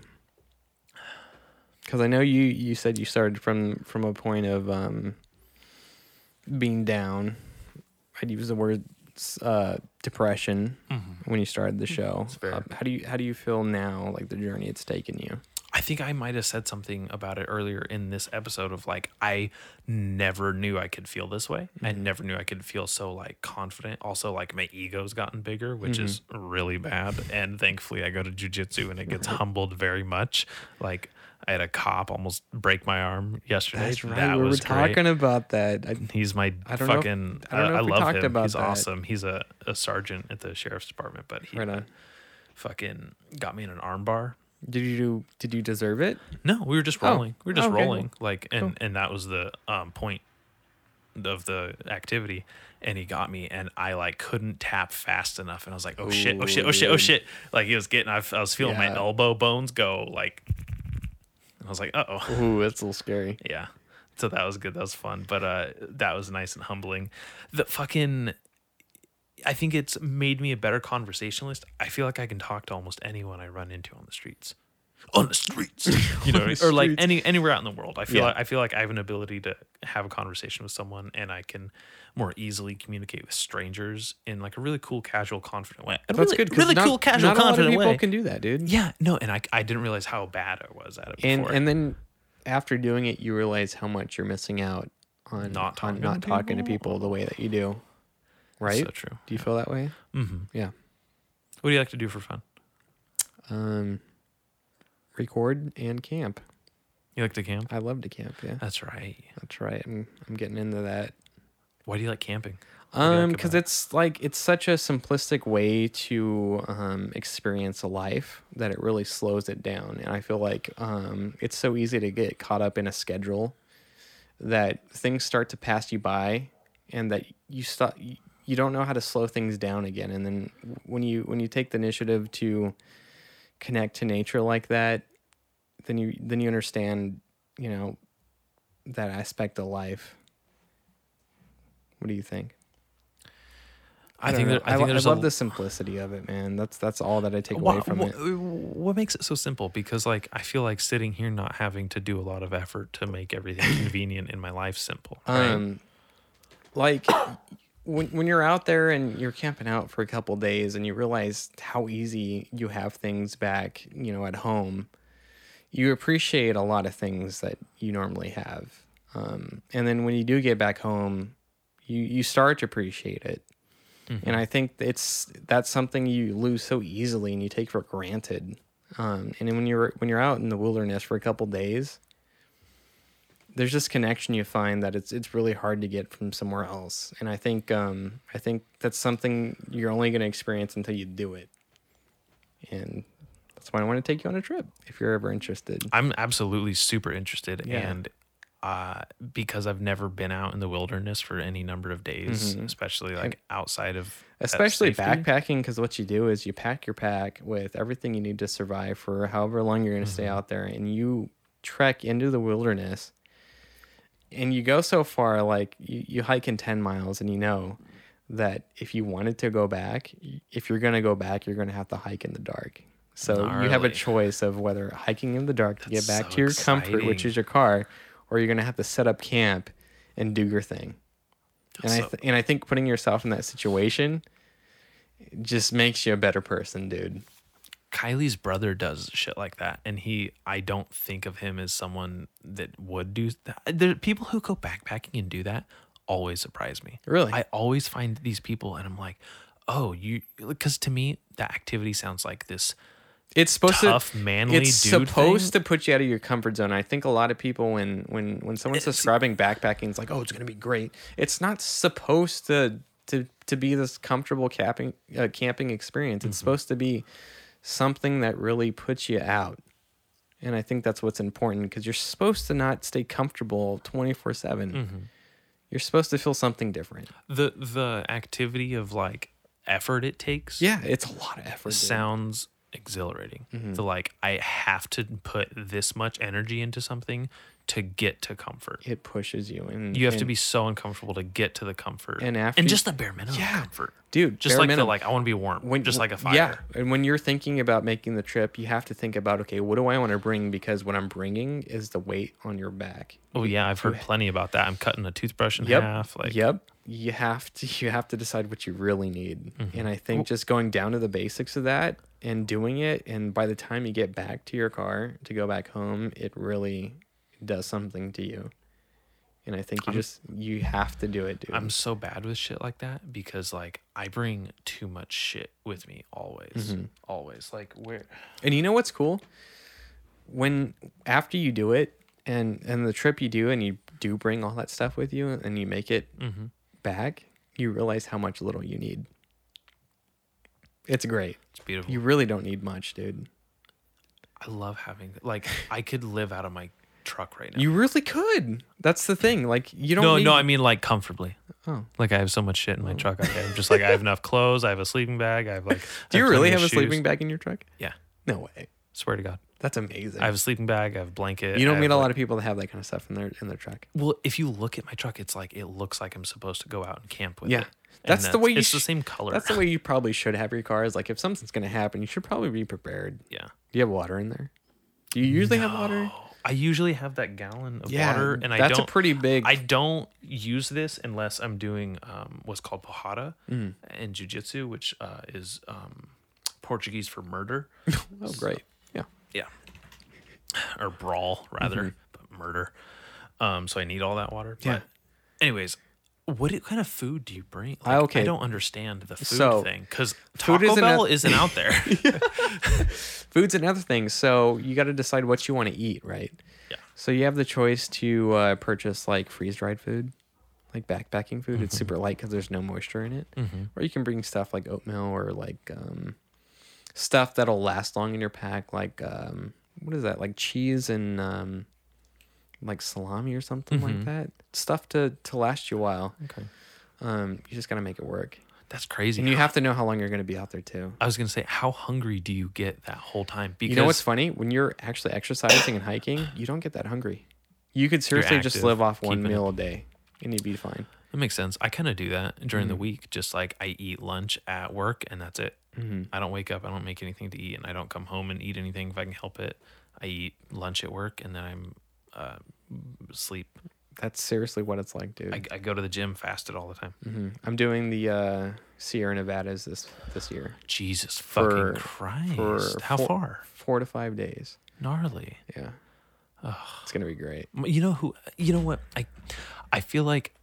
Speaker 3: Because I know you you said you started from from a point of um, being down. I'd use the word s- uh, depression when you started the show.
Speaker 2: fair.
Speaker 3: Uh, how do you how do you feel now? Like the journey it's taken you.
Speaker 2: I think I might have said something about it earlier in this episode of like I never knew I could feel this way. I
Speaker 3: Mm-hmm.
Speaker 2: never knew I could feel so like confident. Also like my ego's gotten bigger, which is
Speaker 3: Mm-hmm.
Speaker 2: really bad. And thankfully I go to jujitsu and it gets humbled very much. Like I had a cop almost break my arm yesterday. That
Speaker 3: we were
Speaker 2: was great.
Speaker 3: talking about that. I,
Speaker 2: He's my
Speaker 3: I don't know if-
Speaker 2: fucking. uh,
Speaker 3: I don't know
Speaker 2: I,
Speaker 3: if we
Speaker 2: love
Speaker 3: talked
Speaker 2: him.
Speaker 3: about
Speaker 2: He's
Speaker 3: that.
Speaker 2: awesome. He's a, a sergeant at the sheriff's department, but he
Speaker 3: right on.
Speaker 2: fucking got me in an arm bar
Speaker 3: Did you do? Did you deserve it?
Speaker 2: no, we were just
Speaker 3: Oh.
Speaker 2: rolling. We were just
Speaker 3: Okay, cool.
Speaker 2: rolling. Like and and that was the um point of the activity. And he got me and I like couldn't tap fast enough. And I was like, oh shit, oh shit, oh shit, oh
Speaker 3: Ooh.
Speaker 2: shit. Like he was getting I, f- I was feeling my
Speaker 3: Yeah.
Speaker 2: elbow bones go like and I was like, uh oh.
Speaker 3: Ooh, that's a little scary.
Speaker 2: Yeah. So that was good. That was fun. But uh that was nice and humbling. The fucking I think it's made me a better conversationalist. I feel like I can talk to almost anyone I run into on the streets. On the streets. You know,
Speaker 3: *laughs* On
Speaker 2: or
Speaker 3: the
Speaker 2: like
Speaker 3: streets.
Speaker 2: any anywhere out in the world. I feel
Speaker 3: Yeah.
Speaker 2: like I feel like I have an ability to have a conversation with someone and I can more easily communicate with strangers in like a really cool, casual, confident way. A
Speaker 3: That's
Speaker 2: really,
Speaker 3: good. 'cause
Speaker 2: Really
Speaker 3: not-
Speaker 2: cool, casual,
Speaker 3: not
Speaker 2: confident
Speaker 3: a lot of people
Speaker 2: way.
Speaker 3: can do that, dude.
Speaker 2: yeah, no, and I, I didn't realize how bad I was at it before.
Speaker 3: and and then after doing it, you realize how much you're missing out on
Speaker 2: Not
Speaker 3: on
Speaker 2: talking
Speaker 3: not
Speaker 2: to
Speaker 3: talking to people the way that you do. Right?
Speaker 2: So true.
Speaker 3: Do you feel that way? Mm-hmm. Yeah.
Speaker 2: What do you like to do for fun?
Speaker 3: Um, record and camp.
Speaker 2: You like to camp?
Speaker 3: I love to camp. Yeah,
Speaker 2: That's right.
Speaker 3: that's right. I'm I'm getting into that.
Speaker 2: Why do you like camping? do you
Speaker 3: Um,
Speaker 2: like
Speaker 3: because
Speaker 2: about it?
Speaker 3: it's like it's such a simplistic way to um, experience a life that it really slows it down, and I feel like um, it's so easy to get caught up in a schedule that things start to pass you by, and that you stop you don't know how to slow things down again. And then when you when you take the initiative to connect to nature like that, then you then you understand you know that aspect of life. What do you think?
Speaker 2: I,
Speaker 3: don't
Speaker 2: think
Speaker 3: know.
Speaker 2: that, I,
Speaker 3: I,
Speaker 2: think
Speaker 3: lo- I
Speaker 2: there's
Speaker 3: love
Speaker 2: a,
Speaker 3: the simplicity of it, man. That's that's all that I take
Speaker 2: Wha-
Speaker 3: away from
Speaker 2: wha-
Speaker 3: it.
Speaker 2: What makes it so simple? Because like I feel like sitting here not having to do a lot of effort to make everything *laughs* convenient in my life simple. Right?
Speaker 3: Um, like when when you're out there and you're camping out for a couple days and you realize how easy you have things back, you know, at home, you appreciate a lot of things that you normally have. Um, and then when you do get back home, you you start to appreciate it. And I think it's that's something you lose so easily and you take for granted. Um, and then when you're when you're out in the wilderness for a couple days, there's this connection you find that it's it's really hard to get from somewhere else. And I think um, I think that's something you're only going to experience until you do it. And that's why I want to take you on a trip if you're ever interested.
Speaker 2: I'm absolutely super interested
Speaker 3: Yeah.
Speaker 2: and uh, because I've never been out in the wilderness for any number of days, especially like outside of that
Speaker 3: Especially
Speaker 2: safety.
Speaker 3: backpacking, because what you do is you pack your pack with everything you need to survive for however long you're going to stay
Speaker 2: Mm-hmm.
Speaker 3: out there, and you trek into the wilderness. And you go so far, like you, you hike in 10 miles, and you know that if you wanted to go back, y- if you're going to go back, you're going to have to hike in the dark. So you have a
Speaker 2: Gnarly.
Speaker 3: choice of whether hiking in the dark to get back
Speaker 2: so
Speaker 3: to your comfort, which
Speaker 2: exciting.
Speaker 3: is your car, or you're gonna have to set up camp and do your thing. And I
Speaker 2: So-
Speaker 3: th- and I think putting yourself in that situation just makes you a better person, dude.
Speaker 2: Kylie's brother does shit like that, and he I don't think of him as someone that would do that. The people who go backpacking and do that always surprise me.
Speaker 3: Really?
Speaker 2: I always find these people, and I'm like, oh, you because to me that activity sounds like this.
Speaker 3: It's supposed
Speaker 2: Tough,
Speaker 3: to
Speaker 2: manly
Speaker 3: It's
Speaker 2: dude
Speaker 3: supposed to put you out of your comfort zone. I think a lot of people when when when someone's describing backpacking, it's like, oh, it's gonna be great. It's not supposed to to to be this comfortable camping uh, camping experience.
Speaker 2: Mm-hmm.
Speaker 3: It's supposed to be something that really puts you out. And I think that's what's important because you're supposed to not stay comfortable twenty four
Speaker 2: Mm-hmm.
Speaker 3: seven. You're supposed to feel something different.
Speaker 2: The the activity of like effort it takes.
Speaker 3: Yeah, it's a lot of effort. dude.
Speaker 2: sounds exhilarating.
Speaker 3: Mm-hmm.
Speaker 2: The like I have to put this much energy into something to get to comfort.
Speaker 3: It pushes you, and
Speaker 2: You have to
Speaker 3: and-
Speaker 2: be so uncomfortable to get to the comfort,
Speaker 3: And after
Speaker 2: and
Speaker 3: you-
Speaker 2: just the bare minimum
Speaker 3: Yeah.
Speaker 2: comfort,
Speaker 3: Dude,
Speaker 2: Just
Speaker 3: bare
Speaker 2: like the
Speaker 3: minimum.
Speaker 2: like I want to be warm,
Speaker 3: when
Speaker 2: just like a fire.
Speaker 3: Yeah, and when you're thinking about making the trip, you have to think about okay, what do I want to bring? Because what I'm bringing is the weight on your back.
Speaker 2: Oh yeah, I've heard plenty about that. I'm cutting a toothbrush in
Speaker 3: Yep.
Speaker 2: half. Like
Speaker 3: yep. You have to *laughs* you have to decide what you really need.
Speaker 2: Mm-hmm.
Speaker 3: And I think just going down to the basics of that and doing it, and by the time you get back to your car to go back home, it really does something to you. And I think you just you have to do it, dude.
Speaker 2: I'm so bad with shit like that because like I bring too much shit with me always,
Speaker 3: Mm-hmm.
Speaker 2: always. Like where
Speaker 3: And you know what's cool? When after you do it and and the trip you do and you do bring all that stuff with you and you make it
Speaker 2: Mm-hmm.
Speaker 3: back, you realize how much little you need. It's great.
Speaker 2: it's beautiful.
Speaker 3: You really don't need much, dude.
Speaker 2: I love having like I could live out of my truck right now.
Speaker 3: You really could. That's the thing. Like you don't
Speaker 2: no,
Speaker 3: need Oh.
Speaker 2: no, I mean like comfortly. Oh. Like I have so much shit in my truck. I, am just like I have enough clothes. I have a sleeping bag. I have like.
Speaker 3: *laughs* Do you really have a sleeping
Speaker 2: bag?
Speaker 3: bag in your truck?
Speaker 2: Yeah,
Speaker 3: No way.
Speaker 2: swear to God,
Speaker 3: That's amazing.
Speaker 2: I have a sleeping bag. I have a blanket.
Speaker 3: you don't
Speaker 2: I
Speaker 3: meet
Speaker 2: have,
Speaker 3: a
Speaker 2: like-
Speaker 3: lot of people that have that kind of stuff in their in their truck.
Speaker 2: Well, if you look at my truck, it's like it looks like I'm supposed to go out and camp with.
Speaker 3: Yeah.
Speaker 2: it. And
Speaker 3: That's the way you
Speaker 2: It's the
Speaker 3: sh-
Speaker 2: same color.
Speaker 3: That's the way you probably should have your car. Is like if something's gonna happen, you should probably be prepared.
Speaker 2: *laughs* yeah.
Speaker 3: Do you have water in there? Do you usually have water?
Speaker 2: I usually have that gallon of
Speaker 3: Yeah,
Speaker 2: water, and I
Speaker 3: that's a
Speaker 2: don't,
Speaker 3: pretty big-
Speaker 2: I don't use this unless I'm doing um, what's called pojada
Speaker 3: Mm.
Speaker 2: in jujitsu, which uh, is um, Portuguese for murder.
Speaker 3: Oh, great. Yeah.
Speaker 2: Yeah. Or brawl, rather, but murder. Um, so I need all that water.
Speaker 3: Mm-hmm. Yeah.
Speaker 2: But anyways, what do- kind of food do you bring?
Speaker 3: I- okay.
Speaker 2: I don't understand the food
Speaker 3: So,
Speaker 2: thing because
Speaker 3: food
Speaker 2: Taco
Speaker 3: isn't
Speaker 2: Bell
Speaker 3: a-
Speaker 2: isn't
Speaker 3: *laughs*
Speaker 2: out there. *laughs*
Speaker 3: Food's another thing. So you got to decide what you want to eat, right?
Speaker 2: Yeah.
Speaker 3: So you have the choice to uh, purchase like freeze dried food, like backpacking food. It's super light because there's no moisture in it. Or you can bring stuff like oatmeal or like um, stuff that'll last long in your pack, like um, what is that? Like cheese and um, like salami or something like that. Stuff to, to last you a while. Okay. Um, you just got to make it work.
Speaker 2: That's crazy.
Speaker 3: And you have to know how long you're going to be out there too.
Speaker 2: I was gonna say, how hungry do you get that whole time? Because
Speaker 3: You know what's funny? When you're actually exercising and hiking, you don't get that hungry. You could seriously just
Speaker 2: active,
Speaker 3: live off one
Speaker 2: keeping
Speaker 3: meal a day and you'd be fine.
Speaker 2: that makes sense. I kind of do that during
Speaker 3: Mm-hmm.
Speaker 2: the week. Just like I eat lunch at work, and that's it.
Speaker 3: Mm-hmm.
Speaker 2: I don't wake up. I don't make anything to eat, and I don't come home and eat anything if I can help it. I eat lunch at work, and then I'm uh, sleep.
Speaker 3: That's seriously what it's like, dude.
Speaker 2: I, I go to the gym fasted all the time.
Speaker 3: I, am doing the uh, Sierra Nevadas this this year.
Speaker 2: Jesus
Speaker 3: For-
Speaker 2: fucking Christ!
Speaker 3: for
Speaker 2: How
Speaker 3: four-
Speaker 2: far?
Speaker 3: Four to five days.
Speaker 2: Gnarly.
Speaker 3: Yeah. It's gonna be great.
Speaker 2: M- You know who? You know what? I, I feel like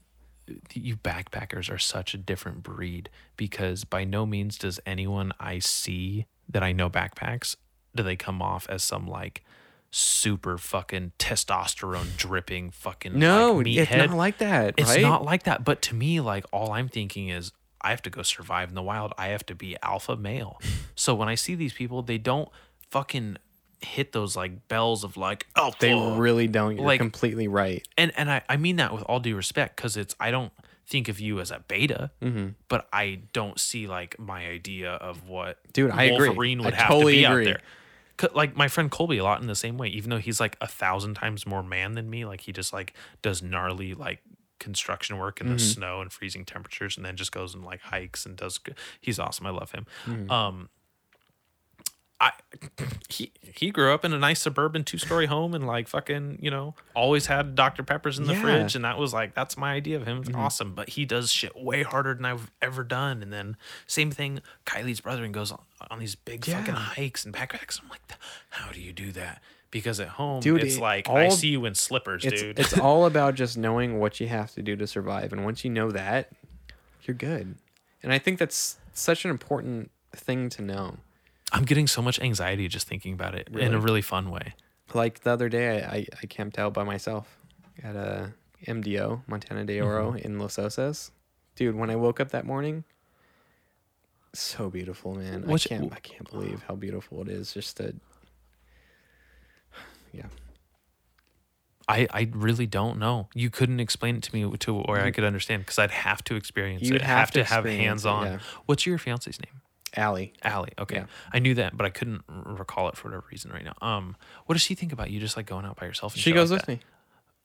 Speaker 2: you backpackers are such a different breed because by no means does anyone I see that I know backpacks do they come off as some like super fucking testosterone dripping fucking
Speaker 3: No,
Speaker 2: like,
Speaker 3: it's
Speaker 2: meathead.
Speaker 3: not like that.
Speaker 2: It's
Speaker 3: right?
Speaker 2: not like that. But to me, like all I'm thinking is I have to go survive in the wild. I have to be alpha
Speaker 3: *laughs*
Speaker 2: male. so when I see these people, they don't fucking hit those like bells of like alpha.
Speaker 3: They really don't. You're
Speaker 2: Like-
Speaker 3: completely right.
Speaker 2: and and I, I mean that with all due respect because it's I don't think of you as a beta,
Speaker 3: Mm-hmm.
Speaker 2: but I don't see like my idea of what
Speaker 3: Dude, I agree.
Speaker 2: Wolverine would
Speaker 3: I
Speaker 2: have
Speaker 3: totally
Speaker 2: to be out
Speaker 3: agree.
Speaker 2: there. 'Cause, Like my friend Colby a lot in the same way, even though he's like a thousand times more man than me. Like he just like does gnarly like construction work in the
Speaker 3: Mm-hmm.
Speaker 2: snow and freezing temperatures, and then just goes
Speaker 3: Mm-hmm.
Speaker 2: and like hikes and does. g- He's awesome. I love him. Um, I He grew up in a nice suburban two story home and like fucking, you know, always had Dr. Peppers in the
Speaker 3: Yeah. Mm-hmm.
Speaker 2: fridge. And that was like, that's my idea of him. It's awesome. But he does shit way harder than I've ever done. And then same thing, Kylie's brother and goes on, on these big fucking hikes and backpacks. I'm like, how do you do that? Because at home,
Speaker 3: Dude,
Speaker 2: it's
Speaker 3: it-
Speaker 2: like, I
Speaker 3: all-
Speaker 2: see you in slippers,
Speaker 3: It's
Speaker 2: dude.
Speaker 3: it's all about just knowing what you have to do to survive, and once you know that, you're good. And I think that's such an important thing to know.
Speaker 2: *laughs* I'm getting so much anxiety just thinking about it in a really fun way.
Speaker 3: Like the other day, I, I, I camped out by myself at a MDO Montana
Speaker 2: Mm-hmm.
Speaker 3: de Oro in Los Osos. Dude, when I woke up that morning, so beautiful, man.
Speaker 2: Which-
Speaker 3: I can't I can't believe how beautiful it is. Just to yeah.
Speaker 2: I, I really don't know. You couldn't explain it to me to where I could understand because I'd have to experience
Speaker 3: You'd
Speaker 2: it.
Speaker 3: have
Speaker 2: Have,
Speaker 3: to
Speaker 2: to, have
Speaker 3: experience it,
Speaker 2: hands on.
Speaker 3: yeah.
Speaker 2: What's your fiance's name?
Speaker 3: Allie,
Speaker 2: Allie. Okay,
Speaker 3: Yeah.
Speaker 2: I knew that, but I couldn't r- recall it for whatever reason right now. Um, what does she think about you just like going out by yourself? And
Speaker 3: she
Speaker 2: shit
Speaker 3: goes
Speaker 2: like
Speaker 3: with
Speaker 2: that?
Speaker 3: me.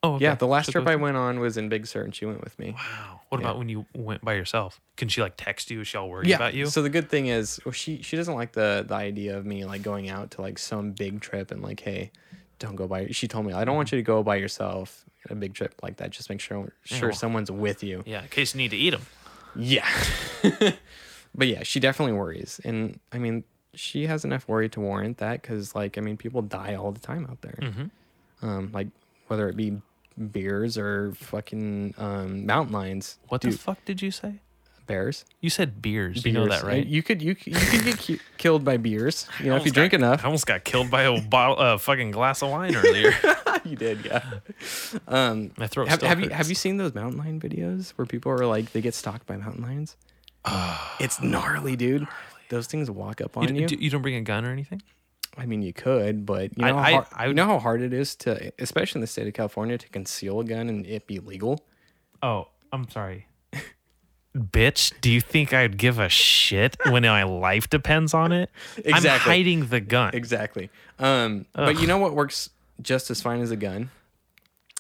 Speaker 2: Oh, okay.
Speaker 3: Yeah, the last
Speaker 2: She'll
Speaker 3: trip
Speaker 2: go
Speaker 3: I
Speaker 2: with
Speaker 3: went on was in Big Sur, and she went with me.
Speaker 2: you. Wow. What about when you went by yourself? Can she like text you? Is she all worried about you?
Speaker 3: So the good thing is, well, she she doesn't like the the idea of me like going out to like some big trip and like, hey, don't go by. She told me
Speaker 2: Mm-hmm.
Speaker 3: I don't want you to go by yourself on a big trip like that. Just make sure sure someone's with you.
Speaker 2: yeah, in case you need to eat them.
Speaker 3: Yeah. *laughs* but yeah, she definitely worries, and I mean, she has enough worry to warrant that because like I mean, people die all the time out there.
Speaker 2: Mm-hmm.
Speaker 3: Um, like whether it be bears or fucking um, mountain lions,
Speaker 2: What the fuck did you say?
Speaker 3: bears.
Speaker 2: You said beers. You know
Speaker 3: Beers.
Speaker 2: that, right?
Speaker 3: You could you c- you could get cu- *laughs* killed by beers. You know, if you drink
Speaker 2: I
Speaker 3: enough.
Speaker 2: almost got killed by a bottle, a fucking glass of wine
Speaker 3: *laughs*
Speaker 2: earlier.
Speaker 3: you
Speaker 2: *laughs*
Speaker 3: did, yeah.
Speaker 2: My throat.
Speaker 3: Have,
Speaker 2: still
Speaker 3: have you
Speaker 2: hurts.
Speaker 3: have you seen those mountain lion videos where people are like they get stalked by mountain
Speaker 2: *sighs*
Speaker 3: lions? it's gnarly, dude. Those things walk up on
Speaker 2: You,
Speaker 3: you.
Speaker 2: d- you don't bring a gun or anything?
Speaker 3: I mean, you could, but you
Speaker 2: I-
Speaker 3: know,
Speaker 2: I-
Speaker 3: how, hard,
Speaker 2: I
Speaker 3: you
Speaker 2: would-
Speaker 3: know how hard it is to, especially in the state of California, to conceal a gun and it be legal.
Speaker 2: Oh, I'm sorry. Bitch, do you think I'd give a shit when my life depends on it? I'm
Speaker 3: Exactly.
Speaker 2: hiding the gun.
Speaker 3: Exactly. Um, but you know what works just as fine as a gun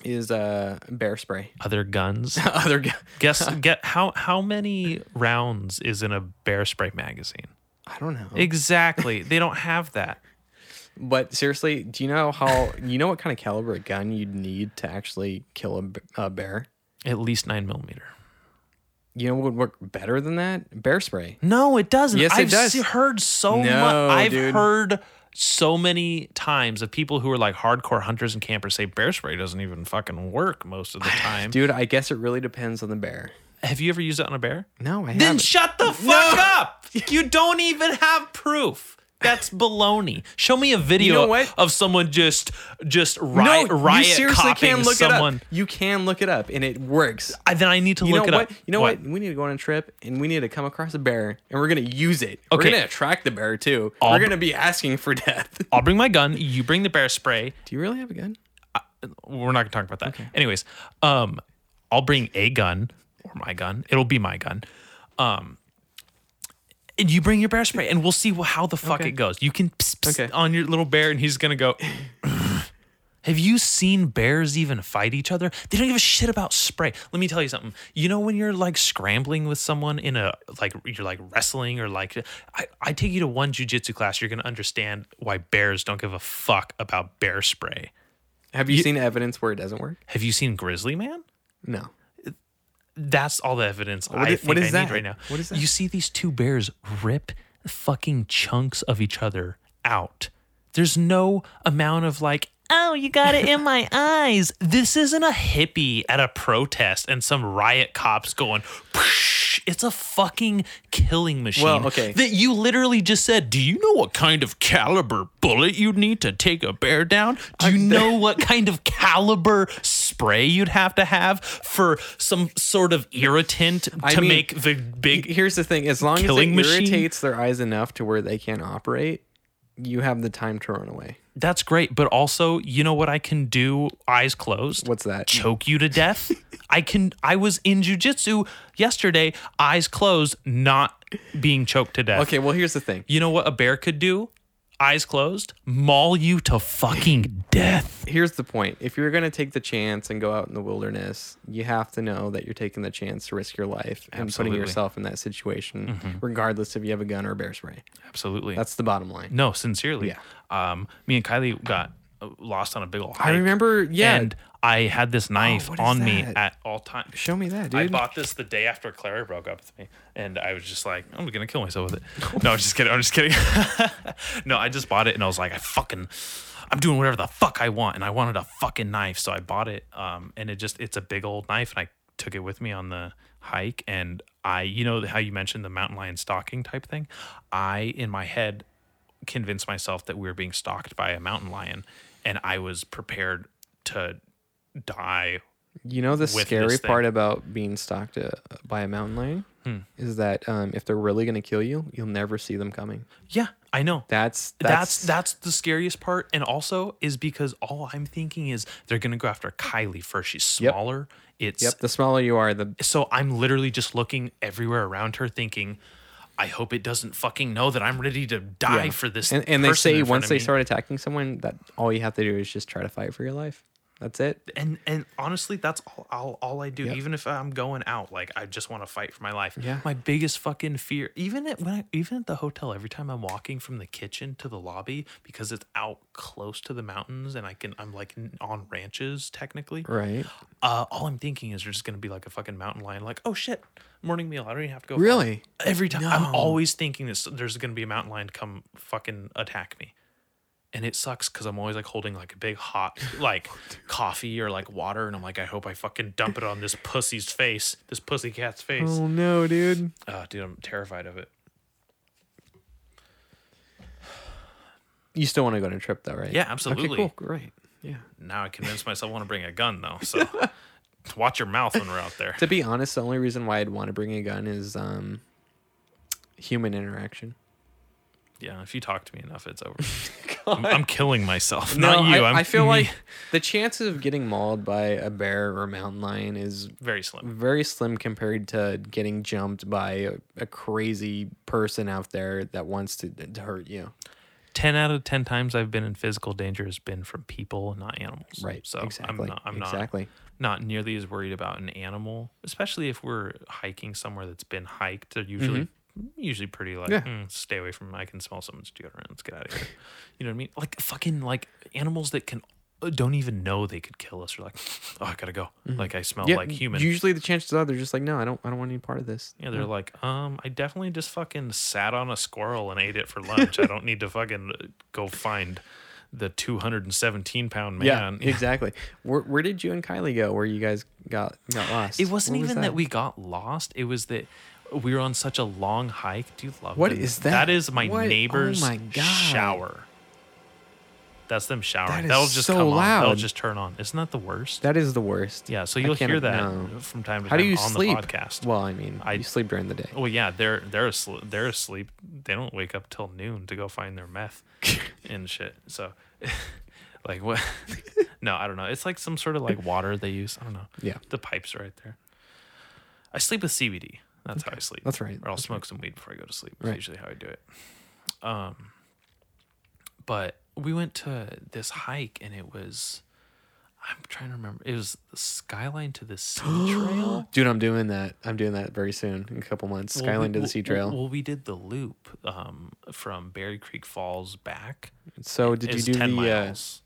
Speaker 3: is uh, bear spray. *laughs*
Speaker 2: Other guns.
Speaker 3: Other gun.
Speaker 2: Guess get how how many rounds is in a bear spray magazine?
Speaker 3: I don't know.
Speaker 2: Exactly. They don't have that.
Speaker 3: But seriously, do you know how you know what kind of caliber of gun you'd need to actually kill a, b- a bear?
Speaker 2: At least nine millimeter.
Speaker 3: You know what would work better than that? Bear spray.
Speaker 2: No, it doesn't.
Speaker 3: Yes, it
Speaker 2: I've
Speaker 3: does.
Speaker 2: se- heard so
Speaker 3: No,
Speaker 2: much. I've
Speaker 3: dude.
Speaker 2: heard so many times of people who are like hardcore hunters and campers say bear spray doesn't even fucking work most of the time.
Speaker 3: Dude, *sighs* I guess it really depends on the bear.
Speaker 2: Have you ever used it on a bear?
Speaker 3: No, I
Speaker 2: Then
Speaker 3: haven't.
Speaker 2: shut the fuck
Speaker 3: *laughs*
Speaker 2: up. You don't even have proof. That's baloney. Show me a video
Speaker 3: know what?
Speaker 2: of someone just just
Speaker 3: no,
Speaker 2: riot, riot
Speaker 3: you seriously
Speaker 2: copying
Speaker 3: can look
Speaker 2: someone.
Speaker 3: it up. You can look it up, and it works.
Speaker 2: I- then I need to
Speaker 3: You
Speaker 2: look
Speaker 3: know
Speaker 2: it
Speaker 3: what?
Speaker 2: up.
Speaker 3: You know what? We need to go on a trip, and we need to come across a bear, and we're gonna use it.
Speaker 2: Okay.
Speaker 3: We're gonna attract the bear too.
Speaker 2: I'll-
Speaker 3: we're gonna be asking for death. *laughs*
Speaker 2: I'll bring my gun. You bring the bear spray.
Speaker 3: Do you really have a gun?
Speaker 2: We're not gonna talk about that. Anyways, um, I'll bring a gun or my gun. It'll be my gun. Um, and you bring your bear spray, and we'll see wh- how the fuck
Speaker 3: Okay.
Speaker 2: it goes. You can pss, pss
Speaker 3: Okay.
Speaker 2: on your little bear, and he's gonna go. *clears throat* Have you seen bears even fight each other? They don't give a shit about spray. Let me tell you something. You know when you're like scrambling with someone in a like you're like wrestling or like I, I take you to one jujitsu class, you're gonna understand why bears don't give a fuck about bear spray.
Speaker 3: Have you seen evidence where it doesn't work?
Speaker 2: Have you seen Grizzly Man?
Speaker 3: No.
Speaker 2: That's all the evidence
Speaker 3: i-
Speaker 2: I
Speaker 3: what
Speaker 2: think
Speaker 3: is
Speaker 2: I
Speaker 3: that?
Speaker 2: need right now.
Speaker 3: What is that?
Speaker 2: You see these two bears rip fucking chunks of each other out. There's no amount of like, oh, you got it in
Speaker 3: *laughs*
Speaker 2: my eyes. This isn't a hippie at a protest and some riot cops going. "Psh." It's a fucking killing machine.
Speaker 3: Well, okay.
Speaker 2: That you literally just said, Do you know what kind of caliber bullet you'd need to take a bear down? Do you know what kind of caliber spray you'd have to have for some sort of irritant to
Speaker 3: I mean,
Speaker 2: make the big.
Speaker 3: Here's the thing: as long as it
Speaker 2: Killing machine?
Speaker 3: irritates their eyes enough to where they can't operate, you have the time to run away.
Speaker 2: That's great. But also, you know what I can do, eyes closed?
Speaker 3: What's that?
Speaker 2: choke you to
Speaker 3: *laughs*
Speaker 2: death. I can. I was in jujitsu yesterday, eyes closed, not being choked to death.
Speaker 3: Okay, well here's the thing.
Speaker 2: You know what a bear could do? eyes closed, maul you to fucking death.
Speaker 3: Here's the point. If you're going to take the chance and go out in the wilderness, you have to know that you're taking the chance to risk your life
Speaker 2: Absolutely.
Speaker 3: and
Speaker 2: Mm-hmm.
Speaker 3: putting yourself in that situation, regardless if you have a gun or a bear spray.
Speaker 2: Absolutely.
Speaker 3: That's the bottom line.
Speaker 2: no, sincerely.
Speaker 3: Yeah.
Speaker 2: Um, me and Kylie got uh, lost on a big old hike.
Speaker 3: I remember, yeah. Oh,
Speaker 2: And I had this knife
Speaker 3: what is
Speaker 2: on me
Speaker 3: that?
Speaker 2: at all times.
Speaker 3: show me that, dude.
Speaker 2: I bought this the day after Clara broke up with me, and I was just like, I'm gonna kill myself with it. *laughs* No, I'm just kidding. I'm just kidding. no, I just bought it, and I was like, I fucking, I'm doing whatever the fuck I want, and I wanted a fucking knife, so I bought it. Um, and it just, it's a big old knife, and I took it with me on the hike, and I, you know how you mentioned the mountain lion stalking type thing, I in my head convinced myself that we were being stalked by a mountain lion, and I was prepared to die.
Speaker 3: You know the
Speaker 2: with this
Speaker 3: scary
Speaker 2: thing. Hmm.
Speaker 3: part about being stalked uh, by a mountain lion is that um, if they're really going to kill you, you'll never see them coming.
Speaker 2: Yeah, I know.
Speaker 3: That's
Speaker 2: that's that's the scariest part and also is because all i'm thinking is they're gonna go after kylie first she's
Speaker 3: Yep.
Speaker 2: smaller it's
Speaker 3: yep. The smaller you are, the
Speaker 2: so i'm literally just looking everywhere around her thinking i hope it doesn't fucking know that i'm ready to die
Speaker 3: Yeah.
Speaker 2: for this
Speaker 3: and, and they
Speaker 2: person
Speaker 3: say
Speaker 2: in front
Speaker 3: once
Speaker 2: of
Speaker 3: they
Speaker 2: me."
Speaker 3: start attacking someone, that all you have to do is just try to fight for your life. That's it.
Speaker 2: and and honestly that's all all, all i do even if i'm going out like i just want to fight for my life
Speaker 3: Yeah.
Speaker 2: my biggest fucking fear even at when I, even at the hotel every time i'm walking from the kitchen to the lobby because it's out close to the mountains and i can i'm like n- on ranches technically *sighs*
Speaker 3: Right.
Speaker 2: uh all i'm thinking is there's just gonna be like a fucking mountain lion like oh shit morning meal i don't even have to go far."
Speaker 3: Really?
Speaker 2: every time i'm
Speaker 3: No.
Speaker 2: always thinking this there's gonna be a mountain lion to come fucking attack me and it sucks because I'm always like holding like a big hot
Speaker 3: *laughs*
Speaker 2: like coffee or like water, and I'm like, I hope I fucking dump it on this pussy's face, this pussy cat's face. Oh,
Speaker 3: no, dude.
Speaker 2: dude, I'm terrified of it.
Speaker 3: You still want to go on a trip though, right?
Speaker 2: Yeah, absolutely.
Speaker 3: Okay, cool. Great. Yeah.
Speaker 2: Now I convinced myself I want to bring a gun though,
Speaker 3: *laughs*
Speaker 2: so watch your mouth when we're out there.
Speaker 3: To be honest, the only reason why I'd want to bring a gun is um,
Speaker 2: *laughs*
Speaker 3: human interaction.
Speaker 2: Yeah, if you talk to me enough, it's
Speaker 3: *laughs*
Speaker 2: over. I'm, I'm killing myself, not
Speaker 3: No,
Speaker 2: you.
Speaker 3: I,
Speaker 2: I'm,
Speaker 3: I
Speaker 2: *laughs*
Speaker 3: feel
Speaker 2: me.
Speaker 3: like the chances of getting mauled by a bear or a mountain lion is
Speaker 2: very slim.
Speaker 3: very slim compared to getting jumped by a, a crazy person out there that wants to, to hurt you.
Speaker 2: Ten out of ten times I've been in physical danger has been from people, not animals.
Speaker 3: Right.
Speaker 2: So
Speaker 3: exactly.
Speaker 2: I'm not. I'm not.
Speaker 3: exactly.
Speaker 2: not nearly as worried about an animal, especially if we're hiking somewhere that's been hiked. They're usually usually pretty like
Speaker 3: Mm-hmm. Yeah.
Speaker 2: "Mm, stay away from. I can smell someone's deodorant. Let's get out of here. You know what I mean? Like fucking like animals that can uh, don't even know they could kill us. Are like, oh, I gotta go.
Speaker 3: Mm-hmm.
Speaker 2: Like I smell like human.
Speaker 3: Usually the chances are they're just like, no, I don't, I don't want any part of this.
Speaker 2: yeah, they're like, um, I definitely just fucking sat on a squirrel and ate it for lunch. I don't need to fucking uh, go find the 217 pound man. *laughs*
Speaker 3: exactly. Where, where did you and Kylie go? Where you guys got got lost?
Speaker 2: It wasn't
Speaker 3: What was
Speaker 2: even that? we got lost. It was that we were on such a long hike. Do you love
Speaker 3: What
Speaker 2: them?
Speaker 3: is that?
Speaker 2: That is my
Speaker 3: What- oh
Speaker 2: neighbor's
Speaker 3: my God.
Speaker 2: shower. That's them showering.
Speaker 3: That is
Speaker 2: will just
Speaker 3: so
Speaker 2: come on. That'll
Speaker 3: loud.
Speaker 2: just turn on. Isn't that the worst?
Speaker 3: That is the worst.
Speaker 2: yeah. So
Speaker 3: I
Speaker 2: you'll
Speaker 3: can't-
Speaker 2: hear that
Speaker 3: no.
Speaker 2: from time to
Speaker 3: How
Speaker 2: time
Speaker 3: do you
Speaker 2: on
Speaker 3: sleep?
Speaker 2: the podcast.
Speaker 3: Well, I mean,
Speaker 2: I-
Speaker 3: you sleep during the day.
Speaker 2: well, yeah, they're they're asleep. They're asleep. They don't wake up till noon to go find their
Speaker 3: *laughs*
Speaker 2: meth and shit. So, *laughs* like what? *laughs* no, I don't know. It's like some sort of like water they use. I don't know.
Speaker 3: Yeah.
Speaker 2: the pipes are right there. I sleep with CBD. That's how I sleep.
Speaker 3: That's right.
Speaker 2: Or I'll smoke some weed before I go to sleep. That's
Speaker 3: Right.
Speaker 2: usually how I do it. Um, but we went to this hike and it was. I'm trying to remember. It was the skyline to the
Speaker 3: *gasps*
Speaker 2: sea trail.
Speaker 3: Dude, I'm doing that. I'm doing that very soon in a couple months.
Speaker 2: Well, we-
Speaker 3: Skyline to the
Speaker 2: well-
Speaker 3: Sea Trail.
Speaker 2: Well, we did the loop um, from Berry Creek Falls back.
Speaker 3: so did you
Speaker 2: It's
Speaker 3: do the?
Speaker 2: ten
Speaker 3: Uh,
Speaker 2: miles?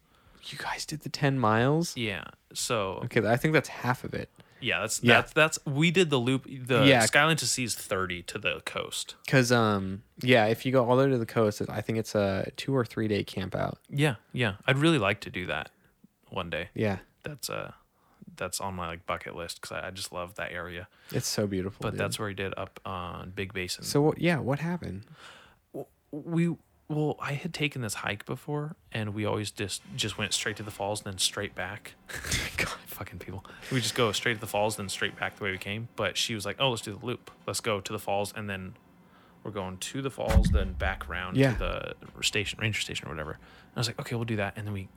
Speaker 3: you guys did the ten miles.
Speaker 2: yeah. So
Speaker 3: Okay, I think that's half of it.
Speaker 2: yeah, that's
Speaker 3: Yeah.
Speaker 2: that's that's we did the loop. The
Speaker 3: Yeah.
Speaker 2: Skyline to Sea is thirty to the coast.
Speaker 3: Cause um yeah, if you go all the way to the coast, I think it's a two or three day camp out.
Speaker 2: Yeah, yeah. I'd really like to do that one day.
Speaker 3: Yeah,
Speaker 2: That's uh that's on my like bucket list because I, I just love that area.
Speaker 3: it's so beautiful.
Speaker 2: But
Speaker 3: dude.
Speaker 2: that's where we did up on Big Basin.
Speaker 3: so. What, yeah, what happened?
Speaker 2: we well i had taken this hike before and we always just just went straight to the falls and then straight
Speaker 3: *laughs*
Speaker 2: back god fucking people we just go straight to the falls then straight back the way we came but she was like oh let's do the loop let's go to the falls and then we're going to the falls then back round
Speaker 3: Yeah.
Speaker 2: to the station ranger station or whatever and i was like okay we'll do that and then we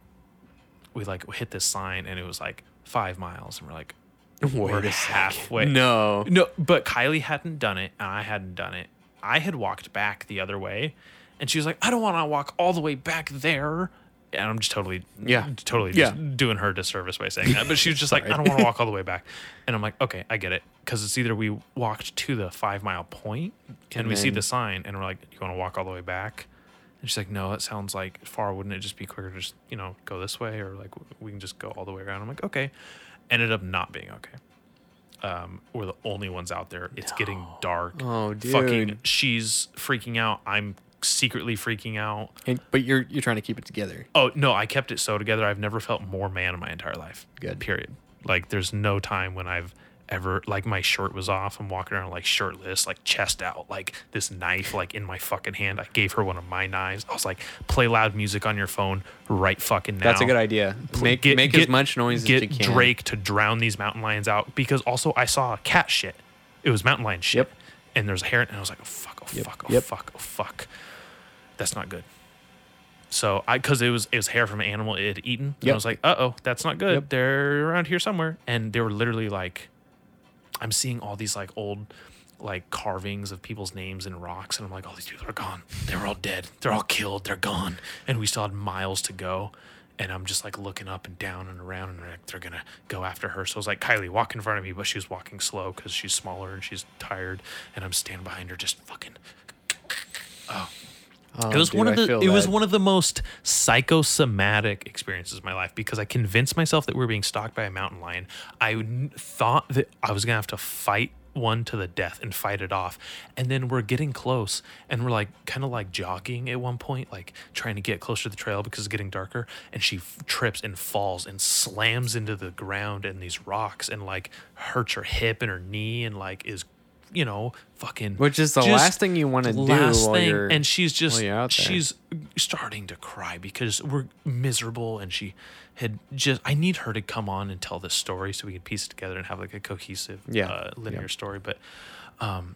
Speaker 2: we like hit this sign and it was like five miles and we're like *laughs* we're halfway
Speaker 3: No.
Speaker 2: no, but Kylie hadn't done it, and I hadn't done it. I had walked back the other way, And she was like, I don't want to walk all the way back there. And I'm just totally,
Speaker 3: Yeah.
Speaker 2: totally
Speaker 3: Yeah.
Speaker 2: just doing her a disservice by saying that. But she was just like, I don't want to walk all the way back. And I'm like, okay, I get it. Because it's either we walked to the five mile point and, we see
Speaker 3: then-
Speaker 2: the sign and we're like, you want to walk all the way back? And she's like, no, that sounds like far. Wouldn't it just be quicker to just, you know, go this way or like w- we can just go all the way around? I'm like, okay. Ended up not being okay. Um, we're the only ones out there. It's getting dark.
Speaker 3: Oh,
Speaker 2: Fucking,
Speaker 3: dude.
Speaker 2: she's freaking out. I'm secretly freaking out.
Speaker 3: And, but you're you're trying to keep it together.
Speaker 2: Oh no, I kept it so together. I've never felt more man in my entire life.
Speaker 3: Good.
Speaker 2: Period. Like there's no time when I've ever like my shirt was off. I'm walking around like shirtless, like chest out, like this knife like in my fucking hand. I gave her one of my knives. I was like, play loud music on your phone right fucking now.
Speaker 3: That's a good idea. Make
Speaker 2: Get-
Speaker 3: make as
Speaker 2: get-
Speaker 3: much noise
Speaker 2: Get
Speaker 3: as you can.
Speaker 2: Drake to drown these mountain lions out because also I saw a cat shit. It was mountain lion shit.
Speaker 3: Yep.
Speaker 2: And there's a heron, and I was like, oh fuck, oh fuck, oh
Speaker 3: yep.
Speaker 2: fuck, oh fuck. That's not good. So I, because it was it was hair from an animal it had eaten, and
Speaker 3: Yep.
Speaker 2: I was like, uh oh, that's not good.
Speaker 3: Yep.
Speaker 2: They're around here somewhere, and they were literally like, I'm seeing all these like old like carvings of people's names in rocks, and I'm like, all these people are gone. They're all dead. They're all killed. They're gone. And we still had miles to go. And I'm just like looking up and down and around, and like, they're gonna go after her. So I was like, Kylie, walk in front of me, but she was walking slow because she's smaller and she's tired, and I'm standing behind her, just fucking
Speaker 3: Oh,
Speaker 2: it was
Speaker 3: Um, dude,
Speaker 2: one
Speaker 3: I
Speaker 2: of the it
Speaker 3: feel
Speaker 2: was
Speaker 3: that.
Speaker 2: one of the most psychosomatic experiences of my life because I convinced myself that we were being stalked by a mountain lion. I n- thought that I was gonna have to fight one to the death and fight it off, and then we're getting close and we're like kind of like jogging at one point, like trying to get closer to the trail because it's getting darker. And she f- trips and falls and slams into the ground and these rocks and like hurts her hip and her knee and like is you know fucking
Speaker 3: Which is the
Speaker 2: just
Speaker 3: last thing you wanna do
Speaker 2: last
Speaker 3: while
Speaker 2: thing.
Speaker 3: you're-
Speaker 2: and she's just
Speaker 3: while you're out there.
Speaker 2: she's starting to cry because we're miserable and she had just I need her to come on and tell this story so we could piece it together and have like a cohesive
Speaker 3: Yeah.
Speaker 2: uh, linear story but um,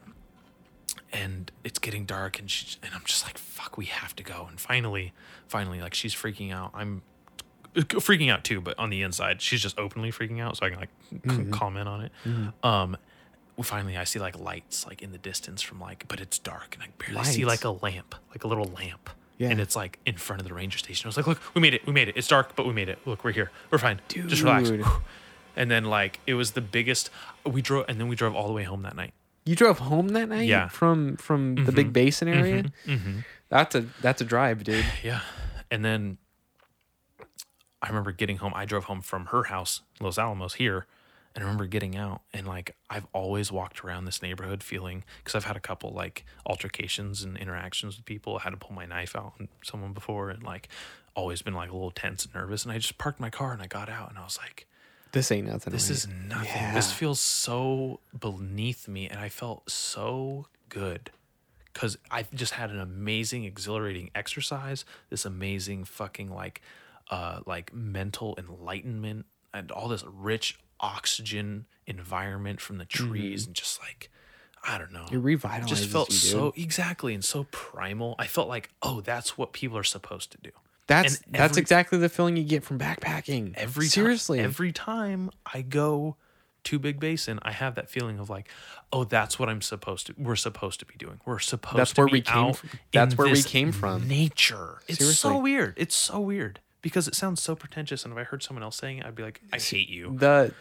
Speaker 2: and it's getting dark and she and I'm just like fuck we have to go and finally finally like she's freaking out I'm uh, freaking out too but on the inside she's just openly freaking out so I can like c-
Speaker 3: Mm-hmm.
Speaker 2: comment on it um finally I see like lights like in the distance from like but it's dark and I barely see
Speaker 3: Lights.
Speaker 2: like a lamp like a little lamp
Speaker 3: Yeah.
Speaker 2: and it's like in front of the ranger station I was like look we made it we made it it's dark but we made it look we're here we're fine just relax
Speaker 3: Dude.
Speaker 2: and then like it was the biggest we drove and then we drove all the way home that night
Speaker 3: You drove home that night
Speaker 2: Yeah. Mm-hmm.
Speaker 3: from from the Big Basin area. That's a that's a
Speaker 2: *sighs*
Speaker 3: drive, dude.
Speaker 2: Yeah. And then I remember getting home. I drove home from her house, Los Alamos, here. And I remember getting out and like I've always walked around this neighborhood feeling because I've had a couple like altercations and interactions with people. I had to pull my knife out on someone before and like always been like a little tense and nervous. And I just parked my car and I got out and I was like,
Speaker 3: This ain't nothing.
Speaker 2: this
Speaker 3: right?
Speaker 2: is nothing. This feels so beneath me, and I felt so good because I just had an amazing, exhilarating exercise. This amazing fucking like, uh, like mental enlightenment and all this rich oxygen environment from the trees and just like, I don't know.
Speaker 3: Mm-hmm. it revitalizes.
Speaker 2: just felt
Speaker 3: you, dude.
Speaker 2: so exactly and so primal. I felt like, oh, that's what people are supposed to do.
Speaker 3: That's
Speaker 2: and
Speaker 3: that's
Speaker 2: every-
Speaker 3: exactly the feeling you get from backpacking.
Speaker 2: every ti-
Speaker 3: seriously
Speaker 2: every time I go to Big Basin, I have that feeling of like, oh, that's what I'm supposed to. We're supposed to be doing. We're supposed.
Speaker 3: That's
Speaker 2: to
Speaker 3: where
Speaker 2: be
Speaker 3: we came
Speaker 2: out
Speaker 3: from. That's
Speaker 2: in
Speaker 3: where we
Speaker 2: this
Speaker 3: came from.
Speaker 2: Nature. It's so
Speaker 3: Seriously.
Speaker 2: weird. It's so weird because it sounds so pretentious. And if I heard someone else saying it, I'd be like, I hate you.
Speaker 3: the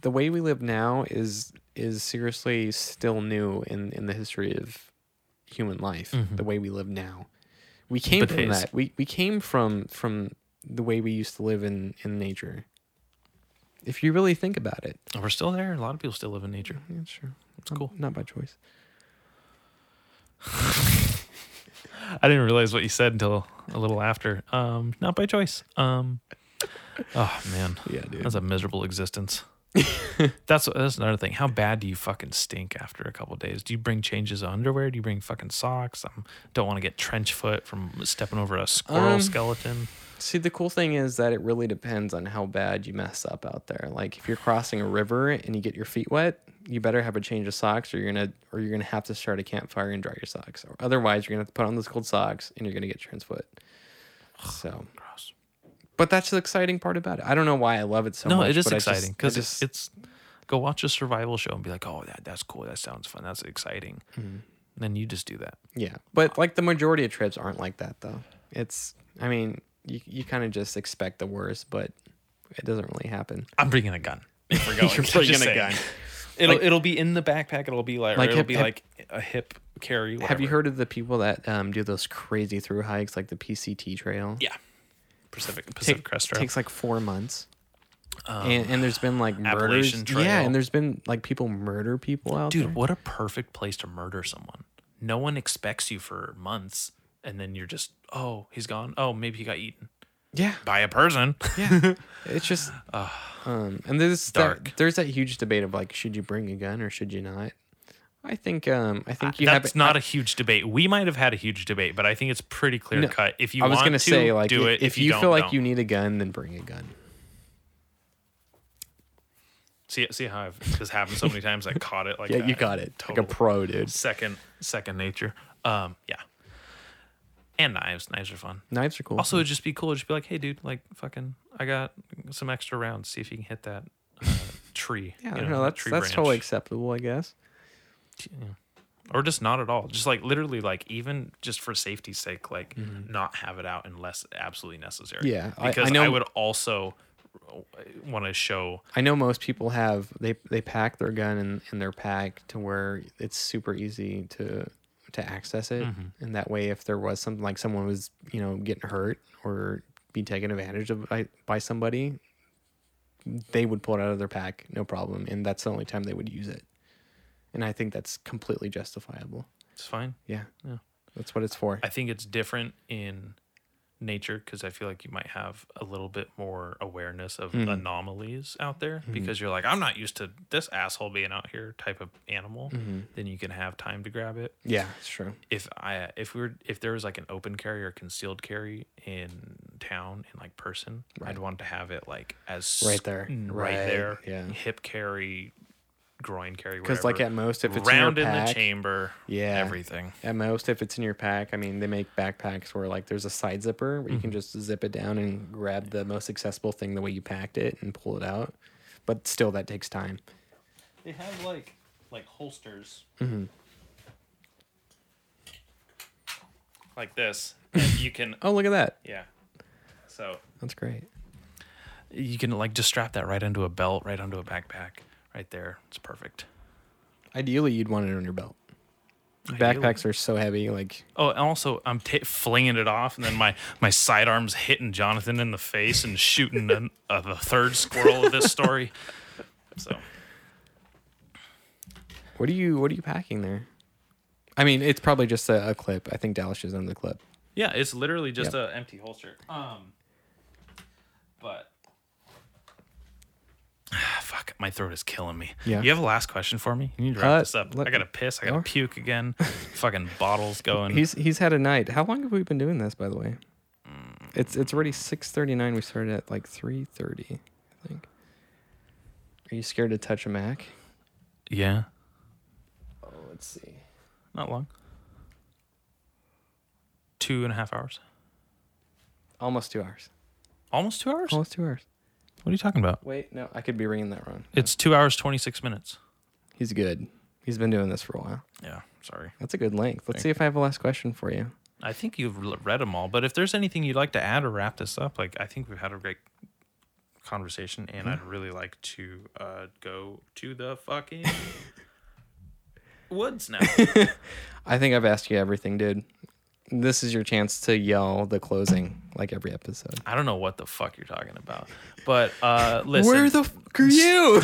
Speaker 3: the way we live now is is seriously still new in in the history of human life. The way we live now, we came
Speaker 2: Mm-hmm. But
Speaker 3: from
Speaker 2: it is.
Speaker 3: that. We we came from from the way we used to live in in nature. If you really think about it,
Speaker 2: And we're still there. A lot of people still live in nature.
Speaker 3: yeah, sure,
Speaker 2: It's cool.
Speaker 3: not by choice.
Speaker 2: I didn't realize what you said until a little after. Um, not by choice. Um, oh man, *laughs* yeah, dude, that's a miserable existence. *laughs* that's that's another thing. How bad do you fucking stink after a couple days? Do you bring changes of underwear? Do you bring fucking socks? I don't want to get trench foot from stepping over a squirrel
Speaker 3: Um,
Speaker 2: skeleton.
Speaker 3: See, the cool thing is that it really depends on how bad you mess up out there. Like if you're crossing a river and you get your feet wet, you better have a change of socks, or you're gonna or you're gonna have to start a campfire and dry your socks, or otherwise you're gonna have to put on those cold socks and you're gonna get trans foot. So
Speaker 2: *sighs* Gross.
Speaker 3: But that's the exciting part about it. I don't know why I love it so
Speaker 2: no,
Speaker 3: much.
Speaker 2: it is
Speaker 3: but I just-
Speaker 2: exciting
Speaker 3: I
Speaker 2: because
Speaker 3: just-
Speaker 2: it's go watch a survival show and be like, oh, that that's cool. That sounds fun. That's exciting. then you just do that.
Speaker 3: Yeah. But like the majority of trips aren't like that though. It's I mean, you you kind of just expect the worst, but it doesn't really happen.
Speaker 2: I'm bringing a gun. If *laughs* we're going,
Speaker 6: You're
Speaker 2: Just
Speaker 6: bringing a
Speaker 2: saying.
Speaker 6: gun. It'll it'll be in the backpack. It'll be like, or
Speaker 3: Like,
Speaker 6: it'll
Speaker 3: have-
Speaker 6: be
Speaker 3: have-
Speaker 6: like a hip carry.
Speaker 3: Have
Speaker 6: whatever.
Speaker 3: you heard of the people that um, do those crazy through hikes like the PCT trail?
Speaker 2: Yeah. Pacific
Speaker 3: Take-
Speaker 2: Pacific Crest Trail. Um,
Speaker 3: takes like four months. and, and there's been like murders.
Speaker 2: Appalachian
Speaker 3: Yeah,
Speaker 2: Trail.
Speaker 3: and there's been like people murder people out
Speaker 2: Dude,
Speaker 3: there.
Speaker 2: what a perfect place to murder someone. No one expects you for months, and then you're just, oh, he's gone. Oh, maybe he got eaten
Speaker 3: Yeah,
Speaker 2: by a *laughs* person.
Speaker 3: it's just um, and there's
Speaker 2: dark.
Speaker 3: That, there's that huge debate of like, should you bring a gun or should you not? I think um, I think you
Speaker 2: Uh, That's
Speaker 3: have
Speaker 2: not a huge debate. We might have had a huge debate, but I think it's pretty clear cut. If you
Speaker 3: I was
Speaker 2: want
Speaker 3: gonna
Speaker 2: to
Speaker 3: say like
Speaker 2: do
Speaker 3: if,
Speaker 2: it,
Speaker 3: if you, feel like you
Speaker 2: need
Speaker 3: need a gun, then bring a gun.
Speaker 2: see see how I've, this happened so many times. I caught *laughs* it like
Speaker 3: Yeah,
Speaker 2: that.
Speaker 3: you got it.
Speaker 2: Total
Speaker 3: Like a pro, dude.
Speaker 2: second second nature. Um, yeah, and knives. Knives are fun.
Speaker 3: Knives are cool.
Speaker 2: Also, it'd just be cool. Just be like, hey, dude, like, fucking, I got some extra rounds. See if you can hit that uh, tree.
Speaker 3: *laughs* yeah,
Speaker 2: you
Speaker 3: I don't
Speaker 2: know,
Speaker 3: know.
Speaker 2: that
Speaker 3: That's
Speaker 2: tree
Speaker 3: that's totally
Speaker 2: branch.
Speaker 3: acceptable, I guess.
Speaker 2: or just not at all. Just like literally, like even just for safety's sake, like not have it out unless absolutely necessary.
Speaker 3: Yeah, I- I
Speaker 2: because I,
Speaker 3: know-
Speaker 2: would also want to show.
Speaker 3: I know most people have they they pack their gun in, in their pack to where it's super easy to to access it,
Speaker 2: Mm-hmm.
Speaker 3: and that way, if there was something like someone was you know getting hurt or be taken advantage of by, by somebody, they would pull it out of their pack, no problem, and that's the only time they would use it. And I think that's completely justifiable.
Speaker 2: It's fine.
Speaker 3: Yeah, yeah, that's what it's for.
Speaker 2: I think it's different in nature because I feel like you might have a little bit more awareness of
Speaker 3: Hmm.
Speaker 2: anomalies out there because you're like, I'm not used to this asshole being out here type of animal.
Speaker 3: Hmm.
Speaker 2: Then you can have time to grab it.
Speaker 3: yeah, it's true.
Speaker 2: If I if we were if there was like an open carry or concealed carry in town in like person, I'd want to have it like as Mm,
Speaker 3: Right there.
Speaker 2: right,
Speaker 3: Right,
Speaker 2: there,
Speaker 3: yeah.
Speaker 2: hip carry, groin carry,
Speaker 3: Because like
Speaker 2: wherever.
Speaker 3: at most, if it's
Speaker 2: round
Speaker 3: in,
Speaker 2: in,
Speaker 3: your
Speaker 2: the
Speaker 3: pack,
Speaker 2: chamber,
Speaker 3: Yeah.
Speaker 2: everything.
Speaker 3: At most, if it's in your pack, I mean, they make backpacks where like there's a side zipper where you can just zip it down and grab the most accessible thing the way you packed it and pull it out. But still, that takes time.
Speaker 6: They have like like holsters
Speaker 2: Mm-hmm. Like this, and you *laughs* can
Speaker 3: Oh, look at that.
Speaker 2: yeah. So
Speaker 3: That's great.
Speaker 2: you can like just strap that right onto a belt, right onto a backpack, right there. It's perfect.
Speaker 3: Ideally, you'd want it on your belt. Backpacks are so heavy. Like,
Speaker 2: Oh, and also I'm t- flinging it off, and then my my sidearms hitting Jonathan in the face and shooting an, uh, the third squirrel of this story. *laughs* So
Speaker 3: what are you? What are you packing there? I mean, it's probably just a, a clip. I think Dallas is on the clip.
Speaker 2: yeah, it's literally just
Speaker 3: Yep.
Speaker 2: a empty holster. Um, but. *sighs* Fuck, my throat is killing me.
Speaker 3: Yeah.
Speaker 2: You have a last question for me? You need to wrap
Speaker 3: Uh,
Speaker 2: this up.
Speaker 3: let-
Speaker 2: I gotta piss. I gotta
Speaker 3: no.
Speaker 2: puke
Speaker 3: *laughs*
Speaker 2: again. Fucking bottles going.
Speaker 3: He's he's had a night. How long have we been doing this, by the way? It's it's already six thirty nine. We started at like three thirty, I think. Are you scared to touch a Mac?
Speaker 2: yeah.
Speaker 3: Oh, let's see.
Speaker 2: Not long. Two and a half hours.
Speaker 3: Almost two hours.
Speaker 2: Almost two hours?
Speaker 3: Almost two hours.
Speaker 2: What are you talking about?
Speaker 3: Wait, no, I could be reading that wrong.
Speaker 2: It's two hours, 26 minutes.
Speaker 3: He's good. He's been doing this for a while.
Speaker 2: Yeah, sorry.
Speaker 3: That's a good length. Let's see if I have a last question for you.
Speaker 2: I think you've l- read them all, but if there's anything you'd like to add or wrap this up, like I think we've had a great conversation and
Speaker 3: Hmm?
Speaker 2: I'd really like to uh, go to the
Speaker 3: *laughs*
Speaker 2: fucking woods now.
Speaker 3: I think I've asked you everything, dude. This is your chance to yell the closing, like every episode.
Speaker 2: I don't know what the fuck you're talking about, but
Speaker 3: *laughs*
Speaker 2: uh, listen,
Speaker 3: fuck are you?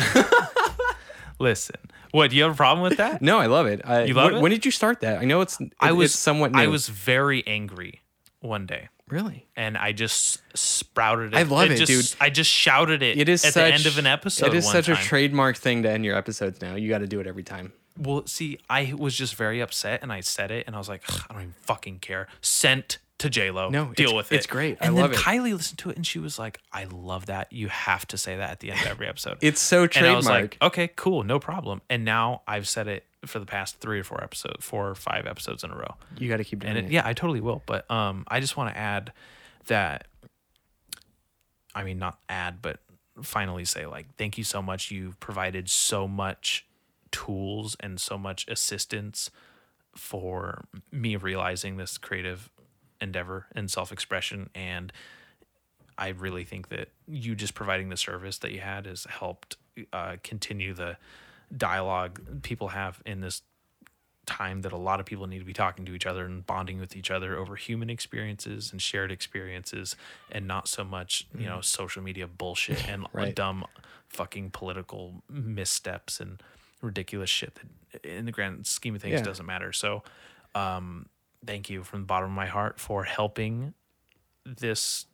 Speaker 2: listen. What, do you have a problem with that?
Speaker 3: *laughs* no, I love it. I,
Speaker 2: You love
Speaker 3: when,
Speaker 2: it?
Speaker 3: When did you start that? I know it's.
Speaker 2: I
Speaker 3: it-
Speaker 2: was
Speaker 3: it's somewhat. New.
Speaker 2: I was very angry one day.
Speaker 3: Really?
Speaker 2: and I just sprouted it.
Speaker 3: I love it,
Speaker 2: just,
Speaker 3: dude.
Speaker 2: I just shouted it.
Speaker 3: It is
Speaker 2: at
Speaker 3: such,
Speaker 2: the end of an episode.
Speaker 3: It is
Speaker 2: one
Speaker 3: such a
Speaker 2: time.
Speaker 3: trademark thing to end your episodes now. You got to do it every time.
Speaker 2: Well, see, I was just very upset, and I said it, and I was like, "Ugh, I don't even fucking care. Sent to J Lo.
Speaker 3: No,
Speaker 2: deal
Speaker 3: it's-
Speaker 2: with it.
Speaker 3: it's great. I
Speaker 2: And then
Speaker 3: love it.
Speaker 2: Kylie listened to it, and she was like, I love that. You have to say that at the end of
Speaker 3: *laughs*
Speaker 2: every episode.
Speaker 3: It's so
Speaker 2: and
Speaker 3: trademark.
Speaker 2: I was like, okay, cool, no problem. And now I've said it for the past three or four episodes, four or five episodes in a row.
Speaker 3: you got to keep doing
Speaker 2: and it, yeah, I totally will. But um, I just want to add that. I mean, not add, but finally say like, thank you so much. You've provided so much tools and so much assistance for me realizing this creative endeavor and self-expression and I really think that you just providing the service that you had has helped uh, continue the dialogue people have in this time that a lot of people need to be talking to each other and bonding with each other over human experiences and shared experiences and not so much, you know, social media bullshit and
Speaker 3: Mm. *laughs* Right.
Speaker 2: dumb fucking political missteps and ridiculous shit that in the grand scheme of things
Speaker 3: Yeah.
Speaker 2: doesn't matter. So, um, thank you from the bottom of my heart for helping this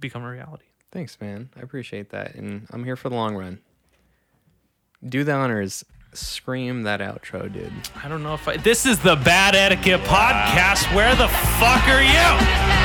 Speaker 2: become a reality.
Speaker 3: Thanks, man. I appreciate that. And I'm here for the long run. Do the honors. Scream that outro, dude.
Speaker 2: I don't know if I. This is the Bad Etiquette Podcast. Where the fuck are you?
Speaker 8: Back,